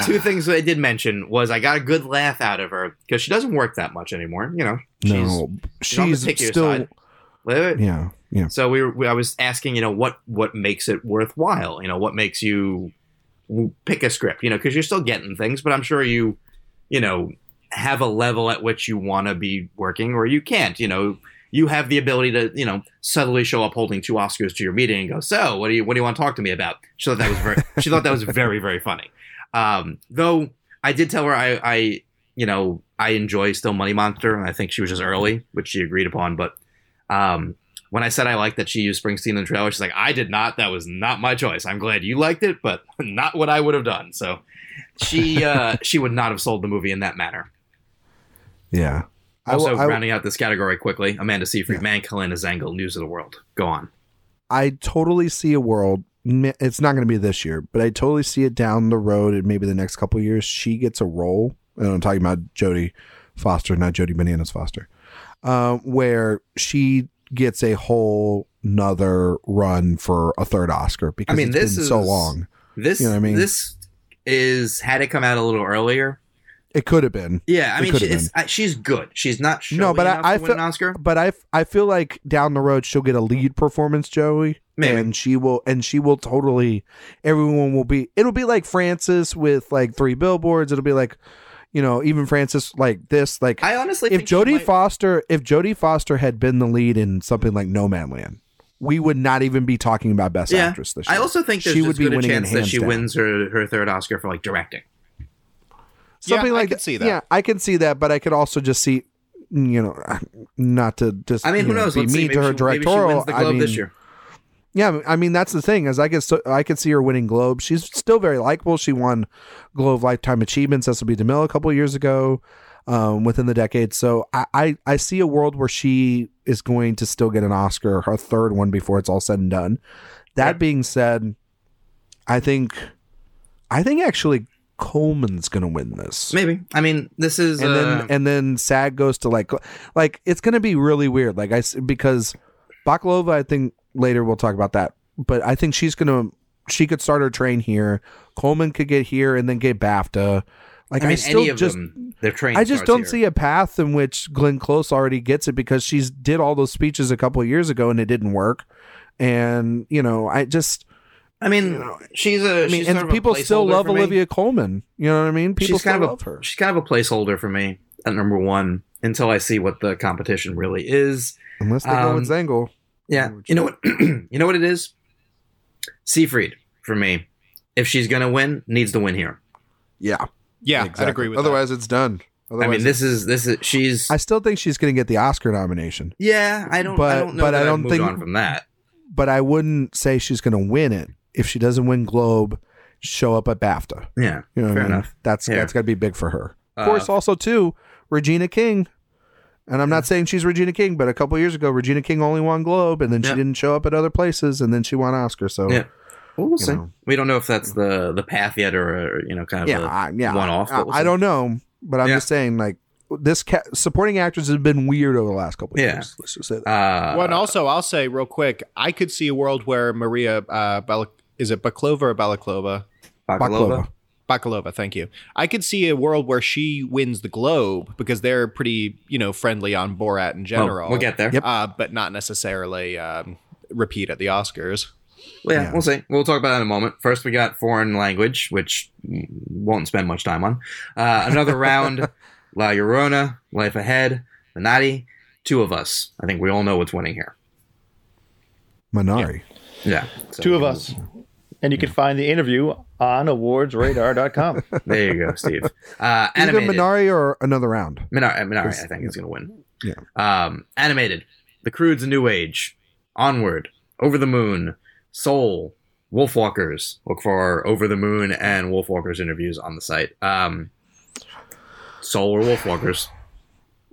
Speaker 1: two things that I did mention was I got a good laugh out of her because she doesn't work that much anymore. You know,
Speaker 3: No,
Speaker 1: on the
Speaker 3: she's,
Speaker 1: pickier
Speaker 3: still.
Speaker 1: side. Wait, wait.
Speaker 3: Yeah, yeah.
Speaker 1: So we, were, we, I was asking, you know, what what makes it worthwhile? You know, what makes you w- pick a script? You know, because you're still getting things, but I'm sure you, you know, have a level at which you want to be working, or you can't. You know, you have the ability to, you know, suddenly show up holding two Oscars to your meeting and go, "So, what do you what do you want to talk to me about?" She thought that was very, she thought that was very very funny. Um, though I did tell her I, I, you know, I enjoy still Money Monster, and I think she was just early, which she agreed upon. But um, when I said I liked that she used Springsteen in the trailer, she's like, I did not. That was not my choice. I'm glad you liked it, but [laughs] not what I would have done. So
Speaker 3: [laughs]
Speaker 1: she uh, she would not have sold the movie in that manner.
Speaker 3: Yeah. I will-
Speaker 1: Also,
Speaker 3: I,
Speaker 1: rounding out this category quickly, Amanda Seyfried, Man Helena Zangle, News of the World. Go on.
Speaker 3: I totally see a world. m- It's not going to be this year, but I totally see it down the road and maybe the next couple of years. She gets a role, and I'm talking about Jodie Foster, not Jodie Bananas Foster, um, where she gets a whole nother run for a third Oscar because
Speaker 1: mean,
Speaker 3: it's been
Speaker 1: this
Speaker 3: so
Speaker 1: is-
Speaker 3: long.
Speaker 1: This
Speaker 3: You know what I mean?
Speaker 1: this is had it come out a little earlier.
Speaker 3: It could have been.
Speaker 1: Yeah, I
Speaker 3: It
Speaker 1: mean, she,
Speaker 3: could've
Speaker 1: it's, I, she's good. She's not showy
Speaker 3: No, but I-
Speaker 1: enough
Speaker 3: I
Speaker 1: to win an
Speaker 3: feel-
Speaker 1: Oscar.
Speaker 3: But I, f- I feel like down the road she'll get a lead performance, Joey,
Speaker 1: Maybe.
Speaker 3: and she will, and she will totally. Everyone will be. It'll be like Francis with like three billboards. It'll be like, you know, even Francis like this. Like
Speaker 1: I honestly
Speaker 3: if
Speaker 1: think she
Speaker 3: Jodie
Speaker 1: might-
Speaker 3: Foster, if Jodie Foster had been the lead in something like No Man Land, we would not even be talking about Best
Speaker 1: Yeah.
Speaker 3: Actress this year.
Speaker 1: I also think there's
Speaker 3: she
Speaker 1: just
Speaker 3: would be
Speaker 1: good a
Speaker 3: winning it
Speaker 1: chance that
Speaker 3: hands
Speaker 1: she
Speaker 3: down.
Speaker 1: wins her, her third Oscar for like directing.
Speaker 3: something
Speaker 2: Yeah, I
Speaker 3: like
Speaker 2: could see that.
Speaker 3: Yeah, I can see that, but I could also just see, you know, [sighs] not to just.
Speaker 1: I mean,
Speaker 3: you
Speaker 1: who
Speaker 3: know,
Speaker 1: knows?
Speaker 3: Be
Speaker 1: Let's see.
Speaker 3: mean
Speaker 1: Maybe
Speaker 3: to
Speaker 1: she,
Speaker 3: her directorial.
Speaker 1: maybe she wins the Globe
Speaker 3: I mean,
Speaker 1: this year.
Speaker 3: Yeah, I mean that's the thing is I could so, I could see her winning Globe. She's still very likable. She won Globe Lifetime Achievement Cecil B. DeMille a couple of years ago, um, within the decade. So I, I I see a world where she is going to still get an Oscar, her third one before it's all said and done. That being said, I think I think actually Coleman's going to win this.
Speaker 1: Maybe. I mean, this is.
Speaker 3: And
Speaker 1: uh,
Speaker 3: then and then SAG goes to like like it's gonna be really weird. Like I s- because Baklova, I think later we'll talk about that. But I think she's gonna she could start her train here. Coleman could get here and then get BAFTA. Like
Speaker 1: I
Speaker 3: I,
Speaker 1: mean,
Speaker 3: still
Speaker 1: any of
Speaker 3: just
Speaker 1: them, their train.
Speaker 3: I just
Speaker 1: starts
Speaker 3: don't
Speaker 1: here.
Speaker 3: see a path in which Glenn Close already gets it because she's did all those speeches a couple of years ago and it didn't work. And you know I just
Speaker 1: I mean, she's a.
Speaker 3: I mean
Speaker 1: she's sort
Speaker 3: and
Speaker 1: of a
Speaker 3: people still
Speaker 1: placeholder
Speaker 3: love
Speaker 1: for me.
Speaker 3: Olivia Coleman. You know what I mean? People
Speaker 1: she's
Speaker 3: still
Speaker 1: kind of a,
Speaker 3: love her.
Speaker 1: She's kind of a placeholder for me at number one until I see what the competition really is.
Speaker 3: Unless they go
Speaker 1: Um,
Speaker 3: with Zengel.
Speaker 1: Yeah, you know what? [clears throat] you know what it is. Seafried for me. If she's gonna win, needs to win here.
Speaker 3: Yeah.
Speaker 2: Yeah, I'd
Speaker 3: Exactly.
Speaker 2: agree with
Speaker 3: Otherwise, it's done.
Speaker 1: I
Speaker 3: Otherwise,
Speaker 1: mean, this is this is she's.
Speaker 3: I still think she's going to get the Oscar nomination,
Speaker 1: yeah, I don't. I
Speaker 3: but-
Speaker 1: don't know
Speaker 3: but
Speaker 1: that
Speaker 3: I
Speaker 1: I've
Speaker 3: don't
Speaker 1: moved
Speaker 3: think-
Speaker 1: on from that.
Speaker 3: but I wouldn't say she's going to win it if she doesn't win Globe. Show up at BAFTA.
Speaker 1: Yeah,
Speaker 3: You know what
Speaker 1: fair
Speaker 3: I mean?
Speaker 1: enough.
Speaker 3: That's
Speaker 1: Yeah.
Speaker 3: that's got to be big for her. Of
Speaker 1: Uh,
Speaker 3: course, also too Regina King, and I'm not saying she's Regina King, but a couple years ago, Regina King only won Globe, and then she
Speaker 1: Yeah.
Speaker 3: didn't show up at other places, and then she won Oscar. So
Speaker 1: Yeah. Well, we'll
Speaker 3: you
Speaker 1: see.
Speaker 3: know.
Speaker 1: We don't know if that's the the path yet, or, or you know, kind of.
Speaker 3: yeah,
Speaker 1: a-
Speaker 3: I, yeah,
Speaker 1: one off,
Speaker 3: I,
Speaker 1: but we'll
Speaker 3: I
Speaker 1: see.
Speaker 3: don't know, but I'm
Speaker 1: Yeah.
Speaker 3: just saying like this ca- supporting actors has been weird over the last couple
Speaker 1: Yeah.
Speaker 3: years. Let's just say that.
Speaker 1: uh,
Speaker 2: Well, and also, I'll say real quick, I could see a world where Maria uh, Bal- is it Baklova or Balaclava?
Speaker 1: Bakalova.
Speaker 3: Baklava.
Speaker 2: Bakalova, thank you. I could see a world where she wins the Globe because they're pretty, you know, friendly on Borat in
Speaker 1: Well,
Speaker 2: general.
Speaker 1: we'll get there.
Speaker 2: uh, but not necessarily um, repeat at the Oscars.
Speaker 1: Well, yeah,
Speaker 3: Yeah.
Speaker 1: we'll see. We'll talk about that in a moment. First, we got foreign language, which mm, won't spend much time on. Uh,
Speaker 3: [laughs]
Speaker 1: another round, La Llorona, Life Ahead, Minati, Two of Us. I think we all know what's winning here.
Speaker 3: Minari.
Speaker 1: Yeah. So-
Speaker 4: Two of us. And you can find the interview on awardsradar.com.
Speaker 1: There you go, Steve. Uh,
Speaker 3: Either
Speaker 1: animated. Minari,
Speaker 3: Minari or another round.
Speaker 1: Minari, I think, is going to win. Yeah. Um, animated. The Crude's New Age. Onward. Over the Moon. Soul. Wolfwalkers. Look for Over the Moon and Wolfwalkers interviews on the site. Um, Soul or Wolfwalkers.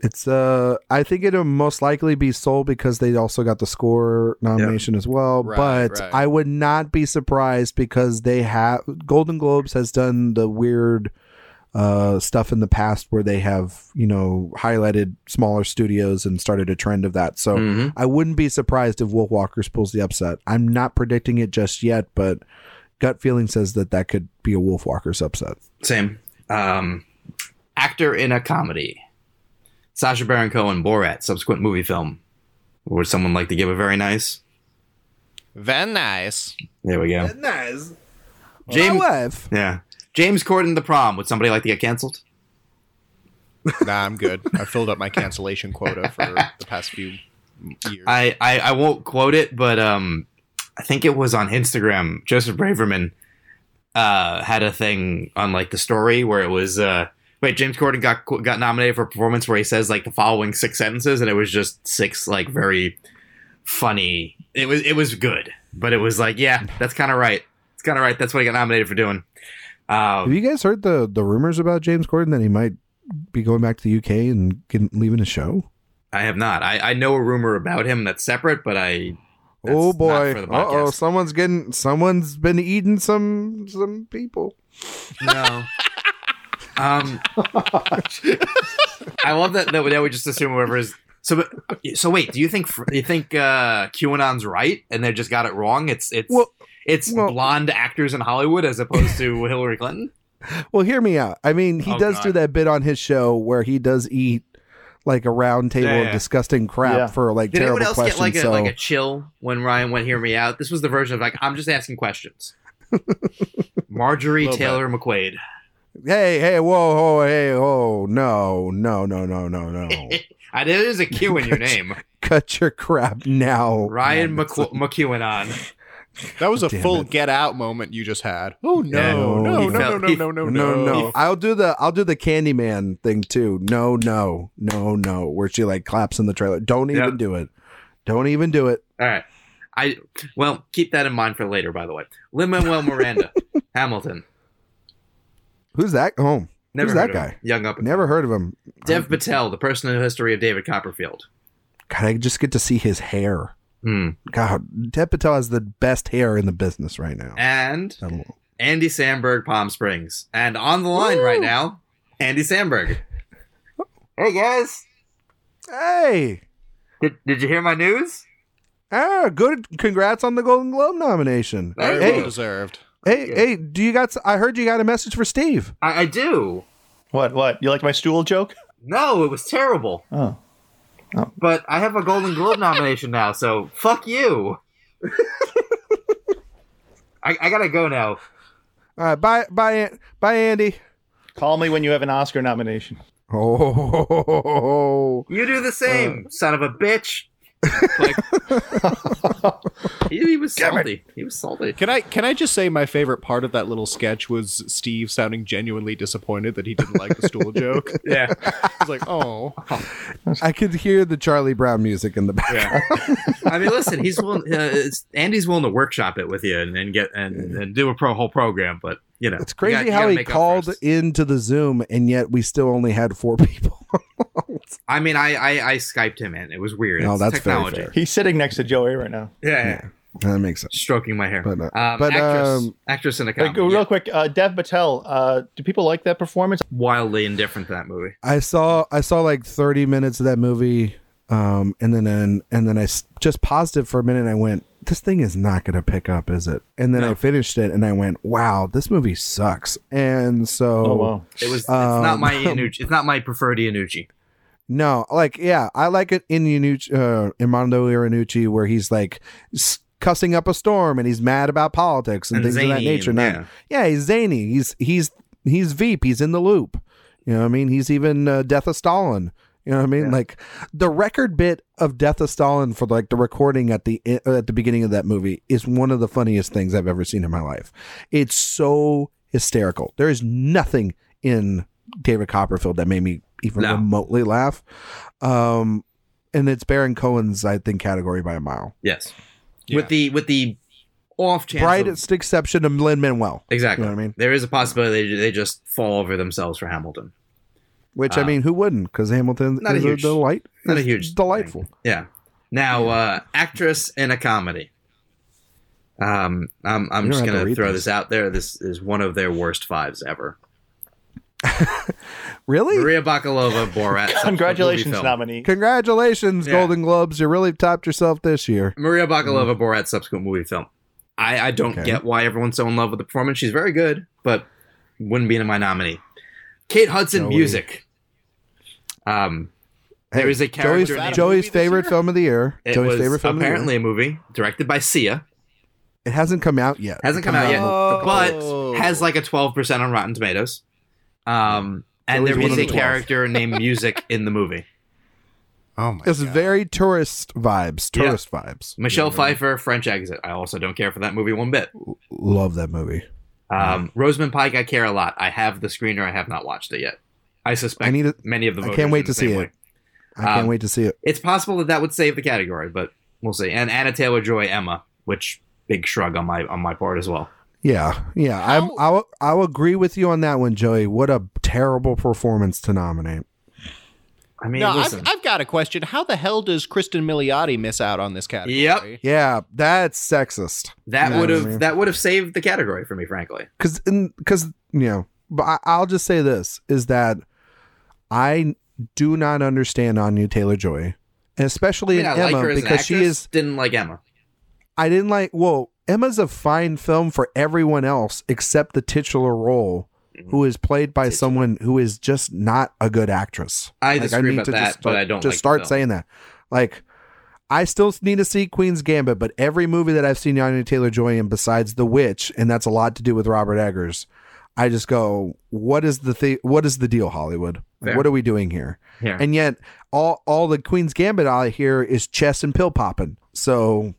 Speaker 3: It's uh, I think it'll most likely be Soul because they also got the score nomination as well.
Speaker 2: Right,
Speaker 3: but
Speaker 2: right.
Speaker 3: I would not be surprised because they have Golden Globes has done the weird uh stuff in the past where they have you know highlighted smaller studios and started a trend of that. So
Speaker 1: Mhm.
Speaker 3: I wouldn't be surprised if Wolf Walkers pulls the upset. I'm not predicting it just yet, but gut feeling says that that could be a Wolf Walkers upset.
Speaker 1: Same. Um, actor in a comedy. Sasha Baron Cohen, Borat, subsequent movie film. Would someone like to give a very nice?
Speaker 2: Van nice.
Speaker 1: There we go.
Speaker 3: Nice,
Speaker 1: James.
Speaker 3: wife.
Speaker 1: Yeah. James Corden, The Prom. Would somebody like to get canceled?
Speaker 2: Nah, I'm good. I filled up my cancellation quota for the past few years.
Speaker 1: I, I I won't quote it, but um, I think it was on Instagram. Joseph Braverman uh had a thing on like the story where it was uh wait James Corden got got nominated for a performance where he says like the following six sentences, and it was just six like very funny. It was it was good, but it was like yeah, that's kind of right. It's kind of right. That's what he got nominated for doing.
Speaker 3: Have
Speaker 1: Um,
Speaker 3: you guys heard the the rumors about James Corden that he might be going back to the UK and getting, leaving his show?
Speaker 1: I have not. I, I know a rumor about him that's separate, but I That's
Speaker 3: oh
Speaker 1: not
Speaker 3: boy!
Speaker 1: for the
Speaker 3: Uh oh!
Speaker 1: podcast.
Speaker 3: Someone's getting someone's been eating some some people.
Speaker 1: No. um, I love that, that. we- That we just assume whoever is. So, but- so wait. Do you think you think uh, QAnon's right and they just got it wrong? It's it's
Speaker 3: Well-
Speaker 1: it's
Speaker 3: well-
Speaker 1: blonde actors in Hollywood as opposed to Hillary Clinton.
Speaker 3: Well, hear me out. I mean, he
Speaker 1: Oh,
Speaker 3: does
Speaker 1: God.
Speaker 3: do that bit on his show where he does eat like a round table
Speaker 1: Yeah, yeah.
Speaker 3: of disgusting crap
Speaker 4: Yeah.
Speaker 3: for like
Speaker 1: Did anyone
Speaker 3: terrible
Speaker 1: else
Speaker 3: questions.
Speaker 1: get like a
Speaker 3: so
Speaker 1: like a chill when Ryan went hear me out? This was the version of like I'm just asking questions. Marjorie
Speaker 2: Little bit.
Speaker 1: Taylor McQuaid.
Speaker 3: hey, hey, whoa, whoa, hey, oh, no, no, no, no,
Speaker 1: [laughs]
Speaker 3: no, [laughs] no.
Speaker 1: I, there is a Q in your
Speaker 3: [laughs]
Speaker 1: name,
Speaker 3: Cut your crap now,
Speaker 1: Ryan
Speaker 3: man. It's
Speaker 1: McQu- McQuanon.
Speaker 2: That was a
Speaker 3: Damn
Speaker 2: full
Speaker 3: it.
Speaker 2: get out moment you just had. Oh no,
Speaker 1: Yeah.
Speaker 2: no, no,
Speaker 3: He
Speaker 2: no,
Speaker 1: felt-
Speaker 2: no,
Speaker 1: he-
Speaker 2: no, no,
Speaker 3: no, no.
Speaker 2: no.
Speaker 3: I'll do the I'll do the Candyman thing too. No, no, no, no. Where she like claps in the trailer. Don't
Speaker 1: Yeah.
Speaker 3: even do it. Don't even do it.
Speaker 1: All right. I well keep that in mind for later. By the way, Lin
Speaker 3: [laughs]
Speaker 1: Manuel Miranda, Hamilton.
Speaker 3: Who's that? Oh,
Speaker 1: Never
Speaker 3: Who's that
Speaker 1: heard of him.
Speaker 3: guy?
Speaker 1: Young up.
Speaker 3: never heard of him.
Speaker 1: Dev Patel, the personal history of David Copperfield.
Speaker 3: God, I just get to see his hair.
Speaker 1: Hmm.
Speaker 3: God, Ted Patel has the best hair in the business right now.
Speaker 1: And
Speaker 3: Um,
Speaker 1: Andy Sandberg, Palm Springs, and on the line right now, Andy Sandberg. Hey guys,
Speaker 3: Hey,
Speaker 1: did, did you hear my news?
Speaker 3: ah, good. Congrats on the Golden Globe nomination.
Speaker 1: Very
Speaker 2: Well
Speaker 3: Hey,
Speaker 1: good.
Speaker 2: deserved.
Speaker 3: hey,
Speaker 1: Yeah.
Speaker 3: hey, do you got? s- I heard you got a message for Steve.
Speaker 1: I, I do.
Speaker 4: What? What? You like my stool joke?
Speaker 1: No, it was terrible.
Speaker 4: Oh,
Speaker 1: But I have a Golden Globe nomination now, so fuck
Speaker 3: [laughs]
Speaker 1: you. I, I gotta go now.
Speaker 3: All right, Uh, bye, bye, An- bye, Andy.
Speaker 4: call me when you have an Oscar nomination.
Speaker 3: Oh, [laughs]
Speaker 1: You do the same, son of a bitch. [laughs] Like, he, he was salty. He was salty.
Speaker 2: Can I can I just say my favorite part of that little sketch was Steve sounding genuinely disappointed that he didn't like the stool joke.
Speaker 1: Yeah.
Speaker 2: He's like, oh,
Speaker 3: I could hear the Charlie Brown music in the back.
Speaker 1: Yeah. [laughs] I mean, listen, he's willing. Uh, it's, Andy's willing to workshop it with you and, and get and, and do a pro whole program, but you know,
Speaker 3: [laughs] It's
Speaker 1: you gotta-
Speaker 3: crazy
Speaker 1: you
Speaker 3: how
Speaker 1: gotta
Speaker 3: he
Speaker 1: make up
Speaker 3: called
Speaker 1: first.
Speaker 3: into the Zoom, and yet we still only had four [laughs] people.
Speaker 1: I mean, I, I I skyped him in. It was weird.
Speaker 3: No,
Speaker 1: It's
Speaker 3: that's very
Speaker 1: technology.
Speaker 3: fair.
Speaker 4: He's sitting next to Joey right now.
Speaker 1: Yeah, yeah.
Speaker 3: that makes sense.
Speaker 1: stroking my hair.
Speaker 3: But, uh,
Speaker 1: um,
Speaker 3: but,
Speaker 1: actress,
Speaker 3: um,
Speaker 1: actress in a
Speaker 4: Like,
Speaker 1: comedy,
Speaker 4: real
Speaker 1: yeah.
Speaker 4: quick, uh, Dev Patel. Uh, do people like that performance?
Speaker 1: wildly indifferent to that movie.
Speaker 3: I saw I saw like 30 minutes of that movie um and then and, and then I s- just paused it for a minute and I went this thing is not going to pick up is it and then
Speaker 1: No.
Speaker 3: I finished it and I went wow this movie sucks and so
Speaker 4: Oh, wow.
Speaker 1: It was. It's
Speaker 3: Um,
Speaker 1: not
Speaker 3: [laughs]
Speaker 1: my Iannucci. It's not my preferred Iannucci.
Speaker 3: no like yeah I like it in Iannucci, uh Armando Iannucci where he's like s- cussing up a storm and he's mad about politics and,
Speaker 1: And
Speaker 3: things of that
Speaker 1: zany,
Speaker 3: nature
Speaker 1: yeah.
Speaker 3: Not- yeah he's zany he's he's he's Veep he's in the loop you know what I mean he's even uh, Death of Stalin You know what I mean? Like the record bit of Death of Stalin for like the recording at the uh, at the beginning of that movie is one of the funniest things I've ever seen in my life. It's so hysterical. There is nothing in David Copperfield that made me even
Speaker 1: No.
Speaker 3: remotely laugh. Um and it's Baron Cohen's I think category by a mile.
Speaker 1: Yes.
Speaker 2: Yeah.
Speaker 1: With the with the off chance. of-
Speaker 3: Brightest exception of Lin Manuel,
Speaker 1: exactly.
Speaker 3: You know what I mean?
Speaker 1: There is a possibility they, they just fall over themselves for Hamilton.
Speaker 3: which I
Speaker 1: Ah.
Speaker 3: mean who wouldn't cuz Hamilton
Speaker 1: Not a
Speaker 3: is
Speaker 1: huge-
Speaker 3: a delight.
Speaker 1: Not a
Speaker 3: is
Speaker 1: huge.
Speaker 3: delightful.
Speaker 1: thing. Yeah. Now, uh, actress in a comedy. Um, I'm, I'm
Speaker 3: You don't
Speaker 1: just
Speaker 3: have to
Speaker 1: gonna
Speaker 3: read
Speaker 1: throw
Speaker 3: this.
Speaker 1: this out there. This is one of their worst fives ever.
Speaker 3: Really?
Speaker 1: Maria Bakalova, Borat.
Speaker 4: Congratulations,
Speaker 1: subsequent movie film.
Speaker 4: nominee.
Speaker 3: Congratulations
Speaker 1: Yeah.
Speaker 3: Golden Globes, you really topped yourself this year.
Speaker 1: Maria Bakalova, Borat subsequent movie film. I, I don't
Speaker 3: Mm. Okay.
Speaker 1: get why everyone's so in love with the performance. She's very good, but wouldn't be in my nominee. Kate Hudson,
Speaker 3: Joey.
Speaker 1: music. Um, There is a character
Speaker 3: Joey's,
Speaker 1: named-
Speaker 3: Joey's
Speaker 2: Movie this
Speaker 3: favorite
Speaker 2: year?
Speaker 3: film of the year.
Speaker 1: it
Speaker 3: Joey's
Speaker 1: was
Speaker 3: favorite film.
Speaker 1: apparently a movie directed by Sia.
Speaker 3: of the year. it hasn't come out yet.
Speaker 1: Hasn't
Speaker 3: It
Speaker 1: come
Speaker 3: comes
Speaker 1: out yet.
Speaker 3: in a
Speaker 1: but
Speaker 2: Oh.
Speaker 1: has like a 12% on Rotten Tomatoes. Um, and
Speaker 3: Always
Speaker 1: there
Speaker 3: one
Speaker 1: is
Speaker 3: of
Speaker 1: a
Speaker 3: the 12.
Speaker 1: character named
Speaker 3: [laughs]
Speaker 1: Music in the movie.
Speaker 2: oh my.
Speaker 3: It's
Speaker 2: God.
Speaker 3: very tourist vibes.
Speaker 1: Yeah.
Speaker 3: Tourist vibes.
Speaker 1: Michelle Pfeiffer, French Exit. I also don't care for that movie one bit.
Speaker 3: Love that movie.
Speaker 1: Um, Rosamund Pike, I care a lot. I have the screener. I have not watched it yet. I suspect
Speaker 3: I need it.
Speaker 1: many of the
Speaker 3: I
Speaker 1: voters.
Speaker 3: can't wait
Speaker 1: in the
Speaker 3: to see
Speaker 1: same
Speaker 3: it.
Speaker 1: way.
Speaker 3: I can't
Speaker 1: Um,
Speaker 3: wait to see it.
Speaker 1: It's possible that that would save the category, but we'll see. And Anna Taylor Joy, Emma, which big shrug on my on my part as well.
Speaker 3: Yeah, yeah. I'm. I'll. I'll agree with you on that one, Joey. What a terrible performance to nominate.
Speaker 1: I mean,
Speaker 2: No, I've,
Speaker 1: listen,
Speaker 2: I've got a question. How the hell does Kristen Milioti miss out on this category?
Speaker 1: Yep.
Speaker 3: Yeah, that's sexist.
Speaker 1: that
Speaker 3: Yeah,
Speaker 1: would
Speaker 3: I mean-
Speaker 1: have that would have saved the category for me, frankly.
Speaker 3: because because you know but I, i'll just say this is that i do not understand anya taylor joy and
Speaker 1: I
Speaker 3: especially
Speaker 1: mean, I
Speaker 3: in
Speaker 1: like
Speaker 3: emma
Speaker 1: her as an
Speaker 3: because
Speaker 1: actress.
Speaker 3: she is
Speaker 1: didn't like Emma.
Speaker 3: i didn't like well emma's a fine film for everyone else except the titular role who
Speaker 1: Mm-hmm.
Speaker 3: is played by someone who is just not a good actress.
Speaker 1: I
Speaker 3: Like,
Speaker 1: disagree about
Speaker 3: to
Speaker 1: that,
Speaker 3: just start,
Speaker 1: but I don't
Speaker 3: just
Speaker 1: like the
Speaker 3: start
Speaker 1: film.
Speaker 3: saying that. Like, I still need to see Queen's Gambit, but every movie that I've seen Anya Taylor Joy in, besides The Witch, and that's a lot to do with Robert Eggers. I just go, what is the thi- what is the deal, Hollywood? Like,
Speaker 1: Fair.
Speaker 3: what are we doing here?
Speaker 1: Yeah.
Speaker 3: And yet, all all the Queen's Gambit I hear is chess and pill popping. So,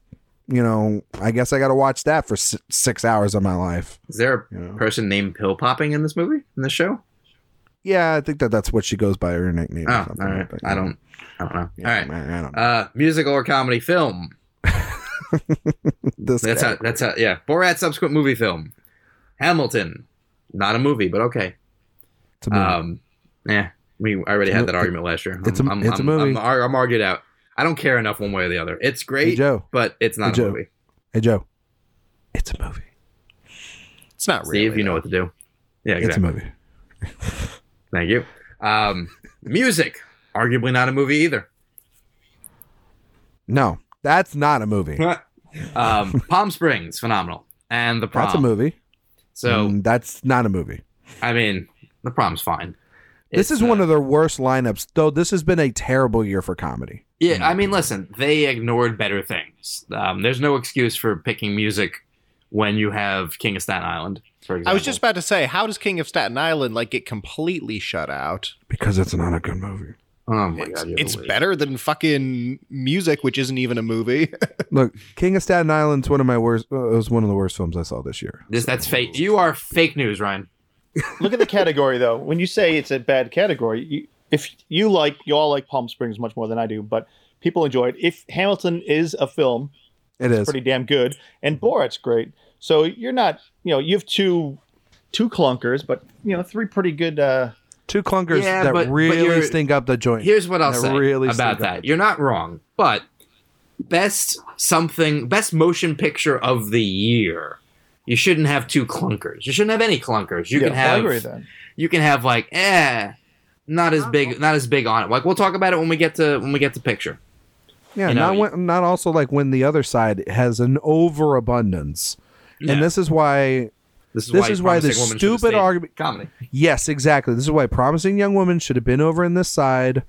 Speaker 3: you know, I guess I got to watch that for si- six hours of my life.
Speaker 1: Is there a
Speaker 3: You know?
Speaker 1: person named Pill Popping in this movie? In this show?
Speaker 3: Yeah, I think that that's what she goes by her nickname. or
Speaker 1: Oh, all
Speaker 3: something
Speaker 1: right.
Speaker 3: like that,
Speaker 1: I
Speaker 3: yeah.
Speaker 1: don't. I don't know.
Speaker 3: Yeah,
Speaker 1: all right.
Speaker 3: I, I don't know.
Speaker 1: Uh, musical or comedy film?
Speaker 3: [laughs] This
Speaker 1: That's
Speaker 3: guy.
Speaker 1: how. That's how. Yeah. Borat subsequent movie film. Hamilton. Not a movie, but okay.
Speaker 3: It's a movie.
Speaker 1: Um. Yeah. We I already
Speaker 3: It's a
Speaker 1: had
Speaker 3: mo-
Speaker 1: that argument last year.
Speaker 3: it's a-
Speaker 1: I'm, I'm,
Speaker 3: it's a
Speaker 1: I'm-
Speaker 3: movie.
Speaker 1: I'm, ar- I'm argued out. I don't care enough one way or the other. It's
Speaker 3: hey
Speaker 1: great,
Speaker 3: Joe.
Speaker 1: but it's not
Speaker 3: Hey,
Speaker 1: a
Speaker 3: Joe.
Speaker 1: movie.
Speaker 3: Hey Joe. It's a movie.
Speaker 2: It's not
Speaker 1: Steve,
Speaker 2: really.
Speaker 1: you know what to do. Yeah. Exactly.
Speaker 3: It's a movie.
Speaker 1: Thank you. Um, music, arguably not a movie either. [laughs]
Speaker 3: No, that's not a movie.
Speaker 1: um, Palm Springs, phenomenal, and the prom.
Speaker 3: That's a movie.
Speaker 1: So
Speaker 3: Mm, that's not a movie.
Speaker 1: I mean, the prom's fine.
Speaker 3: this is
Speaker 1: uh,
Speaker 3: one of their worst lineups, though. This has been a terrible year for comedy.
Speaker 1: yeah. I mean, listen, they ignored better things. Um, there's no excuse for picking music when you have King of Staten Island. For example,
Speaker 2: I was just about to say, how does King of Staten Island like get completely shut out?
Speaker 3: Because it's not a good movie.
Speaker 1: oh my
Speaker 2: it's
Speaker 1: god, you're
Speaker 2: it's
Speaker 1: the worst.
Speaker 2: better than fucking music, which isn't even a movie.
Speaker 3: [laughs]
Speaker 2: [laughs]
Speaker 3: Look, King of Staten Island's one of my worst. Uh, it was one of the worst films I saw this year.
Speaker 1: This that's fake. You are fake news, Ryan.
Speaker 4: Look at the category though. When you say it's a bad category, you, if you like, you all like Palm Springs much more than I do, but people enjoy it. If Hamilton is a film,
Speaker 3: It is.
Speaker 4: pretty damn good, and Borat's great. So you're not, you know, you have two, two clunkers, but you know, three pretty good. Uh,
Speaker 3: Two clunkers
Speaker 1: Yeah,
Speaker 3: that
Speaker 1: but- but
Speaker 3: really
Speaker 1: you're-
Speaker 3: stink up the joint.
Speaker 1: Here's what I'll
Speaker 3: That
Speaker 1: say
Speaker 3: really stuck
Speaker 1: about
Speaker 3: out.
Speaker 1: that. You're not wrong, but best something, best motion picture of the year. You shouldn't have two clunkers. You shouldn't have any clunkers. You
Speaker 4: yeah,
Speaker 1: can
Speaker 4: I agree with
Speaker 1: have
Speaker 4: that.
Speaker 1: you can have like eh, not as big, not as big on it. Like we'll talk about it when we get to when we get to picture.
Speaker 3: Yeah,
Speaker 1: You know,
Speaker 3: not when, not also like when the other side has an overabundance,
Speaker 1: Yeah.
Speaker 3: and this is why.
Speaker 1: is
Speaker 3: this is why
Speaker 1: Promising
Speaker 3: the
Speaker 1: Woman should have
Speaker 3: stupid
Speaker 1: stayed
Speaker 3: argument-
Speaker 1: comedy.
Speaker 3: Yes, exactly. This is why promising young woman should have been over in this side,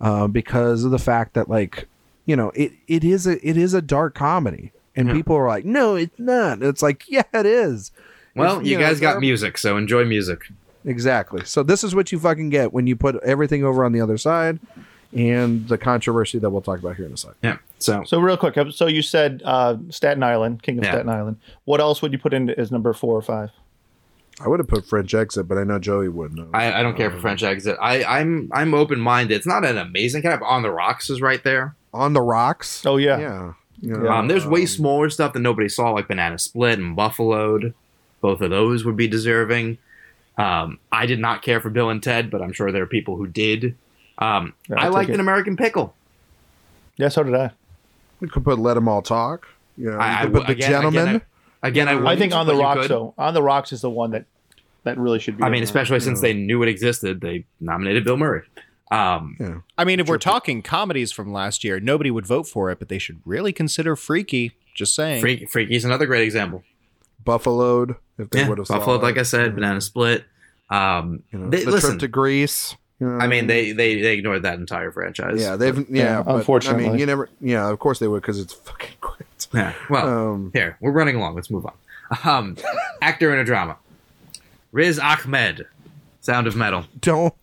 Speaker 3: uh, because of the fact that like, you know, it it is a it is a dark comedy, and
Speaker 1: Yeah.
Speaker 3: people are like, no, it's not. It's like, yeah, it is.
Speaker 1: Well,
Speaker 3: It's-
Speaker 1: you,
Speaker 3: know,
Speaker 1: guys got
Speaker 3: they're-
Speaker 1: music, so enjoy music.
Speaker 3: exactly. So this is what you fucking get when you put everything over on the other side, and the controversy that we'll talk about here in a second.
Speaker 1: Yeah. So
Speaker 4: So real quick, so you said uh, Staten Island, King of
Speaker 1: Yeah.
Speaker 4: Staten Island. What else would you put in as number four or five?
Speaker 3: I would have put French Exit, but I know Joey wouldn't.
Speaker 1: I, I don't care for French Exit. I, I'm I'm open minded. It's not an amazing kind of on the rocks is right there.
Speaker 3: on the rocks.
Speaker 4: Oh yeah,
Speaker 3: yeah. You know,
Speaker 1: Um, there's way
Speaker 3: um,
Speaker 1: smaller stuff that nobody saw, like Banana Split and Buffaloed. Both of those would be deserving. Um, I did not care for Bill and Ted, but I'm sure there are people who did. Um,
Speaker 4: Yeah, I'll
Speaker 1: I
Speaker 4: take
Speaker 1: liked
Speaker 4: it.
Speaker 1: an American Pickle.
Speaker 4: yeah. So did I.
Speaker 3: You could put "Let 'Em All Talk." You
Speaker 1: I,
Speaker 3: know, you
Speaker 1: I
Speaker 3: could put
Speaker 1: w-
Speaker 3: "The
Speaker 1: again-
Speaker 3: Gentleman."
Speaker 1: Again, I, again, I,
Speaker 4: I
Speaker 1: wouldn't,
Speaker 4: think on the
Speaker 1: but you
Speaker 4: rocks
Speaker 1: could.
Speaker 4: though. On the rocks is the one that that really should be.
Speaker 1: I
Speaker 4: in
Speaker 1: mean,
Speaker 4: there.
Speaker 1: especially since they knew it existed, they nominated Bill Murray. Um,
Speaker 2: I mean, if we're talking comedies from last year, nobody would vote for it, but they should really consider Freaky. Just saying.
Speaker 1: Freak, Freaky's another great example.
Speaker 3: Buffaloed, if they
Speaker 1: Yeah,
Speaker 3: would have
Speaker 1: Buffalo, like I said, Banana Split. Um,
Speaker 3: you know,
Speaker 1: they-
Speaker 3: the
Speaker 1: listen,
Speaker 3: trip to Greece. you know,
Speaker 1: I mean, they, they they ignored that entire franchise.
Speaker 3: yeah, they've yeah.
Speaker 4: Yeah,
Speaker 3: but, I mean,
Speaker 4: unfortunately.
Speaker 3: you never. Yeah, of course they would because it's fucking great.
Speaker 1: Oh. Yeah, Well,
Speaker 3: Um,
Speaker 1: Here, we're running along. Let's move on. [laughs] Um, actor in a drama. Riz Ahmed, Sound of Metal.
Speaker 3: don't.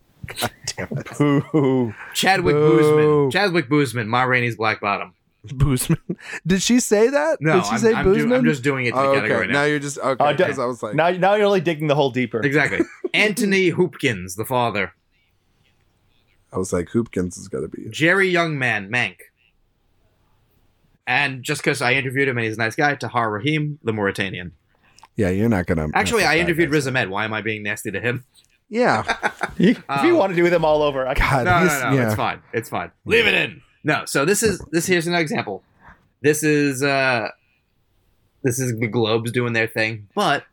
Speaker 4: Ooh.
Speaker 1: Chadwick
Speaker 3: Boo.
Speaker 1: Boozman. Chadwick Boozman, Ma Rainey's Black Bottom.
Speaker 3: Boozman. Did she say that?
Speaker 1: No,
Speaker 3: Did she
Speaker 1: I'm,
Speaker 3: say
Speaker 1: I'm, do-
Speaker 3: Boozman?
Speaker 1: I'm just doing it to
Speaker 3: Oh,
Speaker 1: the
Speaker 3: okay.
Speaker 1: category now.
Speaker 3: you're just
Speaker 4: Uh,
Speaker 3: okay.
Speaker 4: d-
Speaker 3: Because Oh, I was like,
Speaker 4: now, now you're only digging the hole deeper.
Speaker 1: Exactly. [laughs] Anthony Hoopkins, the father.
Speaker 3: I was like, Hoopkins is gonna be.
Speaker 1: Jerry Youngman, Mank. And just because I interviewed him and he's a nice guy, Tahar Rahim, the Mauritanian.
Speaker 3: Yeah, you're not gonna.
Speaker 1: Actually, I
Speaker 3: that's
Speaker 1: interviewed
Speaker 3: bad.
Speaker 1: Riz Ahmed. Why am I being nasty to
Speaker 3: [laughs]
Speaker 1: him?
Speaker 3: Yeah,
Speaker 4: If
Speaker 1: Um,
Speaker 4: you want to do them all over, I
Speaker 1: [laughs]
Speaker 3: God,
Speaker 4: can,
Speaker 1: no, no,
Speaker 3: he's,
Speaker 1: no,
Speaker 3: yeah.
Speaker 1: it's fine. It's fine. Leave it in. No, so this is this here's another example. This is uh this is the Globes doing their thing, but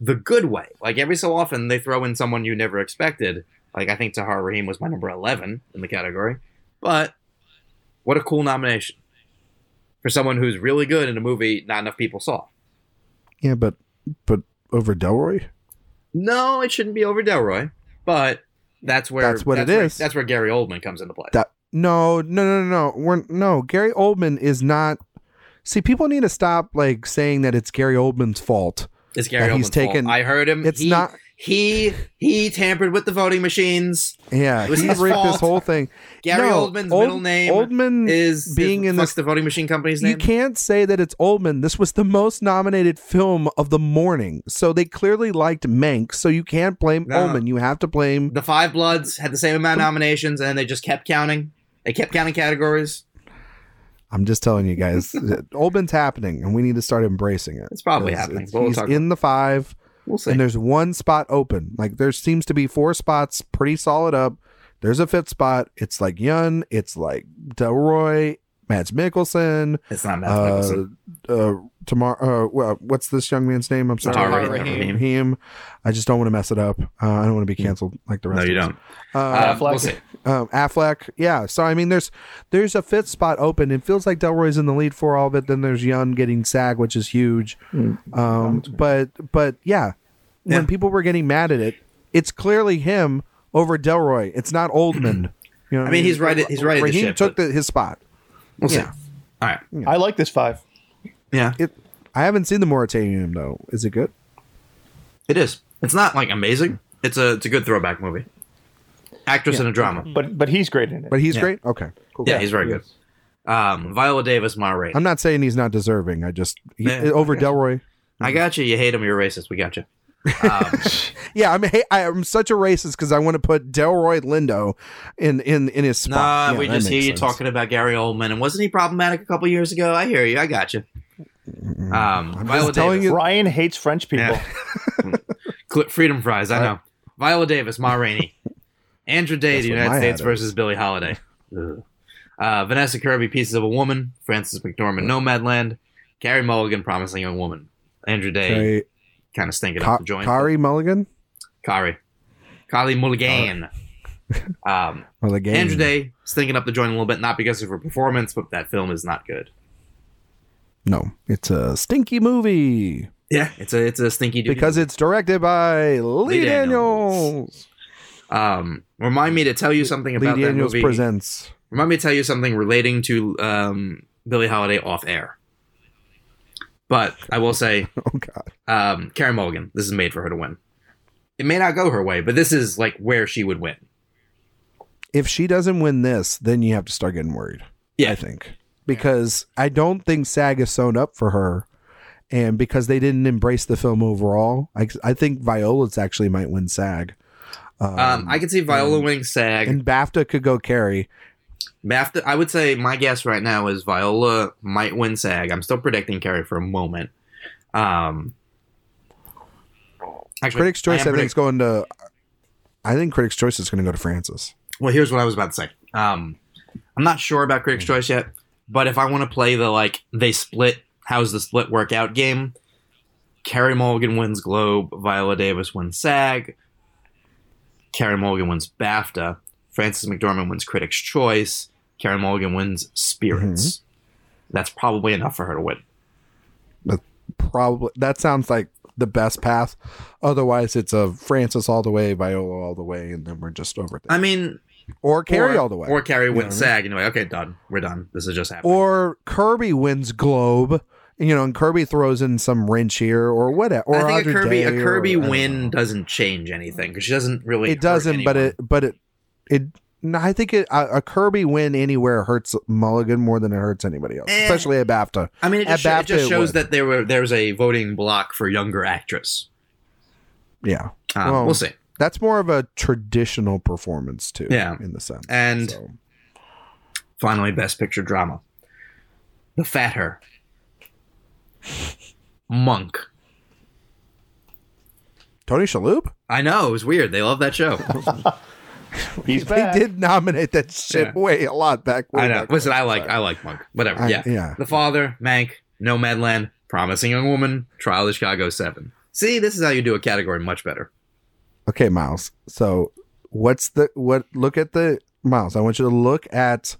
Speaker 1: the good way. Like every so often they throw in someone you never expected. Like I think Tahar Rahim was my number eleven in the category. But what a cool nomination. For someone who's really good in a movie not enough people saw.
Speaker 3: yeah, but but over Delroy.
Speaker 1: No, it shouldn't be over Delroy, but that's where
Speaker 6: That's what it
Speaker 1: where-
Speaker 6: is.
Speaker 1: That's where Gary Oldman comes into play.
Speaker 6: That-
Speaker 3: No, no, no, no. We're no. Gary Oldman is not. See, people need to stop like saying that it's Gary Oldman's fault.
Speaker 1: it's Gary
Speaker 3: that
Speaker 1: Oldman's
Speaker 3: he's taken-
Speaker 1: fault. I heard him.
Speaker 3: It's
Speaker 1: he,
Speaker 3: not.
Speaker 1: He he tampered with the voting machines.
Speaker 3: Yeah,
Speaker 1: It was
Speaker 3: he
Speaker 1: his
Speaker 3: rigged this
Speaker 1: fault.
Speaker 3: whole thing.
Speaker 1: Gary
Speaker 3: No,
Speaker 1: Oldman's
Speaker 3: Old-
Speaker 1: middle name
Speaker 3: Oldman
Speaker 1: is
Speaker 3: being
Speaker 1: is,
Speaker 3: in
Speaker 1: what's
Speaker 3: this-
Speaker 1: the voting machine company's name.
Speaker 3: You can't say that it's Oldman. This was the most nominated film of the morning, so they clearly liked Mank. So you can't blame
Speaker 1: No.
Speaker 3: Oldman. You have to blame.
Speaker 1: The Five Bloods had the same amount of nominations, and they just kept counting. They kept counting categories.
Speaker 3: I'm just telling you
Speaker 1: [laughs]
Speaker 3: guys, that Oldman's happening, and we need to start embracing it.
Speaker 1: It's probably
Speaker 3: It's-
Speaker 1: happening.
Speaker 3: it's-
Speaker 1: but we'll
Speaker 3: he's
Speaker 1: talk.
Speaker 3: in the five,
Speaker 1: we'll see.
Speaker 3: and there's one spot open. Like there seems to be four spots, pretty solid up. There's a fifth spot. It's like Yun. It's like Delroy, Mads Mikkelsen,
Speaker 1: It's not Matt
Speaker 3: uh,
Speaker 1: Nicholson.
Speaker 3: uh, Tamar. Uh, wha- what's this young man's name? I'm sorry,
Speaker 1: Tahar
Speaker 2: Rahim.
Speaker 1: Rahim.
Speaker 3: Raheem. I just don't want to mess it up. Uh, I don't want to be canceled like the rest.
Speaker 1: No,
Speaker 3: of
Speaker 1: you
Speaker 3: us.
Speaker 1: don't.
Speaker 3: Uh,
Speaker 1: Um, we'll see.
Speaker 3: um, Affleck, yeah. So I mean, there's there's a fifth spot open. It feels like Delroy's in the lead for all of it. Then there's Young getting SAG, which is huge. Um, but but yeah,
Speaker 1: Yeah.
Speaker 3: when people were getting mad at it, it's clearly him over Delroy. It's not
Speaker 1: [clears throat]
Speaker 3: Oldman. You know, what
Speaker 1: I mean, he's right at- he's right at the
Speaker 3: Raheem
Speaker 1: ship,
Speaker 3: took
Speaker 1: but-
Speaker 3: the, his spot.
Speaker 1: We'll
Speaker 3: Yeah.
Speaker 1: see. All right.
Speaker 4: I like this five.
Speaker 1: Yeah,
Speaker 3: It. I haven't seen the Mauritanian though. Is it good?
Speaker 1: it is. It's not like amazing. It's a it's a good throwback movie. Actress in a drama.
Speaker 4: But but he's great in it.
Speaker 3: But he's
Speaker 1: Yeah.
Speaker 3: great. Okay, cool.
Speaker 1: Yeah, he's very good. Um, Viola Davis, Ma Rainey.
Speaker 3: I'm not saying he's not deserving. I just he,
Speaker 1: Yeah,
Speaker 3: over
Speaker 1: I guess.
Speaker 3: Delroy.
Speaker 1: I got you. You hate him. You're racist. We got you. Um,
Speaker 3: Yeah, I'm hey, I'm such a racist because I want to put Delroy Lindo in in in his spot.
Speaker 1: nah,
Speaker 3: Yeah,
Speaker 1: we
Speaker 3: that
Speaker 1: just hear
Speaker 3: makes
Speaker 1: you
Speaker 3: sense.
Speaker 1: talking about Gary Oldman, and wasn't he problematic a couple years ago? I hear you. I got you. Um, Viola
Speaker 3: telling
Speaker 1: Davis,
Speaker 3: you-
Speaker 4: Ryan hates French people.
Speaker 1: Yeah. Cl- Freedom Fries. I know. Viola Davis, Ma Rainey,
Speaker 3: [laughs]
Speaker 1: Andrew Day, the
Speaker 3: what
Speaker 1: United
Speaker 3: my
Speaker 1: States
Speaker 3: ad
Speaker 1: versus Billie
Speaker 3: [laughs]
Speaker 1: Holiday, uh, Vanessa Kirby, Pieces of a Woman, Frances McDormand, Nomadland, Carrie Mulligan, Promising Young Woman, Andrew Day,
Speaker 3: Okay,
Speaker 1: kind of stinking
Speaker 3: Ka-
Speaker 1: up the joint.
Speaker 3: Kari Mulligan.
Speaker 1: Kari, Kari Mulligan. um,
Speaker 3: Mulligan.
Speaker 1: Andrew Day stinking up the joint a little bit, not because of her performance, but that film is not good.
Speaker 3: No, it's a stinky movie
Speaker 1: Yeah, it's a it's a stinky dude.
Speaker 3: because it's directed by Lee,
Speaker 1: Lee Daniels.
Speaker 3: Daniels.
Speaker 1: um, remind me to tell you something about
Speaker 3: Lee
Speaker 1: that
Speaker 3: Daniels
Speaker 1: movie.
Speaker 3: presents. [laughs]
Speaker 1: Remind me to tell you something relating to um, Billie Holiday off air. But I will say,
Speaker 3: Oh God,
Speaker 1: um, Karen Mulligan, this is made for her to win. It may not go her way, but this is like where she would win.
Speaker 3: if she doesn't win this, then you have to start getting worried.
Speaker 1: Yeah.
Speaker 3: I think because I don't think SAG is sewn up for her, and because they didn't embrace the film overall, I, I think Violet's actually might win SAG.
Speaker 1: Um, I could see Viola winning SAG.
Speaker 3: and BAFTA could go carry.
Speaker 1: BAFTA, I would say my guess right now is Viola might win SAG. I'm still predicting Carrie for a moment. Um, actually,
Speaker 3: Critics' Choice, I,
Speaker 1: am
Speaker 3: think,
Speaker 1: predict-
Speaker 3: is going to. I think Critics' Choice is going to go to Francis.
Speaker 1: well, here's what I was about to say. Um, I'm not sure about Critics'
Speaker 3: Hmm.
Speaker 1: Choice yet, but if I want to play the like they split, how's the split workout game? Carrie Mulligan wins Globe, Viola Davis wins SAG, Carrie Mulligan wins BAFTA, Frances McDormand wins Critics' Choice, Carrie Mulligan wins
Speaker 3: Hmm.
Speaker 1: Spirits. That's probably enough for her to win.
Speaker 3: Probably that sounds like the best path. Otherwise, it's a Francis all the way, Viola all the way, and then we're just over there.
Speaker 1: I mean,
Speaker 3: or Carrie
Speaker 1: or-
Speaker 3: all the way,
Speaker 1: or Carrie
Speaker 3: know
Speaker 1: wins
Speaker 3: what I
Speaker 1: SAG. Anyway, okay, done. We're done. This is just happening.
Speaker 3: or Kirby wins Globe. You know, and Kirby throws in some wrench here, or whatever. Or
Speaker 1: I think
Speaker 3: Audra
Speaker 1: a Kirby
Speaker 3: Day
Speaker 1: a
Speaker 3: or-
Speaker 1: Kirby
Speaker 3: I don't
Speaker 1: win
Speaker 3: know.
Speaker 1: doesn't change anything because she doesn't really.
Speaker 3: It doesn't, but it, but it, it. No, I think it, a, a Kirby win anywhere hurts Mulligan more than it hurts anybody else,
Speaker 1: Eh.
Speaker 3: especially at BAFTA.
Speaker 1: I mean, it just,
Speaker 3: at
Speaker 1: sho- it just
Speaker 3: BAFTA it
Speaker 1: shows
Speaker 3: would.
Speaker 1: that there were there was a voting block for younger actress.
Speaker 3: Yeah,
Speaker 1: Um,
Speaker 3: Well,
Speaker 1: we'll see.
Speaker 3: that's more of a traditional performance too.
Speaker 1: Yeah.
Speaker 3: in the sense.
Speaker 1: And-
Speaker 3: so.
Speaker 1: Finally, Best Picture Drama. The Fat Her. Monk.
Speaker 3: Tony Shalhoub,
Speaker 1: I know it was weird. They love that show.
Speaker 4: [laughs] He's
Speaker 3: they
Speaker 4: back.
Speaker 3: did nominate that shit
Speaker 1: Yeah.
Speaker 3: way a lot back. [laughs] Way
Speaker 1: I know.
Speaker 3: back
Speaker 1: Listen,
Speaker 3: when,
Speaker 1: I like
Speaker 3: so.
Speaker 1: I like Monk. Whatever.
Speaker 3: I-
Speaker 1: yeah.
Speaker 3: yeah.
Speaker 1: The Father, Mank, Nomadland, Promising Young Woman, Trial of Chicago Seven. See, this is how you do a category much better.
Speaker 3: Okay, Miles. So, what's the what? Look at the Miles. I want you to look at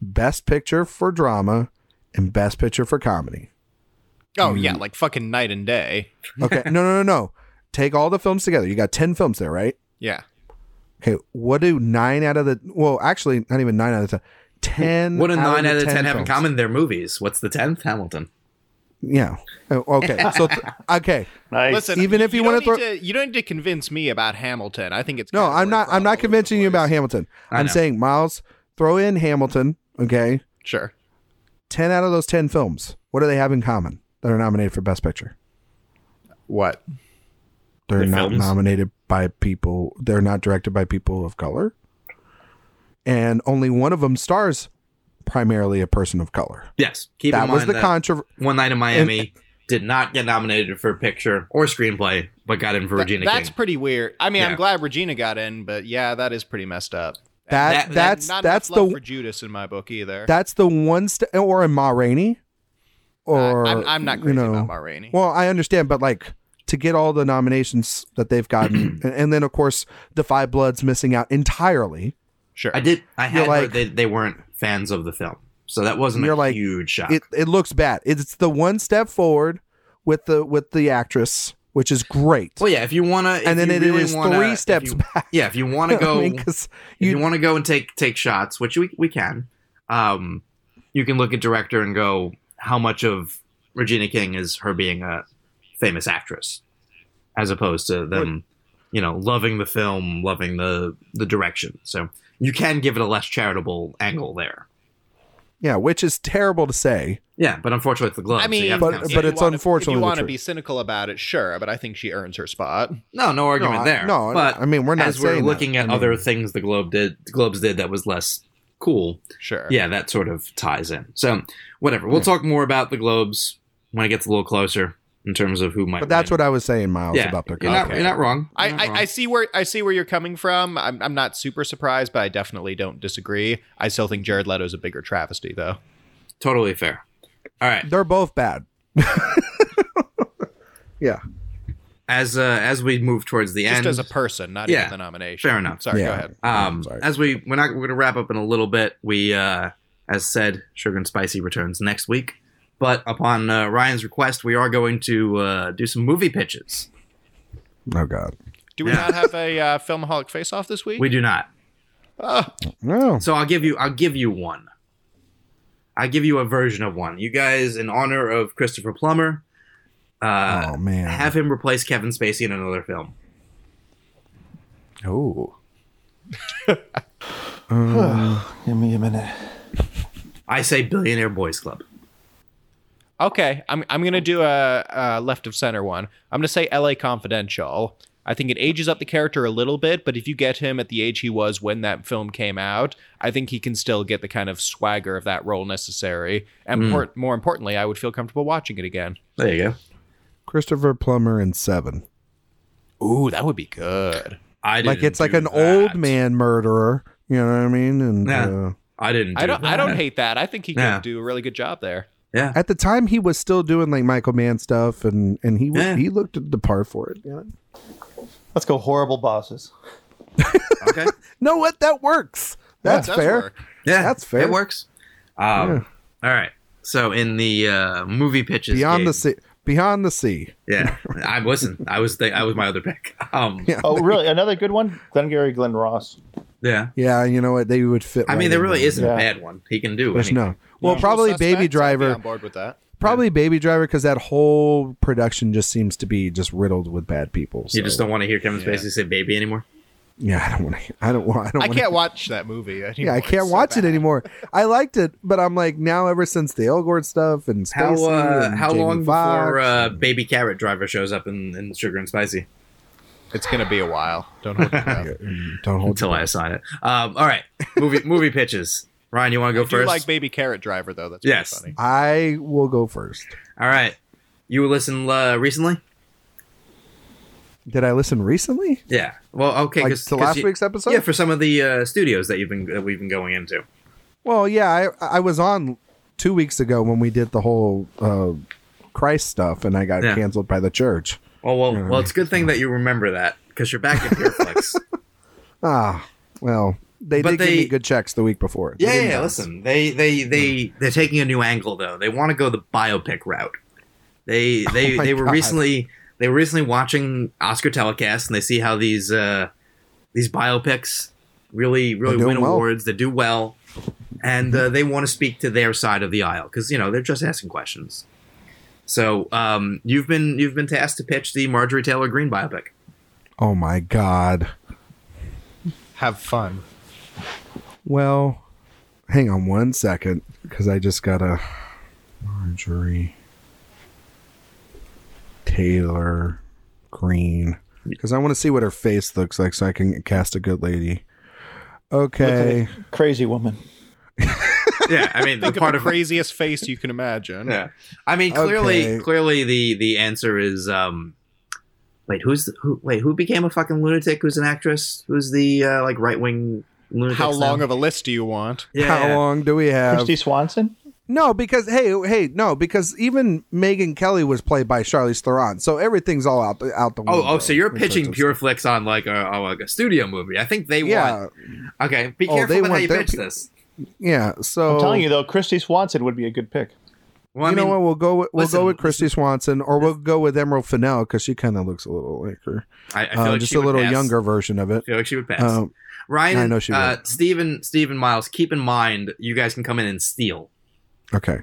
Speaker 3: best picture for drama and best picture for comedy. Mm.
Speaker 2: Oh yeah, like fucking night and day.
Speaker 1: [laughs]
Speaker 3: Okay. no, no, no, no. take all the films together. You got 10 films there, right?
Speaker 2: Yeah.
Speaker 3: Okay, what do nine out of the well, actually, not even nine out of the ten.
Speaker 1: What do
Speaker 3: out
Speaker 1: nine
Speaker 3: the
Speaker 1: out of ten, have in
Speaker 3: films.
Speaker 1: common? Their movies. What's the tenth? Hamilton.
Speaker 3: Yeah. Oh, Okay.
Speaker 1: [laughs]
Speaker 3: So th- okay.
Speaker 4: Nice.
Speaker 2: Listen,
Speaker 3: Even if you
Speaker 2: don't
Speaker 3: wanna
Speaker 2: need
Speaker 3: throw-
Speaker 2: to- you don't need to convince me about Hamilton. I think it's
Speaker 3: No,
Speaker 2: kinda
Speaker 3: I'm not.
Speaker 2: worthwhile
Speaker 3: I'm
Speaker 2: all
Speaker 3: not
Speaker 2: over the
Speaker 3: convincing you about
Speaker 2: place.
Speaker 3: Hamilton.
Speaker 1: I
Speaker 3: I'm
Speaker 1: know.
Speaker 3: saying Miles, throw in Hamilton. Okay,
Speaker 2: Sure.
Speaker 3: ten out of those ten films. What do they have in common that are nominated for Best Picture?
Speaker 2: What?
Speaker 3: They're
Speaker 1: Their
Speaker 3: not
Speaker 1: films?
Speaker 3: nominated by people. They're not directed by people of color, and only one of them stars primarily a person of color.
Speaker 1: Yes. Keep
Speaker 3: that
Speaker 1: in
Speaker 3: was
Speaker 1: mind
Speaker 3: the
Speaker 1: that
Speaker 3: controversy.
Speaker 1: One Night in Miami did not get nominated for picture or screenplay, but got in for
Speaker 2: Th-
Speaker 1: Regina
Speaker 2: that's
Speaker 1: King.
Speaker 2: pretty weird. I mean, I'm
Speaker 1: Yeah.
Speaker 2: glad Regina got in, but yeah, that is pretty messed up.
Speaker 3: That,
Speaker 1: that-
Speaker 3: that's
Speaker 2: Not
Speaker 3: that's
Speaker 2: enough love
Speaker 3: the
Speaker 2: for Judas in my book either.
Speaker 3: that's the one st- or in Ma Rainey, or
Speaker 2: I, am I'm not crazy
Speaker 3: you know,
Speaker 2: about Ma Rainey.
Speaker 3: Well, I understand, but like to get all the nominations that they've gotten, and, and then of course the Five Bloods missing out entirely.
Speaker 2: sure.
Speaker 1: I did. I had
Speaker 3: You're like-
Speaker 1: heard they, they weren't fans of the film, so that wasn't a
Speaker 3: You're like,
Speaker 1: huge shock.
Speaker 3: It it looks bad. It's the one step forward with the with the actress, which is great.
Speaker 1: well, yeah. If you wanna, if
Speaker 3: and then
Speaker 1: you
Speaker 3: it is
Speaker 1: really wanna-
Speaker 3: three
Speaker 1: if
Speaker 3: steps
Speaker 1: you-
Speaker 3: back.
Speaker 1: Yeah, if you want to go,
Speaker 3: [laughs] [laughs] I mean, 'cause
Speaker 1: if you
Speaker 3: you-
Speaker 1: want to go and take take shots, which we we can. Um, you can look at director and go, how much of Regina King is her being a famous actress, as opposed to them, you know, loving the film, loving the the direction. So you can give it a less charitable angle there.
Speaker 3: yeah, which is terrible to say.
Speaker 1: Yeah, but unfortunately, it's the glove.
Speaker 2: I
Speaker 1: so you
Speaker 2: mean,
Speaker 1: have to
Speaker 3: But-
Speaker 1: count
Speaker 3: but
Speaker 1: it.
Speaker 3: it's
Speaker 2: wanna-
Speaker 3: unfortunately
Speaker 2: If
Speaker 3: the
Speaker 2: you want to
Speaker 3: truth.
Speaker 2: be cynical about it, sure, but I think she earns her spot.
Speaker 1: no, no
Speaker 3: No,
Speaker 1: argument
Speaker 3: I-
Speaker 1: there.
Speaker 3: no,
Speaker 1: but
Speaker 3: I mean we're not
Speaker 1: as we're
Speaker 3: saying that.
Speaker 1: looking at
Speaker 3: I mean,
Speaker 1: other things the globe did, the globes did that was less cool.
Speaker 2: Sure.
Speaker 1: yeah, that sort of ties in. So whatever, we'll talk more about the globes when it gets a little closer in terms of who might.
Speaker 3: But that's what I was saying, Miles,
Speaker 1: yeah,
Speaker 3: about their
Speaker 1: you're not,
Speaker 3: content.
Speaker 1: you're not wrong.
Speaker 2: I,
Speaker 1: You're not wrong.
Speaker 2: I, I see where I see where you're coming from. I'm, I'm not super surprised, but I definitely don't disagree. I still think Jared Leto's a bigger travesty, though.
Speaker 1: totally fair. All right,
Speaker 3: They're both bad. yeah.
Speaker 1: as uh, as we move towards the
Speaker 2: Just
Speaker 1: end,
Speaker 2: as a person, not
Speaker 1: Yeah.
Speaker 2: even the nomination.
Speaker 1: Fair enough.
Speaker 2: Sorry, go
Speaker 3: Yeah.
Speaker 2: ahead.
Speaker 1: um,
Speaker 3: Oh, Sorry.
Speaker 1: as we we're not we're gonna wrap up in a little bit. We uh, as said, sugar and spicy returns next week. But upon uh, Ryan's request, we are going to uh, do some movie pitches.
Speaker 3: Oh God.
Speaker 2: Do we
Speaker 1: Yeah.
Speaker 2: not have a uh, filmaholic face-off this week? Oh.
Speaker 1: We do not.
Speaker 3: No.
Speaker 1: So I'll give you I'll give you one. I'll give you a version of one. You guys, in honor of Christopher Plummer, uh,
Speaker 3: oh man.
Speaker 1: have him replace Kevin Spacey in another film.
Speaker 3: oh.
Speaker 4: Give me a minute.
Speaker 1: I say Billionaire Boys Club.
Speaker 2: Okay, I'm I'm gonna do a, a left of center one. I'm gonna say L.A. Confidential. I think it ages up the character a little bit, but if you get him at the age he was when that film came out, I think he can still get the kind of swagger of that role necessary. And more, more importantly, I would feel comfortable watching it again.
Speaker 1: There you go.
Speaker 3: Christopher Plummer in Seven.
Speaker 2: Ooh, that would be good.
Speaker 1: I didn't
Speaker 3: Like it's like
Speaker 1: do
Speaker 3: an
Speaker 1: that.
Speaker 3: old man murderer. You know what I mean? And
Speaker 1: Yeah.
Speaker 3: uh,
Speaker 1: I didn't. Do
Speaker 2: I don't I don't
Speaker 1: that.
Speaker 2: hate that. I think he could
Speaker 1: Yeah.
Speaker 2: do a really good job there.
Speaker 1: Yeah.
Speaker 3: at the time, he was still doing like Michael Mann stuff, and and he w
Speaker 1: Yeah.
Speaker 3: he looked at the part for it. You know?
Speaker 4: Let's go. Horrible bosses.
Speaker 1: Okay.
Speaker 3: No, what that works. That's
Speaker 2: That does
Speaker 3: fair.
Speaker 2: work.
Speaker 1: Yeah,
Speaker 3: That's fair.
Speaker 1: It works. Um, All right. So in the uh, movie pitches,
Speaker 3: Beyond the
Speaker 1: gig-
Speaker 3: sea. Beyond the sea.
Speaker 1: Yeah. I listen. I was. Th- I was my other pick. [laughs] Um, yeah.
Speaker 3: Yeah.
Speaker 4: Oh, really? Another good one? Glengarry Glen Ross.
Speaker 3: Yeah, you know what? They would fit.
Speaker 1: I
Speaker 3: right
Speaker 1: mean, there
Speaker 3: in
Speaker 1: really isn't a
Speaker 4: Yeah.
Speaker 1: bad one. He can do.
Speaker 3: There's
Speaker 1: anything.
Speaker 3: no. Well, probably
Speaker 2: Usual
Speaker 3: Baby
Speaker 2: Suspects, I'd be
Speaker 3: Driver.
Speaker 2: on board with that.
Speaker 3: Probably Baby Driver because that whole production just seems to be just riddled with bad people.
Speaker 1: You
Speaker 3: so-
Speaker 1: just don't want to hear Kevin Spacey say "baby" anymore.
Speaker 3: Yeah, I don't want to. I don't want. I don't.
Speaker 2: I
Speaker 3: wanna-
Speaker 2: can't watch that [laughs] movie. Anymore.
Speaker 3: Yeah, I can't
Speaker 2: It's so
Speaker 3: watch it
Speaker 2: bad.
Speaker 3: anymore. I liked it, but I'm like now ever since the Elgort stuff and
Speaker 1: How
Speaker 3: Spacey
Speaker 1: uh,
Speaker 3: and
Speaker 1: how
Speaker 3: Jamie
Speaker 1: long
Speaker 3: Foxx
Speaker 1: before uh,
Speaker 3: and-
Speaker 1: Baby Carrot Driver shows up in, in Sugar and Spicy?
Speaker 2: It's gonna be a while. Don't hold your breath.
Speaker 3: don't hold
Speaker 1: uh, Until I assign it. Um, all right, movie
Speaker 3: [laughs]
Speaker 1: movie pitches. Ryan, you want to go
Speaker 2: [laughs] Do you
Speaker 1: first?
Speaker 2: like Baby Carrot Driver though? That's
Speaker 1: Yes.
Speaker 2: pretty funny.
Speaker 3: I will go first.
Speaker 1: all right, you listened uh, recently?
Speaker 3: Did I listen recently?
Speaker 1: Yeah. Well, okay.
Speaker 3: Like,
Speaker 1: 'cause-
Speaker 3: to
Speaker 1: 'cause
Speaker 3: last
Speaker 1: you-
Speaker 3: week's episode?
Speaker 1: Yeah, for some of the uh, studios that you've been that we've been going into.
Speaker 3: Well, yeah, I I was on two weeks ago when we did the whole uh, Christ stuff, and I got
Speaker 1: Yeah.
Speaker 3: canceled by the church.
Speaker 1: Well, well, well. It's a good thing that you remember that because you're back in [laughs] Pureflix.
Speaker 3: Ah, well, they
Speaker 1: But
Speaker 3: did
Speaker 1: they-
Speaker 3: give me good checks the week before. They
Speaker 1: yeah, yeah.
Speaker 3: didn't
Speaker 1: yeah,
Speaker 3: bounce.
Speaker 1: Listen, they they they they're taking a new angle though. They want to go the biopic route. They they
Speaker 3: Oh my
Speaker 1: they were
Speaker 3: God.
Speaker 1: recently they were recently watching Oscar telecasts and they see how these uh, these biopics really really
Speaker 3: doing
Speaker 1: win
Speaker 3: well. Mm-hmm.
Speaker 1: awards. They do well, and uh, they want to speak to their side of the aisle because you know they're just asking questions. So um, you've been you've been tasked to pitch the Marjorie Taylor Green
Speaker 3: [laughs]
Speaker 1: biopic.
Speaker 3: Oh my god.
Speaker 2: Have fun.
Speaker 3: Well, hang on one second because I just got a Marjorie Taylor Green because I want to see what her face looks like so I can cast a good lady. Okay.
Speaker 4: Crazy woman.
Speaker 1: Yeah, I mean
Speaker 2: [laughs]
Speaker 1: the
Speaker 2: Think of
Speaker 1: part
Speaker 2: the
Speaker 1: of
Speaker 2: craziest face you can imagine.
Speaker 1: Yeah. I mean, clearly,
Speaker 3: Okay.
Speaker 1: clearly the the answer is um, wait, who's the, who? Wait, who became a fucking lunatic? Who's an actress? Who's the uh, like right wing lunatic?
Speaker 2: How long of a list do you want?
Speaker 1: Yeah.
Speaker 3: How long do we have?
Speaker 4: Christy Swanson.
Speaker 3: No, because hey, hey, no, because even Megan Kelly was played by Charlize Theron, so everything's all out the out the window.
Speaker 1: Oh, oh, so you're
Speaker 3: It's
Speaker 1: pitching
Speaker 3: just-
Speaker 1: Pure Flicks on like a, oh, like a studio movie. I think they
Speaker 3: Yeah,
Speaker 1: want. Okay, be
Speaker 3: Oh,
Speaker 1: careful
Speaker 3: they
Speaker 1: with how
Speaker 3: want
Speaker 1: you
Speaker 3: their
Speaker 1: pitch
Speaker 3: pe-
Speaker 1: this.
Speaker 3: yeah. So
Speaker 4: I'm telling you though, Christy Swanson would be a good pick.
Speaker 1: Well, I
Speaker 3: you know
Speaker 1: mean,
Speaker 3: what? We'll go with we'll
Speaker 1: listen,
Speaker 3: go with Christy Swanson, or we'll go with Emerald Fennell because she kind of looks a little like her,
Speaker 1: I, I feel
Speaker 3: uh,
Speaker 1: like
Speaker 3: just
Speaker 1: she
Speaker 3: a
Speaker 1: would
Speaker 3: little
Speaker 1: pass.
Speaker 3: younger version of it.
Speaker 1: I feel like she would pass.
Speaker 3: Um,
Speaker 1: Ryan,
Speaker 3: I
Speaker 1: I
Speaker 3: know
Speaker 1: know
Speaker 3: she
Speaker 1: uh,
Speaker 3: would.
Speaker 1: Stephen, Stephen Miles. Keep in mind, you guys can come in and steal.
Speaker 3: okay,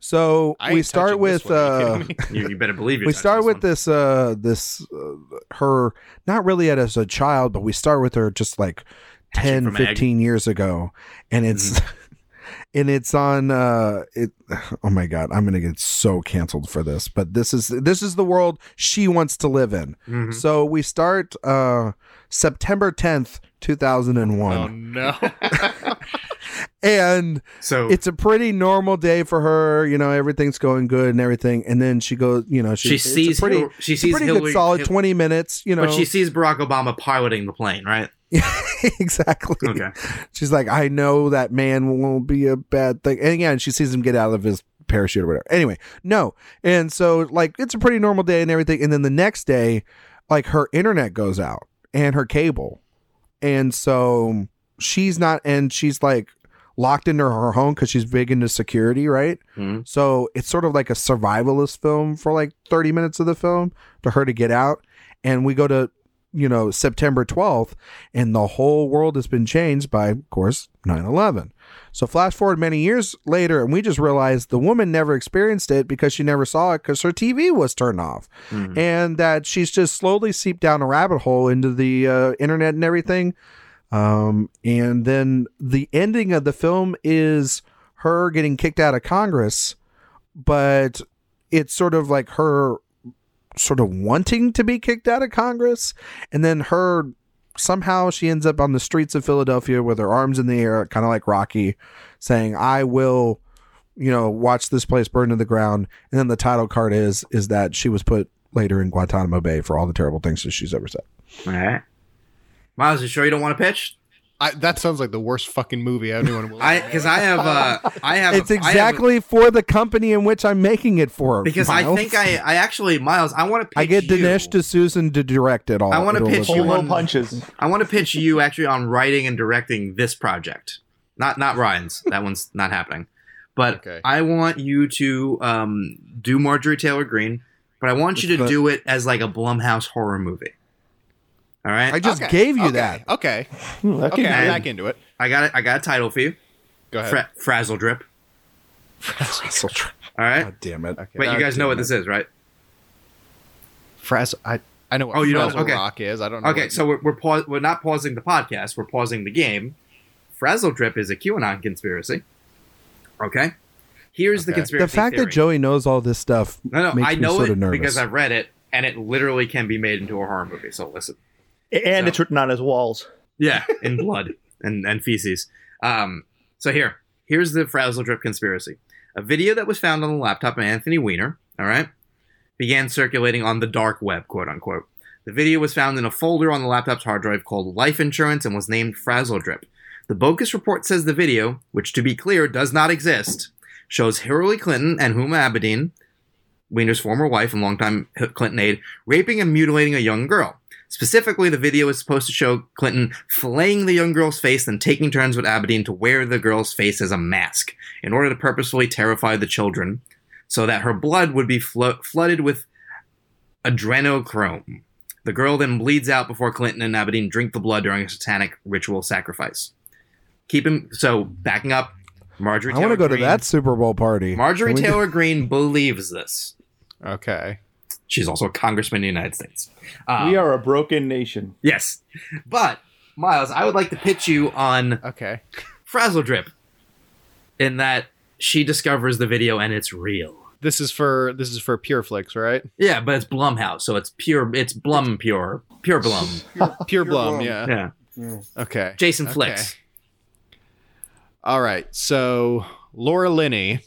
Speaker 3: so
Speaker 2: I
Speaker 3: we
Speaker 2: ain't
Speaker 3: start
Speaker 2: touching this one,
Speaker 3: with
Speaker 2: are you
Speaker 3: uh,
Speaker 2: kidding me?
Speaker 1: [laughs]
Speaker 2: [laughs]
Speaker 1: You, you better believe it.
Speaker 3: [laughs] we start with this uh, this uh, her not really at as a child, but we start with her just like
Speaker 1: Hatchet
Speaker 3: 10,
Speaker 1: from Mm-hmm. an egg.
Speaker 3: 15 years ago, and it's. [laughs] And it's on. Uh, it. [sighs] Oh my God, I'm gonna get so canceled for this. But this is this is the world she wants to live in. [laughs]
Speaker 1: Mhm.
Speaker 3: So we start uh, September 10th, 2001.
Speaker 1: Um,
Speaker 2: Oh no.
Speaker 3: And
Speaker 1: [laughs] So
Speaker 3: it's a pretty normal day for her. You know, everything's going good and everything. And then she goes, you know, she,
Speaker 1: she
Speaker 3: it's a
Speaker 1: sees.
Speaker 3: pretty,
Speaker 1: Hil- she
Speaker 3: it's a
Speaker 1: sees
Speaker 3: pretty
Speaker 1: Hillary.
Speaker 3: good solid
Speaker 1: Hil-
Speaker 3: 20 minutes, you know.
Speaker 1: But she sees Barack Obama piloting the plane, right?
Speaker 3: [laughs] exactly.
Speaker 1: Okay.
Speaker 3: She's like, I know that man won't be a bad thing. And yeah, and she sees him get out of his parachute or whatever. Anyway, no. And so, like, it's a pretty normal day and everything. And then the next day, like, her internet goes out and her cable. And so she's not, and she's like locked into her home because she's big into security, right?
Speaker 1: Mhm.
Speaker 3: So it's sort of like a survivalist film for like 30 minutes of the film to her to get out. And we go to, you know, September 12th, and the whole world has been changed by, of course, 9 11. So flash forward many years later, and we just realized the woman never experienced it because she never saw it because her TV was turned off,
Speaker 1: Mhm.
Speaker 3: and that she's just slowly seeped down a rabbit hole into the uh, internet and everything. Um, and then the ending of the film is her getting kicked out of Congress, but it's sort of like her sort of wanting to be kicked out of Congress, and then her somehow she ends up on the streets of Philadelphia with her arms in the air, kind of like Rocky, saying, "I will." You know, watch this place burn to the ground, and then the title card is is that she was put later in Guantanamo Bay for all the terrible things that she's ever said.
Speaker 1: All right. Miles, you sure you don't want to pitch?
Speaker 2: I, that sounds like the worst fucking movie anyone
Speaker 1: [laughs]
Speaker 2: will.
Speaker 1: I because I have uh I have
Speaker 3: [laughs] It's
Speaker 1: I have-
Speaker 3: exactly for the company in which I'm making it for.
Speaker 1: [laughs] because I
Speaker 3: Miles.
Speaker 1: think I I actually Miles I want to pitch
Speaker 3: I get
Speaker 1: you.
Speaker 3: Dinesh to Susan to direct it all.
Speaker 1: I wanna
Speaker 3: It'll
Speaker 1: pitch
Speaker 3: look
Speaker 1: you
Speaker 4: Pull
Speaker 3: like-
Speaker 1: one-
Speaker 4: no punches.
Speaker 1: I want to pitch you actually on writing and directing this project. Not not Ryan's. That one's not happening. But
Speaker 2: Okay.
Speaker 1: I want you to um do Marjorie Taylor Green, but I want you to
Speaker 3: But-
Speaker 1: do it as like a Blumhouse horror movie. All right?
Speaker 3: I just gave you
Speaker 2: okay,
Speaker 3: that.
Speaker 2: Okay.
Speaker 4: Hmm, that
Speaker 2: Okay.
Speaker 4: could
Speaker 2: I'm
Speaker 4: be-
Speaker 2: back into it.
Speaker 1: I got it. I got a title for you.
Speaker 2: Go ahead.
Speaker 1: Fra- Frazzle Drip. [laughs] All
Speaker 2: Oh,
Speaker 1: right.
Speaker 3: [laughs] God damn it!
Speaker 1: But you guys know what this is, right?
Speaker 2: Frazzle. I, I know what
Speaker 1: Oh, you don't-
Speaker 2: Frazzle
Speaker 1: okay.
Speaker 2: Rock is. I don't know.
Speaker 1: Okay,
Speaker 2: what-
Speaker 1: so we're we're, pau- we're not pausing the podcast. We're pausing the game. Frazzle Drip is a QAnon conspiracy. Okay, here's the
Speaker 2: Okay.
Speaker 1: conspiracy.
Speaker 3: The fact
Speaker 1: theory.
Speaker 3: that Joey knows all this stuff.
Speaker 1: no no
Speaker 3: makes
Speaker 1: I
Speaker 3: me
Speaker 1: know
Speaker 3: sorta
Speaker 1: it
Speaker 3: nervous.
Speaker 1: because I've read it, and it literally can be made into a horror movie. So listen,
Speaker 4: And
Speaker 1: So-
Speaker 4: it's written on his walls.
Speaker 1: yeah, [laughs] in blood and and feces. Um, so here here's the Frazzle Drip conspiracy. A video that was found on the laptop of Anthony Weiner. All right, began circulating on the dark web, quote unquote. The video was found in a folder on the laptop's hard drive called Life Insurance and was named Frazzle Drip. The bogus report says the video, which to be clear does not exist, shows Hillary Clinton and Huma Abedin, Weiner's former wife and longtime H- Clinton aide, raping and mutilating a young girl. Specifically, the video is supposed to show Clinton flaying the young girl's face and taking turns with Abedin to wear the girl's face as a mask in order to purposefully terrify the children so that her blood would be flo- flooded with adrenochrome. The girl then bleeds out before Clinton and Aberdeen drink the blood during a satanic ritual sacrifice. Keep him so backing up. Marjorie.
Speaker 3: I want
Speaker 1: Taylor
Speaker 3: to go to
Speaker 1: Greene-
Speaker 3: that Super Bowl party.
Speaker 1: Marjorie
Speaker 3: Can we
Speaker 1: Taylor Greene believes this.
Speaker 2: Okay.
Speaker 1: She's also a congressman in the United States. Um,
Speaker 4: we are a broken nation.
Speaker 1: yes, but Miles, I would like to pitch you on
Speaker 2: Okay.
Speaker 1: Frazzle Drip, in that she discovers the video and it's real.
Speaker 2: This is for this is for pure flicks, right?
Speaker 1: Yeah, but it's Blumhouse, so it's pure. It's Blum pure, pure Blum.
Speaker 2: Pure Blum,
Speaker 3: Blum.
Speaker 2: yeah.
Speaker 1: yeah,
Speaker 2: Okay.
Speaker 1: Jason
Speaker 2: Okay.
Speaker 1: Flicks.
Speaker 2: All right. So Laura Linney,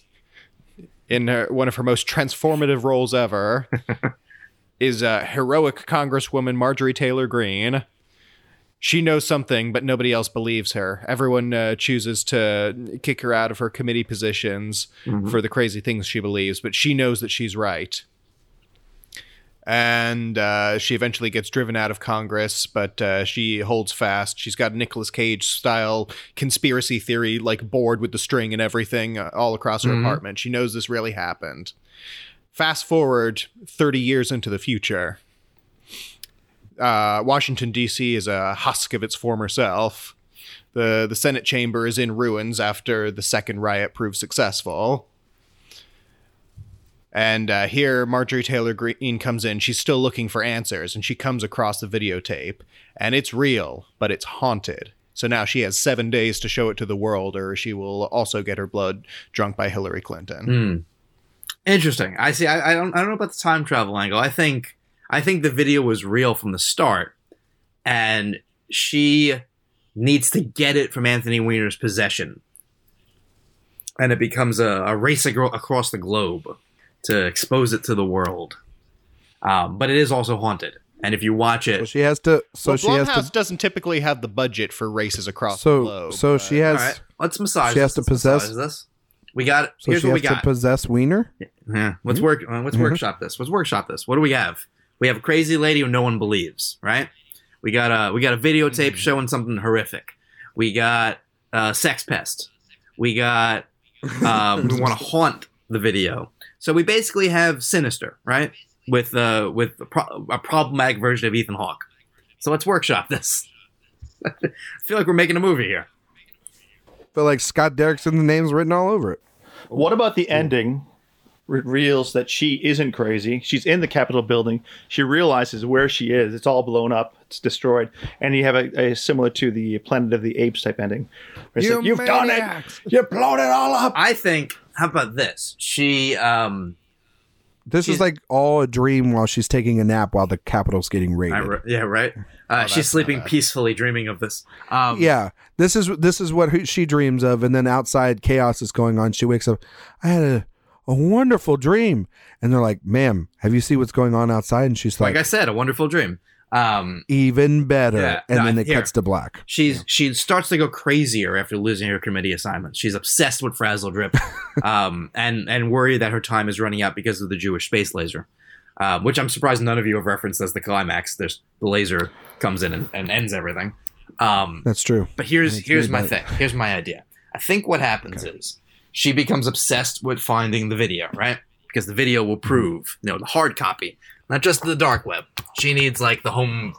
Speaker 2: in her, one of her most transformative roles ever, is uh, heroic Congresswoman Marjorie Taylor Greene. She knows something, but nobody else believes her. Everyone uh, chooses to kick her out of her committee positions for the crazy things she believes, but she knows that she's right. And uh, she eventually gets driven out of Congress, but uh, she holds fast. She's got a Nicolas Cage style conspiracy theory, like board with the string and everything, uh, all across her
Speaker 1: Mhm.
Speaker 2: apartment. She knows this really happened. Fast forward 30 years into the future. Uh, Washington, D.C. is a husk of its former self. The, the Senate chamber is in ruins after the second riot proved successful. And uh, here, Marjorie Taylor Greene comes in. She's still looking for answers, and she comes across the videotape, and it's real, but it's haunted. So now she has seven days to show it to the world, or she will also get her blood drunk by Hillary Clinton.
Speaker 1: Hmm. Interesting. I see. I, I don't. I don't know about the time travel angle. I think. I think the video was real from the start, and she needs to get it from Anthony Weiner's possession, and it becomes a, a race agro- across the globe to expose it to the world. Um, but it is also haunted, and if you watch
Speaker 3: So
Speaker 1: it,
Speaker 3: she has to. So
Speaker 2: well,
Speaker 3: she
Speaker 2: Blumhouse
Speaker 3: has
Speaker 2: doesn't typically have the budget for races
Speaker 3: to.
Speaker 2: across the
Speaker 3: So
Speaker 2: globe.
Speaker 3: so she has.
Speaker 1: all right, let's massage.
Speaker 3: she has
Speaker 1: this.
Speaker 3: to
Speaker 1: Let's massage
Speaker 3: possess-
Speaker 1: this. We got.
Speaker 3: So
Speaker 1: here's
Speaker 3: she
Speaker 1: what we
Speaker 3: has to
Speaker 1: got.
Speaker 3: possess Wiener.
Speaker 1: Yeah. Let's work. Uh, let's
Speaker 3: Mhm.
Speaker 1: workshop this. Let's workshop this. What do we have? We have a crazy lady who no one believes, right? We got a we got a videotape showing something horrific. We got uh, sex pest. We got um, we want to haunt the video. So we basically have sinister, right? With uh, with a, pro- a problematic version of Ethan Hawke. So let's workshop this. [laughs] I feel like we're making a movie here.
Speaker 3: But like Scott Derrickson, the name's written all over it.
Speaker 4: What about the ending? Reveals that she isn't crazy. She's in the Capitol building. She realizes where she is. It's all blown up. It's destroyed. And you have a, a similar to the Planet of the Apes type ending. where it's
Speaker 2: You
Speaker 4: like, You've done it.
Speaker 2: maniacs!"
Speaker 4: You've blown it all up.
Speaker 1: I think. How about this? She um,
Speaker 3: This
Speaker 1: She's-
Speaker 3: is like all a dream while she's taking a nap while the Capitol's getting raided.
Speaker 1: I re- yeah, right. Uh, she's
Speaker 2: Oh, that's
Speaker 1: sleeping
Speaker 2: not bad.
Speaker 1: peacefully, dreaming of this. Um,
Speaker 3: yeah, this is this is what who- she dreams of, and then outside chaos is going on. She wakes up. I had a, a wonderful dream, and they're like, "Ma'am, have you seen what's going on outside?" And she's
Speaker 1: like
Speaker 3: like,
Speaker 1: I said, a wonderful dream. Um,
Speaker 3: "Even better."
Speaker 1: Yeah,
Speaker 3: and
Speaker 1: no,
Speaker 3: then it
Speaker 1: here.
Speaker 3: cuts to black.
Speaker 1: she's she starts to go crazier after losing her committee assignment. She's obsessed with Frazzle
Speaker 2: [laughs]
Speaker 1: Drip, um, and and worried that her time is running out because of the Jewish space laser, um, which I'm surprised none of you have referenced as the climax. There's the laser comes in and, and ends everything. Um,
Speaker 3: That's true.
Speaker 1: But here's
Speaker 3: It's
Speaker 1: here's
Speaker 3: made
Speaker 1: my
Speaker 3: by-
Speaker 1: thing. Here's my idea. I think what happens is she becomes obsessed with finding the video, right? Because the video will prove, you know, the hard copy, not just the dark web. She needs like the home.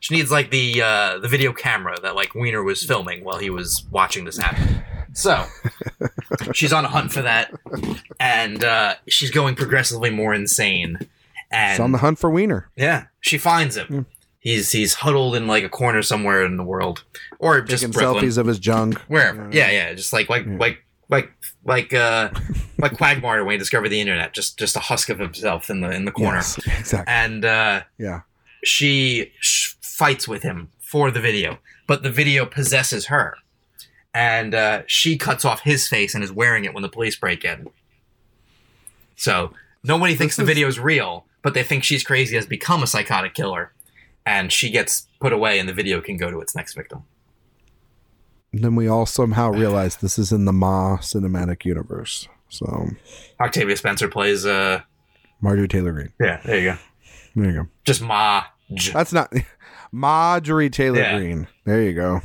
Speaker 1: She needs like the uh, the video camera that like Wiener was filming while he was watching this happen. So
Speaker 3: [laughs]
Speaker 1: she's on a hunt for that, and uh, she's going progressively more insane. And
Speaker 3: It's on the hunt for Wiener.
Speaker 1: yeah, she finds him.
Speaker 3: Hmm.
Speaker 1: He's he's huddled in like a corner somewhere in the world, or just
Speaker 3: Taking
Speaker 1: Brooklyn,
Speaker 3: selfies of his junk.
Speaker 1: wherever. Yeah, yeah, just like like like like like [laughs] uh like Quagmire when he discovered the internet, just just a husk of himself in the in the corner.
Speaker 3: Yes, [laughs] exactly.
Speaker 1: And uh,
Speaker 3: Yeah.
Speaker 1: she sh- fights with him for the video, but the video possesses her, and uh, she cuts off his face and is wearing it when the police break in. So nobody thinks the video is real, but they think she's crazy has become a psychotic killer, and she gets put away, and the video can go to its next victim.
Speaker 3: And then we all somehow realize this is in the Ma cinematic universe. So
Speaker 1: Octavia Spencer plays. Uh,
Speaker 3: Marjorie Taylor Greene.
Speaker 1: yeah, there you go.
Speaker 3: There you go.
Speaker 1: Just ma. j-
Speaker 3: That's not [laughs] Marjorie Taylor
Speaker 1: Yeah.
Speaker 3: Greene. There you go.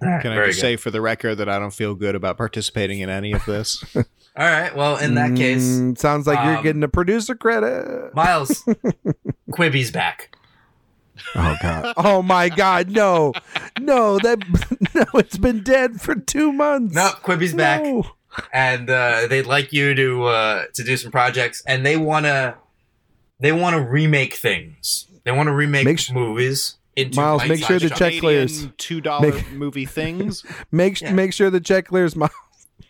Speaker 2: Can I
Speaker 1: Very
Speaker 2: just
Speaker 1: good.
Speaker 2: say for the record that I don't feel good about participating in any of
Speaker 3: [laughs]
Speaker 2: this?
Speaker 1: All right. Well, in that case,
Speaker 3: Mm, sounds like
Speaker 1: um,
Speaker 3: [laughs] you're getting a producer credit.
Speaker 1: Miles, Quibby's back.
Speaker 3: Oh god. Oh my god. No, no. That [laughs] no. It's been dead for two months.
Speaker 1: No, Quibby's back,
Speaker 3: No.
Speaker 1: and uh, they'd like you to uh, to do some projects, and they wanna they wanna remake things. They want to remake
Speaker 3: Make su-
Speaker 1: movies into
Speaker 3: Miles,
Speaker 1: bite
Speaker 3: make sure
Speaker 1: sized
Speaker 3: the check clears.
Speaker 2: two dollar
Speaker 3: Make-
Speaker 2: movie
Speaker 3: [laughs]
Speaker 2: things.
Speaker 3: Make
Speaker 1: Yeah.
Speaker 3: make sure the check clears. My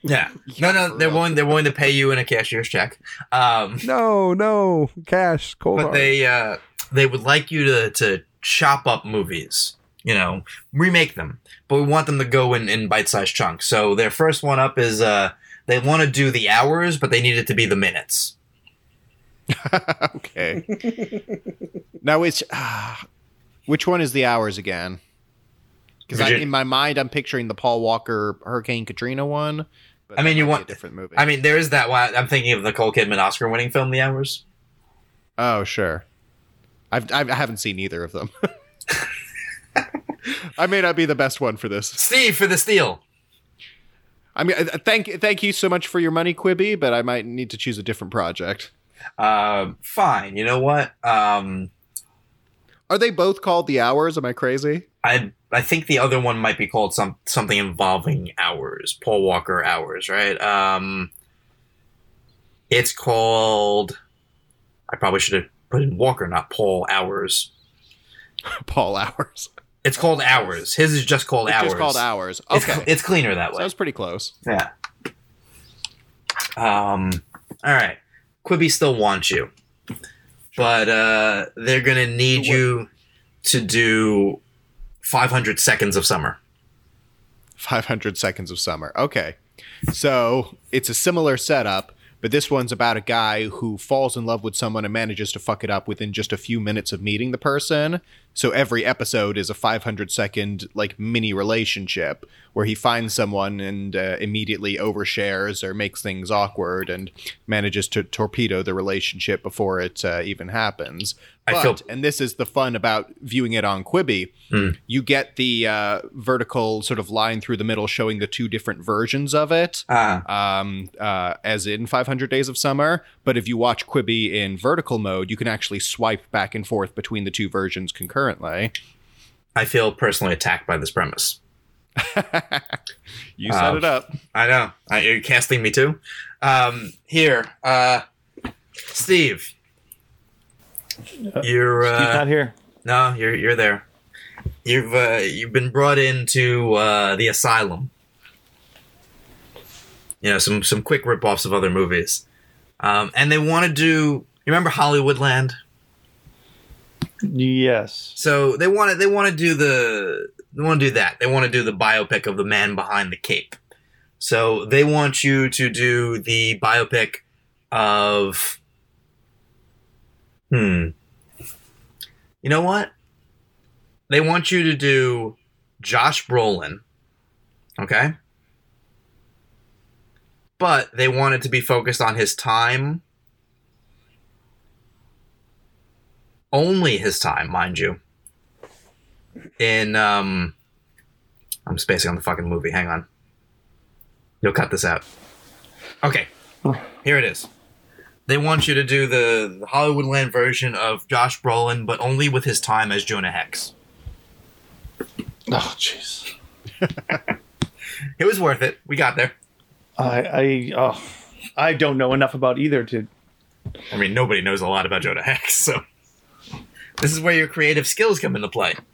Speaker 1: Yeah. No, no, they're willing. They're willing to pay you in a cashier's check. Um,
Speaker 3: no, no cash. Cold
Speaker 1: but
Speaker 3: hard.
Speaker 1: they uh, they would like you to to chop up movies. You know, remake them, but we want them to go in in bite sized chunks. So their first one up is uh, they want to do the hours, but they need it to be the minutes.
Speaker 2: [laughs] Okay. now it's ah, which one is the hours again? Because
Speaker 1: Virgin-
Speaker 2: in my mind, I'm picturing the Paul Walker Hurricane Katrina one. But
Speaker 1: I mean,
Speaker 2: that
Speaker 1: you
Speaker 2: might be
Speaker 1: want-
Speaker 2: a different movie?
Speaker 1: I mean, there is that one. I'm thinking of the Nicole Kidman Oscar winning film, The Hours.
Speaker 2: oh sure. I've, I've I haven't seen either of them. [laughs] I may not be the best one for this.
Speaker 1: Steve for the steal.
Speaker 2: I mean, uh, thank thank you so much for your money, Quibby, but I might need to choose a different project.
Speaker 1: Uh, fine. You know what? Um,
Speaker 2: Are they both called the hours? Am I crazy? [laughs]
Speaker 1: I I think the other one might be called some something involving hours. Paul Walker hours, right? Um, it's called. I probably should have put in Walker, not Paul hours.
Speaker 2: Paul hours.
Speaker 1: It's called hours. His is just called
Speaker 2: It's
Speaker 1: hours.
Speaker 2: just called hours.
Speaker 1: It's,
Speaker 2: Okay,
Speaker 1: it's cleaner that
Speaker 2: so
Speaker 1: way.
Speaker 2: that's pretty close.
Speaker 1: Yeah. Um. All right. Quibby still wants you, but uh, they're gonna need you to do 500 seconds of summer.
Speaker 2: 500 seconds of summer. Okay. So it's a similar setup, but this one's about a guy who falls in love with someone and manages to fuck it up within just a few minutes of meeting the person. So every episode is a 500 second, like mini relationship where he finds someone and uh, immediately overshares or makes things awkward and manages to torpedo the relationship before it uh, even happens.
Speaker 1: I
Speaker 2: But,
Speaker 1: feel-
Speaker 2: and this is the fun about viewing it on Quibi you get the uh, vertical sort of line through the middle showing the two different versions of it
Speaker 1: Uh,
Speaker 2: um, uh, as in 500 days of summer but if you watch quibi in vertical mode you can actually swipe back and forth between the two versions concurrently
Speaker 1: I feel personally attacked by this premise.
Speaker 2: you set
Speaker 1: Wow.
Speaker 2: it up
Speaker 1: I know. I, you're casting me too. Um, here, uh, Steve. You're uh,
Speaker 4: He's not here.
Speaker 1: no, you're you're there. You've uh, you've been brought into uh, the asylum. You know some some quick ripoffs of other movies, um, and they want to do. You remember Hollywoodland?
Speaker 4: Yes.
Speaker 1: So they want to they want to do the they want to do that. They want to do the biopic of the man behind the cape. So they want you to do the biopic of hmm. You know what? They want you to do Josh Brolin. Okay? But they want it to be focused on his time only his time, mind you. In um, I'm spacing on the fucking movie. Hang on, you'll cut this out. Okay, here it is. They want you to do the the Hollywoodland version of Josh Brolin, but only with his time as Jonah Hex.
Speaker 4: Oh, jeez.
Speaker 1: It was worth it. We got there.
Speaker 4: I I oh, I don't know enough about either to.
Speaker 1: I mean, nobody knows a lot about Jonah Hex, so this is where your creative skills come into play. [laughs]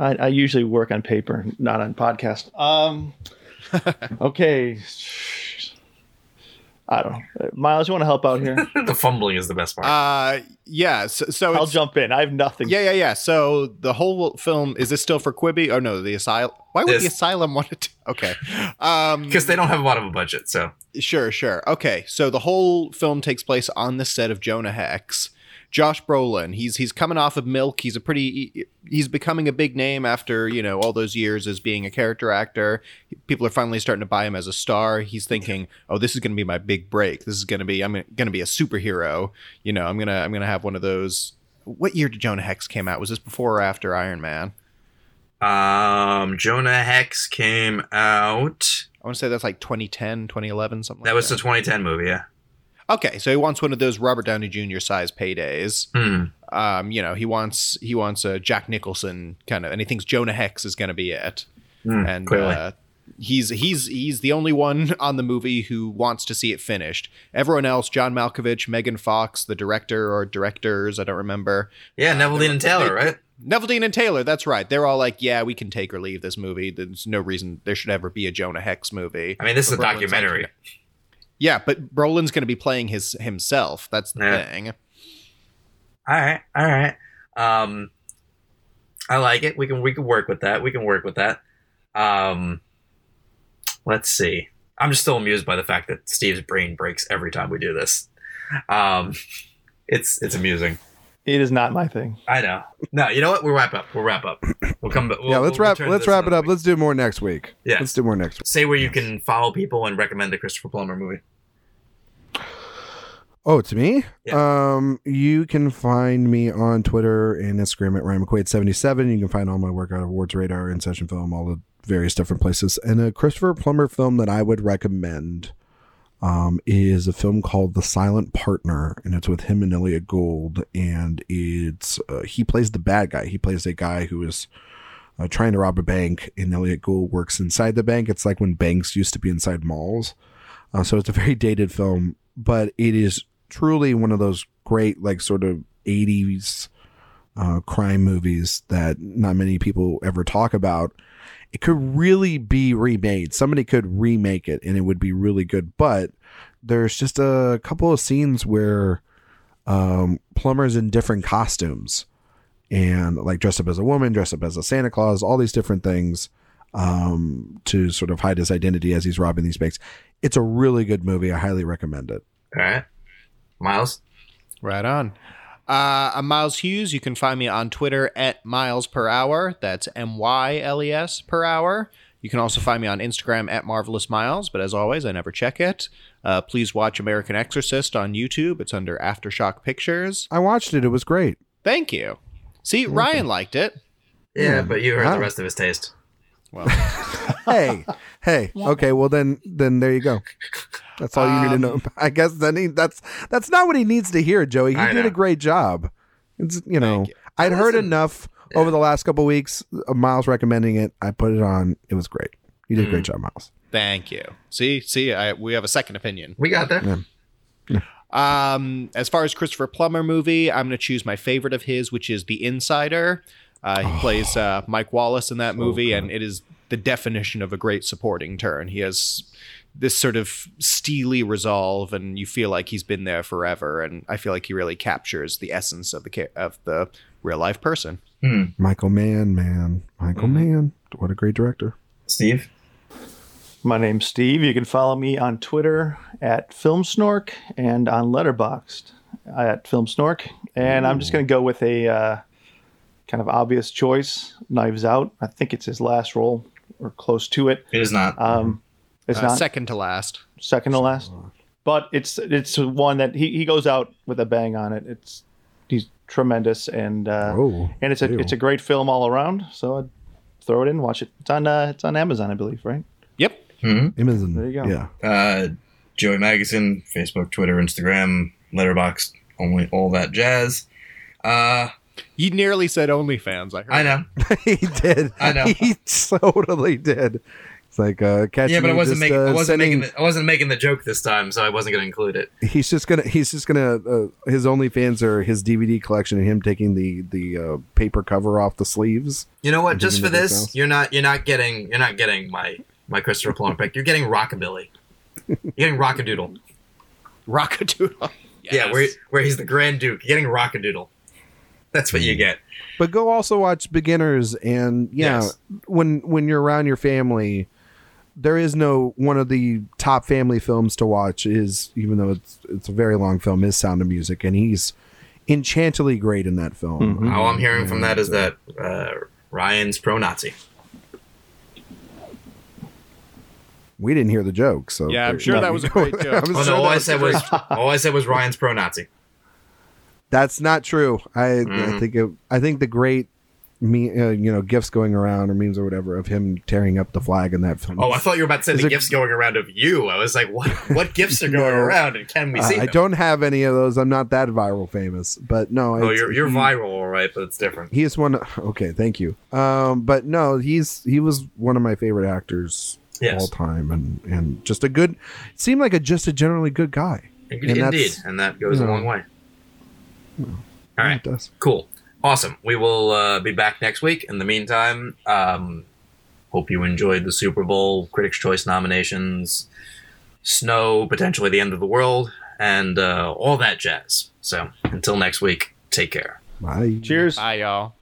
Speaker 4: I, I usually work on paper, not on podcast.
Speaker 2: [laughs]
Speaker 4: Um. okay. I don't know. Miles, you want to help
Speaker 2: [laughs]
Speaker 4: out here?
Speaker 1: the fumbling is the best part.
Speaker 2: uh yeah so, so
Speaker 4: I'll
Speaker 2: it's,
Speaker 4: jump in. I have nothing.
Speaker 2: yeah yeah yeah so the whole film is this still for quibi oh no the asylum why would
Speaker 1: This-
Speaker 2: the asylum want to okay um
Speaker 1: Because they don't have a lot of a budget, so
Speaker 2: Sure, sure. Okay, so the whole film takes place on the set of Jonah Hex. Josh Brolin, he's he's coming off of Milk. He's a pretty he's becoming a big name after, you know, all those years as being a character actor. People are finally starting to buy him as a star. He's thinking, "Oh, this is going to be my big break. This is going to be I'm going to be a superhero. You know, I'm going to I'm going to have one of those What year did Jonah Hex came out? Was this before or after Iron Man?
Speaker 1: um, Jonah Hex came out.
Speaker 2: I want to say that's like 2010, 2011, something
Speaker 1: That
Speaker 2: like
Speaker 1: was
Speaker 2: that.
Speaker 1: the 2010 movie, yeah.
Speaker 2: okay, so he wants one of those Robert Downey Jr. size paydays.
Speaker 1: Hmm.
Speaker 2: Um, you know, he wants he wants a Jack Nicholson kind of, and he thinks Jonah Hex is going to be it.
Speaker 1: Hmm,
Speaker 2: and
Speaker 1: clearly.
Speaker 2: uh, he's he's he's the only one [laughs] on the movie who wants to see it finished. Everyone else, John Malkovich, Megan Fox, the director or directors, I don't remember.
Speaker 1: Yeah, Neville Dean and Taylor, right?
Speaker 2: Neville Dean and Taylor, that's right. They're all like, yeah, we can take or leave this movie. There's no reason there should ever be a Jonah Hex movie.
Speaker 1: I mean, this is a
Speaker 2: But Brolin's like,
Speaker 1: documentary.
Speaker 2: yeah, but Brolin's going to be playing his himself. That's the
Speaker 1: Yeah.
Speaker 2: thing.
Speaker 1: All right, all right. Um, I like it. We can we can work with that. We can work with that. Um, let's see. I'm just still amused by the fact that Steve's brain breaks every time we do this. Um, it's it's amusing.
Speaker 4: It is not my thing.
Speaker 1: I know. No, you know what? We'll wrap up. We'll wrap up. We'll come back. We'll,
Speaker 3: yeah, let's
Speaker 1: we'll
Speaker 3: wrap.
Speaker 1: return to
Speaker 3: Let's
Speaker 1: this
Speaker 3: wrap it
Speaker 1: another
Speaker 3: up.
Speaker 1: week.
Speaker 3: Let's do more next week.
Speaker 1: Yeah.
Speaker 3: let's do more next week.
Speaker 1: Say where you can follow people and recommend a Christopher Plummer movie.
Speaker 3: Oh, to me. Um, you can find me on Twitter and Instagram at Ryan McQuaid seventy seven. You can find all my work out of Awards Radar and Session Film, all the various different places. And a Christopher Plummer film that I would recommend um, is a film called The Silent Partner, and it's with him and Elliot Gould, and it's uh, he plays the bad guy. He plays a guy who is uh, trying to rob a bank, and Elliot Gould works inside the bank. It's like when banks used to be inside malls. Uh, so it's a very dated film, but it is truly one of those great, like, sort of 80s uh, crime movies that not many people ever talk about. It could really be remade. Somebody could remake it and it would be really good. But there's just a couple of scenes where um, plumbers in different costumes and like dressed up as a woman, dressed up as a Santa Claus, all these different things um, to sort of hide his identity as he's robbing these banks. It's a really good movie. I highly recommend it.
Speaker 1: All right, Miles.
Speaker 2: Right on. Uh, I'm Miles Hughes. You can find me on Twitter at miles per hour. That's M Y L E S per hour. You can also find me on Instagram at marvelous miles. But as always, I never check it. Uh, please watch American Exorcist on YouTube. It's under Aftershock Pictures.
Speaker 3: I watched it. It was great.
Speaker 2: Thank you. See, Ryan liked it.
Speaker 1: Yeah, but you heard
Speaker 3: Wow.
Speaker 1: the rest of his taste.
Speaker 2: Well,
Speaker 3: Hey, hey. Okay, well then, then there you go. That's all you need to know. [laughs] I guess then he, that's that's not what he needs to hear, Joey. He
Speaker 1: I
Speaker 3: did
Speaker 1: know.
Speaker 3: a great job. It's you know,
Speaker 2: you.
Speaker 3: I'd heard
Speaker 1: Listen,
Speaker 3: enough over the last couple weeks. of Miles recommending it. I put it on. It was great. You did a great job, Miles.
Speaker 2: thank you. See, see, I, we have a second opinion.
Speaker 1: We got there.
Speaker 2: Um, as far as Christopher Plummer movie, I'm going to choose my favorite of his, which is The Insider. Uh, he plays uh, Mike Wallace in that movie, and it is the definition of a great supporting turn. He has this sort of steely resolve, and you feel like he's been there forever. And I feel like he really captures the essence of the ca- of the real life person.
Speaker 3: Michael Mann, man, Michael Mann. What a great director.
Speaker 1: Steve.
Speaker 4: My name's Steve. You can follow me on Twitter at FilmSnork and on Letterboxd at FilmSnork. And I'm just going to go with a uh, kind of obvious choice Knives Out. I think it's his last role or close to it.
Speaker 1: It is not.
Speaker 4: Um, it's
Speaker 2: Uh,
Speaker 4: not
Speaker 2: second to last.
Speaker 4: second to last, but it's it's one that he, he goes out with a bang on it. It's he's tremendous and uh,
Speaker 3: Oh,
Speaker 4: and it's a
Speaker 3: ew.
Speaker 4: it's a great film all around. So I'd throw it in, watch it. It's on uh, it's on Amazon, I believe, right?
Speaker 2: Yep.
Speaker 3: Amazon.
Speaker 4: There you go.
Speaker 3: Yeah.
Speaker 1: Hmm?
Speaker 3: [laughs]
Speaker 1: uh, Joey Magazine, Facebook, Twitter, Instagram, Letterboxd, only all that jazz. Uh,
Speaker 2: You nearly said OnlyFans. I heard.
Speaker 1: I know.
Speaker 3: he did.
Speaker 1: I know.
Speaker 3: [laughs] He totally did. It's like uh, catch
Speaker 1: Yeah, but I
Speaker 3: me
Speaker 1: wasn't
Speaker 3: just,
Speaker 1: making.
Speaker 3: uh,
Speaker 1: I wasn't
Speaker 3: sending-
Speaker 1: making. The, I wasn't making the joke this time, so I wasn't going to include it.
Speaker 3: he's just gonna. He's just gonna. Uh, his OnlyFans are his DVD collection and him taking the the uh, paper cover off the sleeves.
Speaker 1: You know what?
Speaker 3: Mhm,
Speaker 1: Just for
Speaker 3: that makes
Speaker 1: this,
Speaker 3: sense.
Speaker 1: you're not. You're not getting. You're not getting my my Christopher Plummer pick. You're getting Rockabilly. You're getting Rockadoodle.
Speaker 2: Rockadoodle.
Speaker 1: Yeah,
Speaker 2: Yes.
Speaker 1: where where he's the Grand Duke. You're getting Rockadoodle. That's what you get.
Speaker 3: But go also watch Beginners and yeah,
Speaker 1: Yes.
Speaker 3: when when you're around your family, there is no one of the top family films to watch is even though it's it's a very long film is Sound of Music and he's enchantedly great in that film.
Speaker 1: All I'm hearing from that is that uh, Ryan's pro Nazi.
Speaker 3: We didn't hear the joke, so
Speaker 2: Yeah, I'm
Speaker 3: there-
Speaker 2: sure
Speaker 3: no,
Speaker 2: that
Speaker 3: we
Speaker 2: was a
Speaker 3: don't-
Speaker 2: great joke.
Speaker 3: [laughs] I'm
Speaker 1: Oh
Speaker 3: sure
Speaker 1: no! All
Speaker 3: that
Speaker 1: I
Speaker 3: was
Speaker 1: said
Speaker 3: great.
Speaker 1: was all I said was Ryan's pro Nazi. Mm.
Speaker 3: That's not true. I, I think it, I think the great me, uh, you know, gifts going around or memes or whatever of him tearing up the flag in that film.
Speaker 1: Oh, I thought you were about to say
Speaker 3: Is
Speaker 1: the
Speaker 3: it-
Speaker 1: gifts going around of you. I was like,
Speaker 3: [laughs]
Speaker 1: what? What gifts are going
Speaker 3: No.
Speaker 1: around, and can we
Speaker 3: Uh,
Speaker 1: see
Speaker 3: I
Speaker 1: them?
Speaker 3: don't have any of those. I'm not that viral famous, but no.
Speaker 1: Oh,
Speaker 3: it's-
Speaker 1: you're you're
Speaker 3: he-
Speaker 1: viral, all right, but it's different.
Speaker 3: He is one. Okay, thank you. Um, but no, he's he was one of my favorite actors
Speaker 1: Yes.
Speaker 3: all time, and and just a good. Seemed like a just a generally good guy.
Speaker 1: Indeed,
Speaker 3: and
Speaker 1: and,
Speaker 3: that's-
Speaker 1: that goes
Speaker 3: no.
Speaker 1: a long way. All right,
Speaker 3: It does.
Speaker 1: cool, awesome. We will uh, be back next week. In the meantime, um, hope you enjoyed the Super Bowl, Critics' Choice nominations, snow, potentially the end of the world, and uh, all that jazz. So, until next week, take care.
Speaker 3: Bye.
Speaker 4: Cheers.
Speaker 2: Bye, y'all.